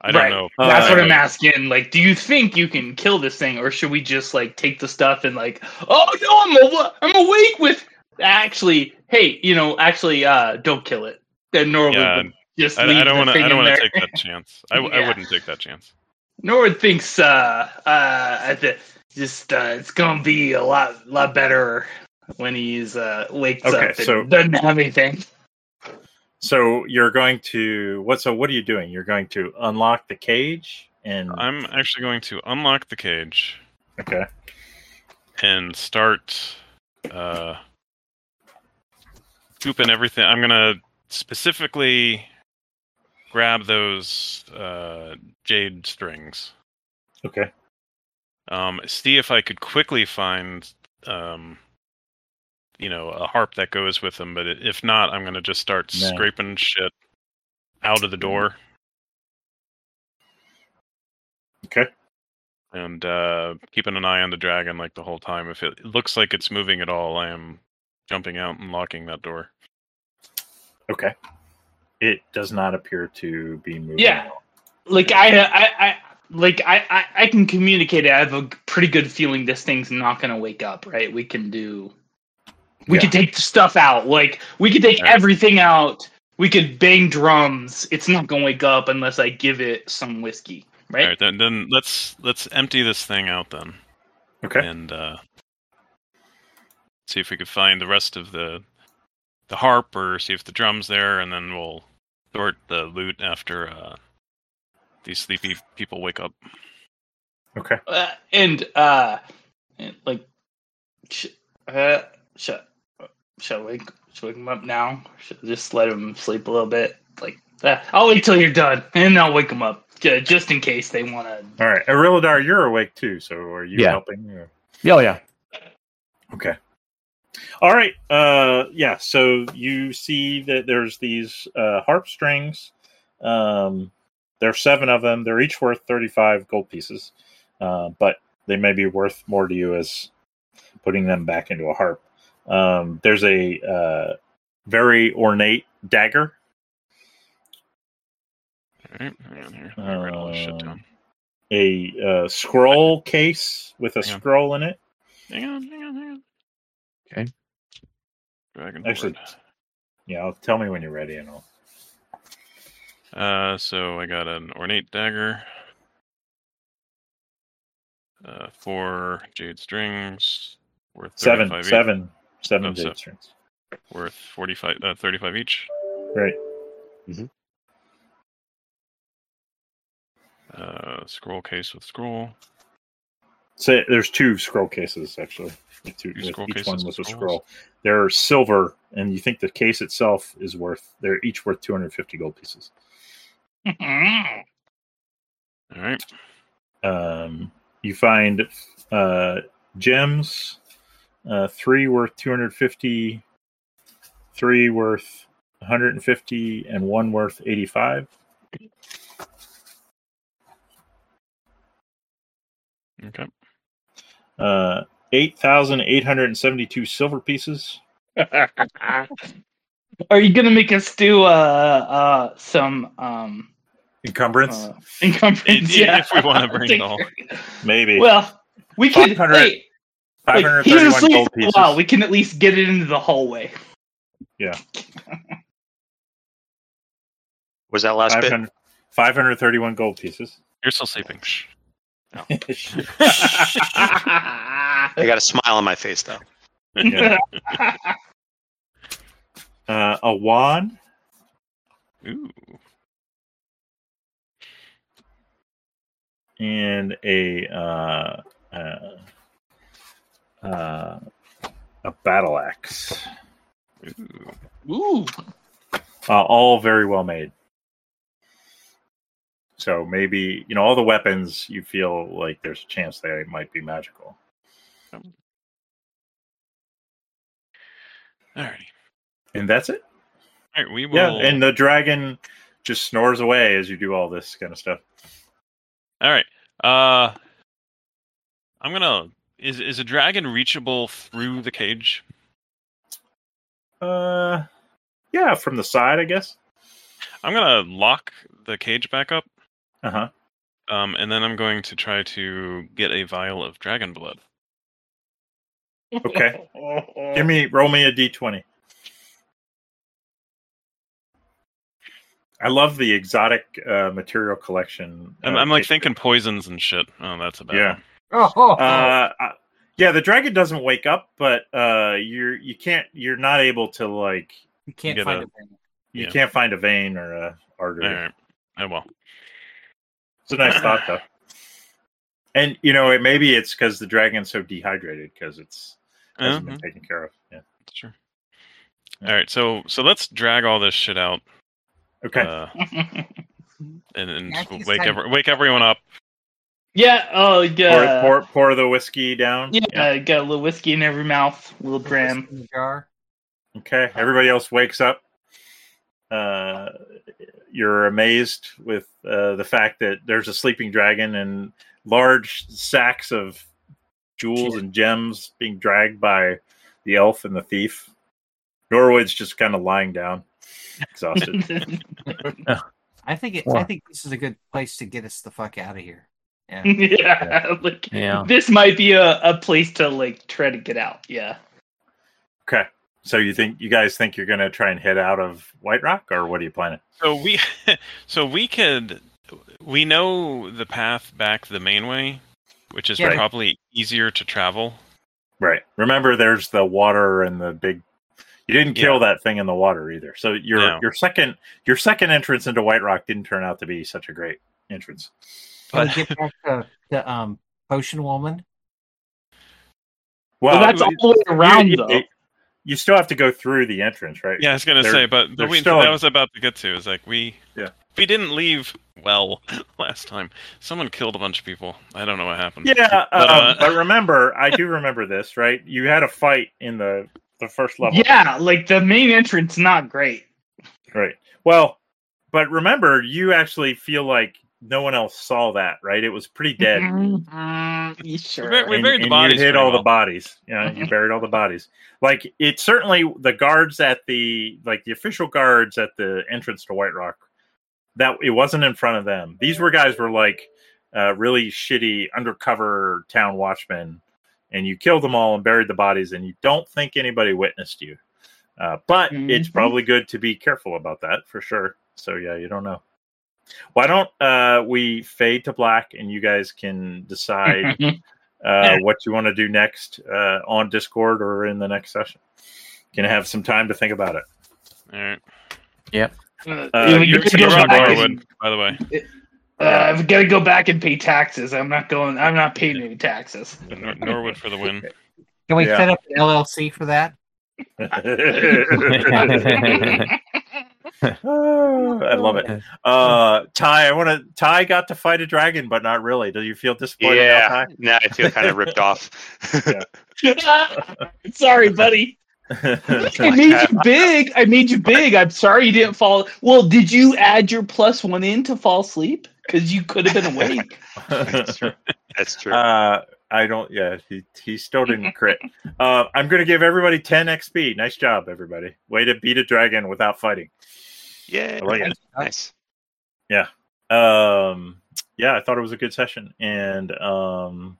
I
Right.
don't know.
Oh,
That's what
right.
I'm asking. Like, do you think you can kill this thing, or should we just like take the stuff and like, oh no, I'm awa- I'm awake with. Actually, hey, you know, actually, uh, don't kill it. Then Norwood
Yeah,
would just
I,
leave
I don't
the
want to.
thing
I
in
don't want
there.
to take that chance. I, w- I
Yeah.
wouldn't take that chance.
Norwood thinks uh, uh, that just uh, it's gonna be a lot lot better when he's uh wakes
Okay,
up and
so-
doesn't have anything.
So you're going to what? So what are you doing? You're going to unlock the cage and
I'm actually going to unlock the cage
okay.
and start uh, scooping everything. I'm gonna specifically grab those uh, jade strings.
Okay.
um, see if I could quickly find, um, you know, a harp that goes with them. But i- if not, I'm gonna just start
No.
scraping shit out of the door.
Okay.
And uh, keeping an eye on the dragon like the whole time. If it looks like it's moving at all, I am jumping out and locking that door.
Okay. It does not appear to be moving.
Yeah. like I, I, I like I, I, I can communicate. it. I have a pretty good feeling this thing's not gonna wake up. Right? We can do. We
Yeah.
could take the stuff out. Like we could take
Right.
everything out. We could bang drums. It's not gonna wake up unless I give it some whiskey.
All
Right?
right, then then let's let's empty this thing out then.
Okay.
and uh, see if we could find the rest of the the harp or see if the drums there, and then we'll sort the loot after uh, these sleepy people wake up.
Okay.
Uh, and uh, and, like, sh- uh, shall shall we shall we wake him up now? Should I just let him sleep a little bit? Like, uh, I'll wait till you're done, and I'll wake him up ju- just in case they want to
All right. Arilladar, you're awake too. So are you
Yeah.
helping? Or?
Oh yeah.
Okay. All right. Uh, yeah. So you see that there's these uh, harp strings. Um, there are seven of them. They're each worth 35 gold pieces, uh, but they may be worth more to you as putting them back into a harp. Um, there's a uh, very ornate dagger.
All right, hang on here. Let me write all this shit down.
A uh, scroll case with a
Hang on.
scroll in it.
Hang on, hang on, hang on.
Okay.
Dragon
Actually-
Actually,
Yeah, I'll- tell me when you're ready, and I'll.
Uh, so I got an ornate dagger. Uh, four jade strings worth
Seven,
35 each-
seven, seven
Oh,
jade
seven.
strings.
worth 45 uh, 35 each.
Right.
Mhm.
Uh, scroll case with scroll.
So there's two scroll cases actually. With Two,
Two
with
scroll
each
cases
one with
with
a
scrolls.
scroll. They're silver, and you think the case itself is worth. They're each worth 250 gold pieces.
All right.
Um, you find uh, gems, uh, three worth 250, three worth 150, and one worth 85.
Okay.
Uh, 8,872 silver pieces.
Are you gonna make us do uh uh some um
Encumbrance,
uh, encumbrance?
If-
yeah.
if we wanna bring it all.
maybe.
Well, we could
500
wait. Like, he's
531
asleep
gold
for a
pieces.
while. We can at least get it into the hallway.
Was that last bit?
500 531 gold pieces.
You're still sleeping. Shh.
I got a smile on my face though.
Yeah. uh, a wand,
Ooh.
and a uh, uh, uh, a battle axe.
Ooh.
Ooh.
uh, all very well made. So maybe you know all the weapons. You feel like there's a chance they might be magical.
Alrighty.
And that's it.
All right, we will.
Yeah, and uh, the dragon just snores away as you do all this kind of stuff.
All right. Uh, I'm gonna. Is is a dragon reachable through the cage?
Uh, yeah, from the side, I guess.
I'm gonna lock the cage back up,
Uh huh.
um, and then I'm going to try to get a vial of dragon blood.
Okay. Give me roll me a d twenty. I love the exotic uh, material collection.
I'm,
uh,
I'm like
it-
thinking poisons and shit. Oh, that's a bad.
Yeah.
one.
Oh, oh, oh.
uh, I- yeah, the dragon doesn't wake up, but uh, you're you can't you're not able to like
you can't
you
find
gotta-
it.
you
Yeah.
can't find a vein or a artery.
All right. Oh well.
It's a nice thought though. And you know, it maybe it's because the dragon's so dehydrated because it's hasn't
Uh-huh.
been taken care of. Yeah.
Sure.
Yeah.
All right. So so let's drag all this shit out.
Okay.
Uh, and and
That's just
wake
kinda-
every, wake everyone up.
yeah. Oh, yeah.
pour, pour pour the whiskey down.
yeah, Got a little whiskey in every mouth, a little dram.
In the jar.
Okay. Everybody else wakes up. Uh, you're amazed with uh, the fact that there's a sleeping dragon and large sacks of jewels and gems being dragged by the elf and the thief. Norwood's just kind of lying down, exhausted.
I think it,
Wow.
I think this is a good place to get us the fuck out of here.
Hmm.
Yeah.
yeah, like
Yeah.
this might be a, a place to like try to get out. Yeah.
okay. So you think you guys think you're going to try and head out of White Rock, or what are you planning?
So we so we could we know the path back the main way, which is
Yeah. Right.
probably easier to travel.
Right. Remember, there's the water and the big. You didn't kill that thing in the water either. So your
No.
your second your second entrance into White Rock didn't turn out to be such a great entrance.
Can
But-
we get back to the um, potion woman?
Well,
Well, that's all
you-
the way around
you,
though.
you still have to go through the entrance, right?
Yeah, I was gonna
They're-
say, but,
they're
but we,
still
that
in-
was about to get to is like we
Yeah.
we didn't leave well last time. Someone killed a bunch of people. I don't know what happened.
Yeah,
But,
um,
uh,
but remember, I do remember this, right? You had a fight in the the first level.
Yeah, like the main entrance not great.
Right. Well, but remember, you actually feel like no one else saw that, right? It was pretty dead.
Mm, you sure.
Very- We buried the bodies
You hid
pretty
all
well.
the bodies. Yeah, you buried all the bodies. Like it certainly the guards at the like the official guards at the entrance to White Rock. That it wasn't in front of them. These were guys were like uh, really shitty undercover town watchmen, and you killed them all and buried the bodies, and you don't think anybody witnessed you. Uh, but
Mm-hmm.
it's
Mhm.
probably good to be careful about that for sure. So yeah, you don't know. Why don't uh, we fade to black and you guys can decide uh, what you want to do next uh, on Discord or in the next session. Can have some time to think about it.
All right.
Uh,
Uh,
we
you're
gotta
taking
go
on
back
Norwood.
and-
By the way,
uh, I've got to go back and pay taxes. I'm not going. I'm not paying any taxes.
Nor- Norwood for the win.
Can we
Yeah.
set up an LLC for that?
I love it. Uh, Ty, I want to. Ty got to fight a dragon, but not really. Do you feel disappointed?
yeah.
Now,
Now I feel kind of ripped off.
Sorry, buddy. I
Ty?
made you big. I made you big. I'm sorry you didn't fall. Well, did you add your plus one in to fall asleep? Because you could have been awake.
That's true. That's true.
uh, I don't. Yeah, he he still didn't crit. Uh, I'm gonna give everybody 10 XP. Nice job, everybody. Way to beat a dragon without fighting.
yeah.
I like it.
Nice.
um yeah i thought it was a good session and um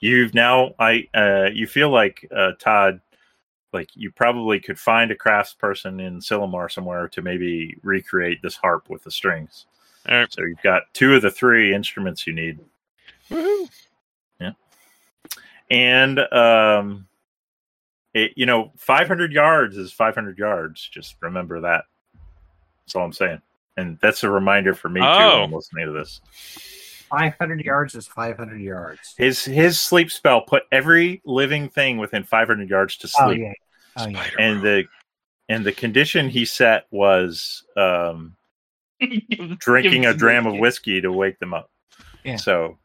you've now i uh you feel like uh todd like you probably could find a crafts person in Silomar somewhere to maybe recreate this harp with the strings
All right.
so you've got two of the three instruments you need
Woohoo.
and um it you know 500 yards is 500 yards just remember that that's all i'm saying and that's a reminder for me too
Oh.
when listening to this
500 yards is 500 yards.
His his sleep spell put every living thing within 500 yards to
Oh,
sleep,
yeah. Oh, yeah.
Spider
and uh, the and the condition he set was um, drinking a dram of whiskey to wake them up.
Yeah.
So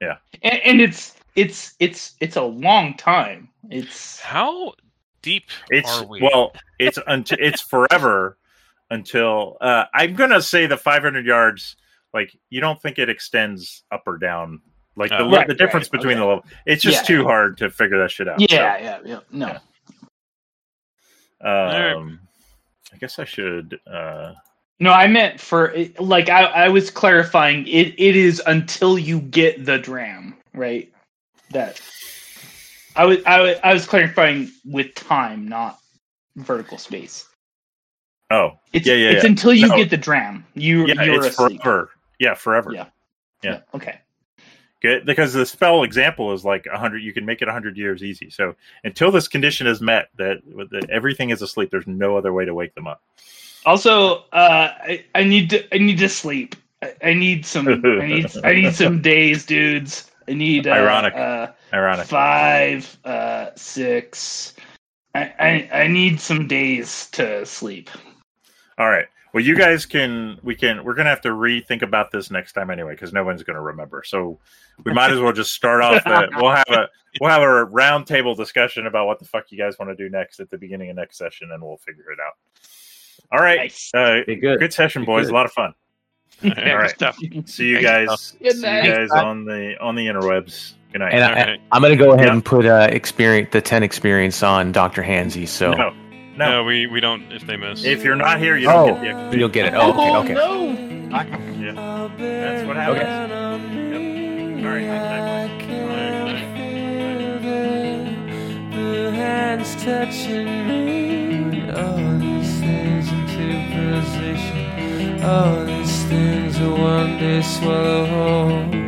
and, and it's it's it's it's a long time. It's
How deep
it's
are we?
well, it's until it's forever until uh, I'm gonna say the 500 yards. Like you don't think it extends up or down. Like the,
Oh.
le-
Right,
the difference
right,
between
okay.
the level, it's just
Yeah.
too hard to figure that shit out.
yeah,
So,
yeah, yeah. No,
Yeah.
right.
um, I guess I should. Uh,
no. I meant for like I I was clarifying. It it is until you get the dram right. That I was I was, I was clarifying with time, not vertical space.
oh,
It's
Yeah, yeah,
it's
yeah.
until you
No.
get the dram. You
yeah,
you're
it's
asleep.
forever. Yeah, forever.
Yeah.
yeah.
Okay.
Good, because the spell example is like hundred. You can make it hundred years easy. So until this condition is met, that that everything is asleep. There's no other way to wake them up.
Also, uh, I, I need to I need to sleep. I, I need some I need I need some days, dudes. I need uh,
Ironic.
Uh,
Ironic.
five, uh, six. I, I I need some days to sleep.
All right. Well, you guys can. We can. We're gonna have to rethink about this next time anyway, because no one's gonna remember. So we might as well just start off. The, we'll have a we'll have a round table discussion about what the fuck you guys want to do next at the beginning of next session, and we'll figure it out. All right.
Nice.
Uh,
Okay, good.
good session,
Good,
boys.
good.
A lot of fun.
Yeah,
All
good
right.
stuff.
See you
Thanks,
guys. See you
Good night.
guys on the on the interwebs. Good night.
And
All
I,
right.
I'm going to go ahead
Yeah.
and put uh, experience the 10 experience on Dr. Hansy. So
no,
No.
no.
we we don't. If they miss,
If you're not here, you don't get
Oh.
the extra.
you'll get it. Oh, okay, okay.
no!
Yeah.
That's
what happens.
Yep.
All right.
The hands touching me. All these things into position. All these things will one day swallow whole.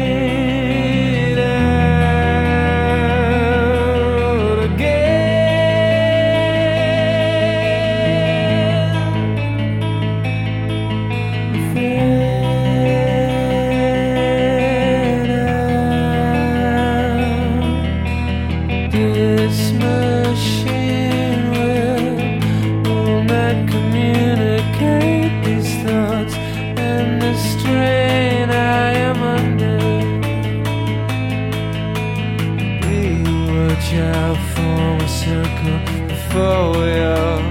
Fade out again. Fade out. This machine will, will not communicate these thoughts and the strain I am under. We watch out form a circle before we all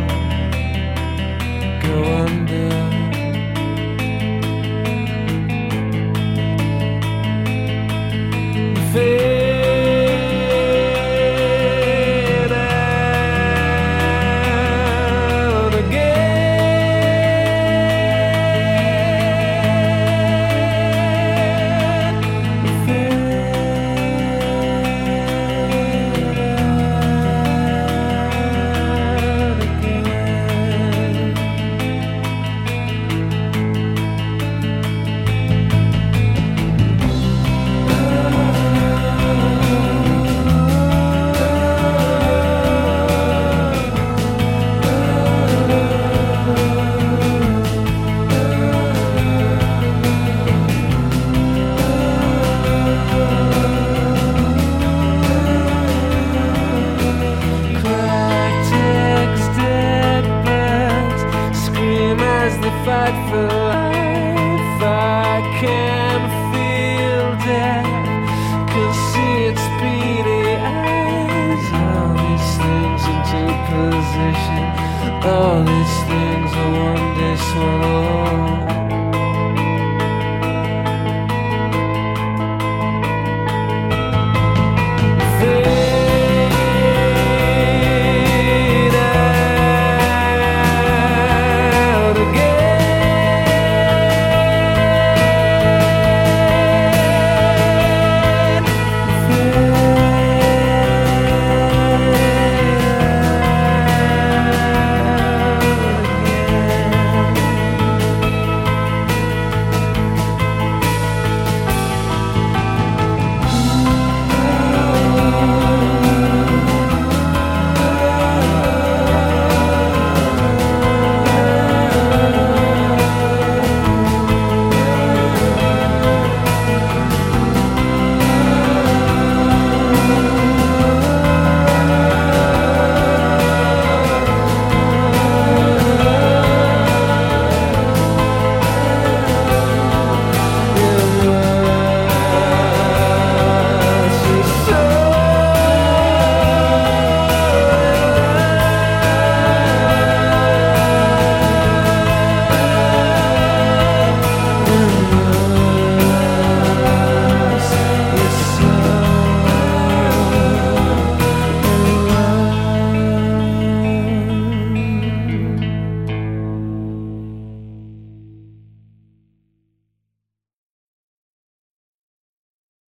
go under. Fade out again. Fade out again. Cortex, dead birds scream as they fight for life. I can feel death, can see its beady eyes. All these things into position, all these things are one day swallow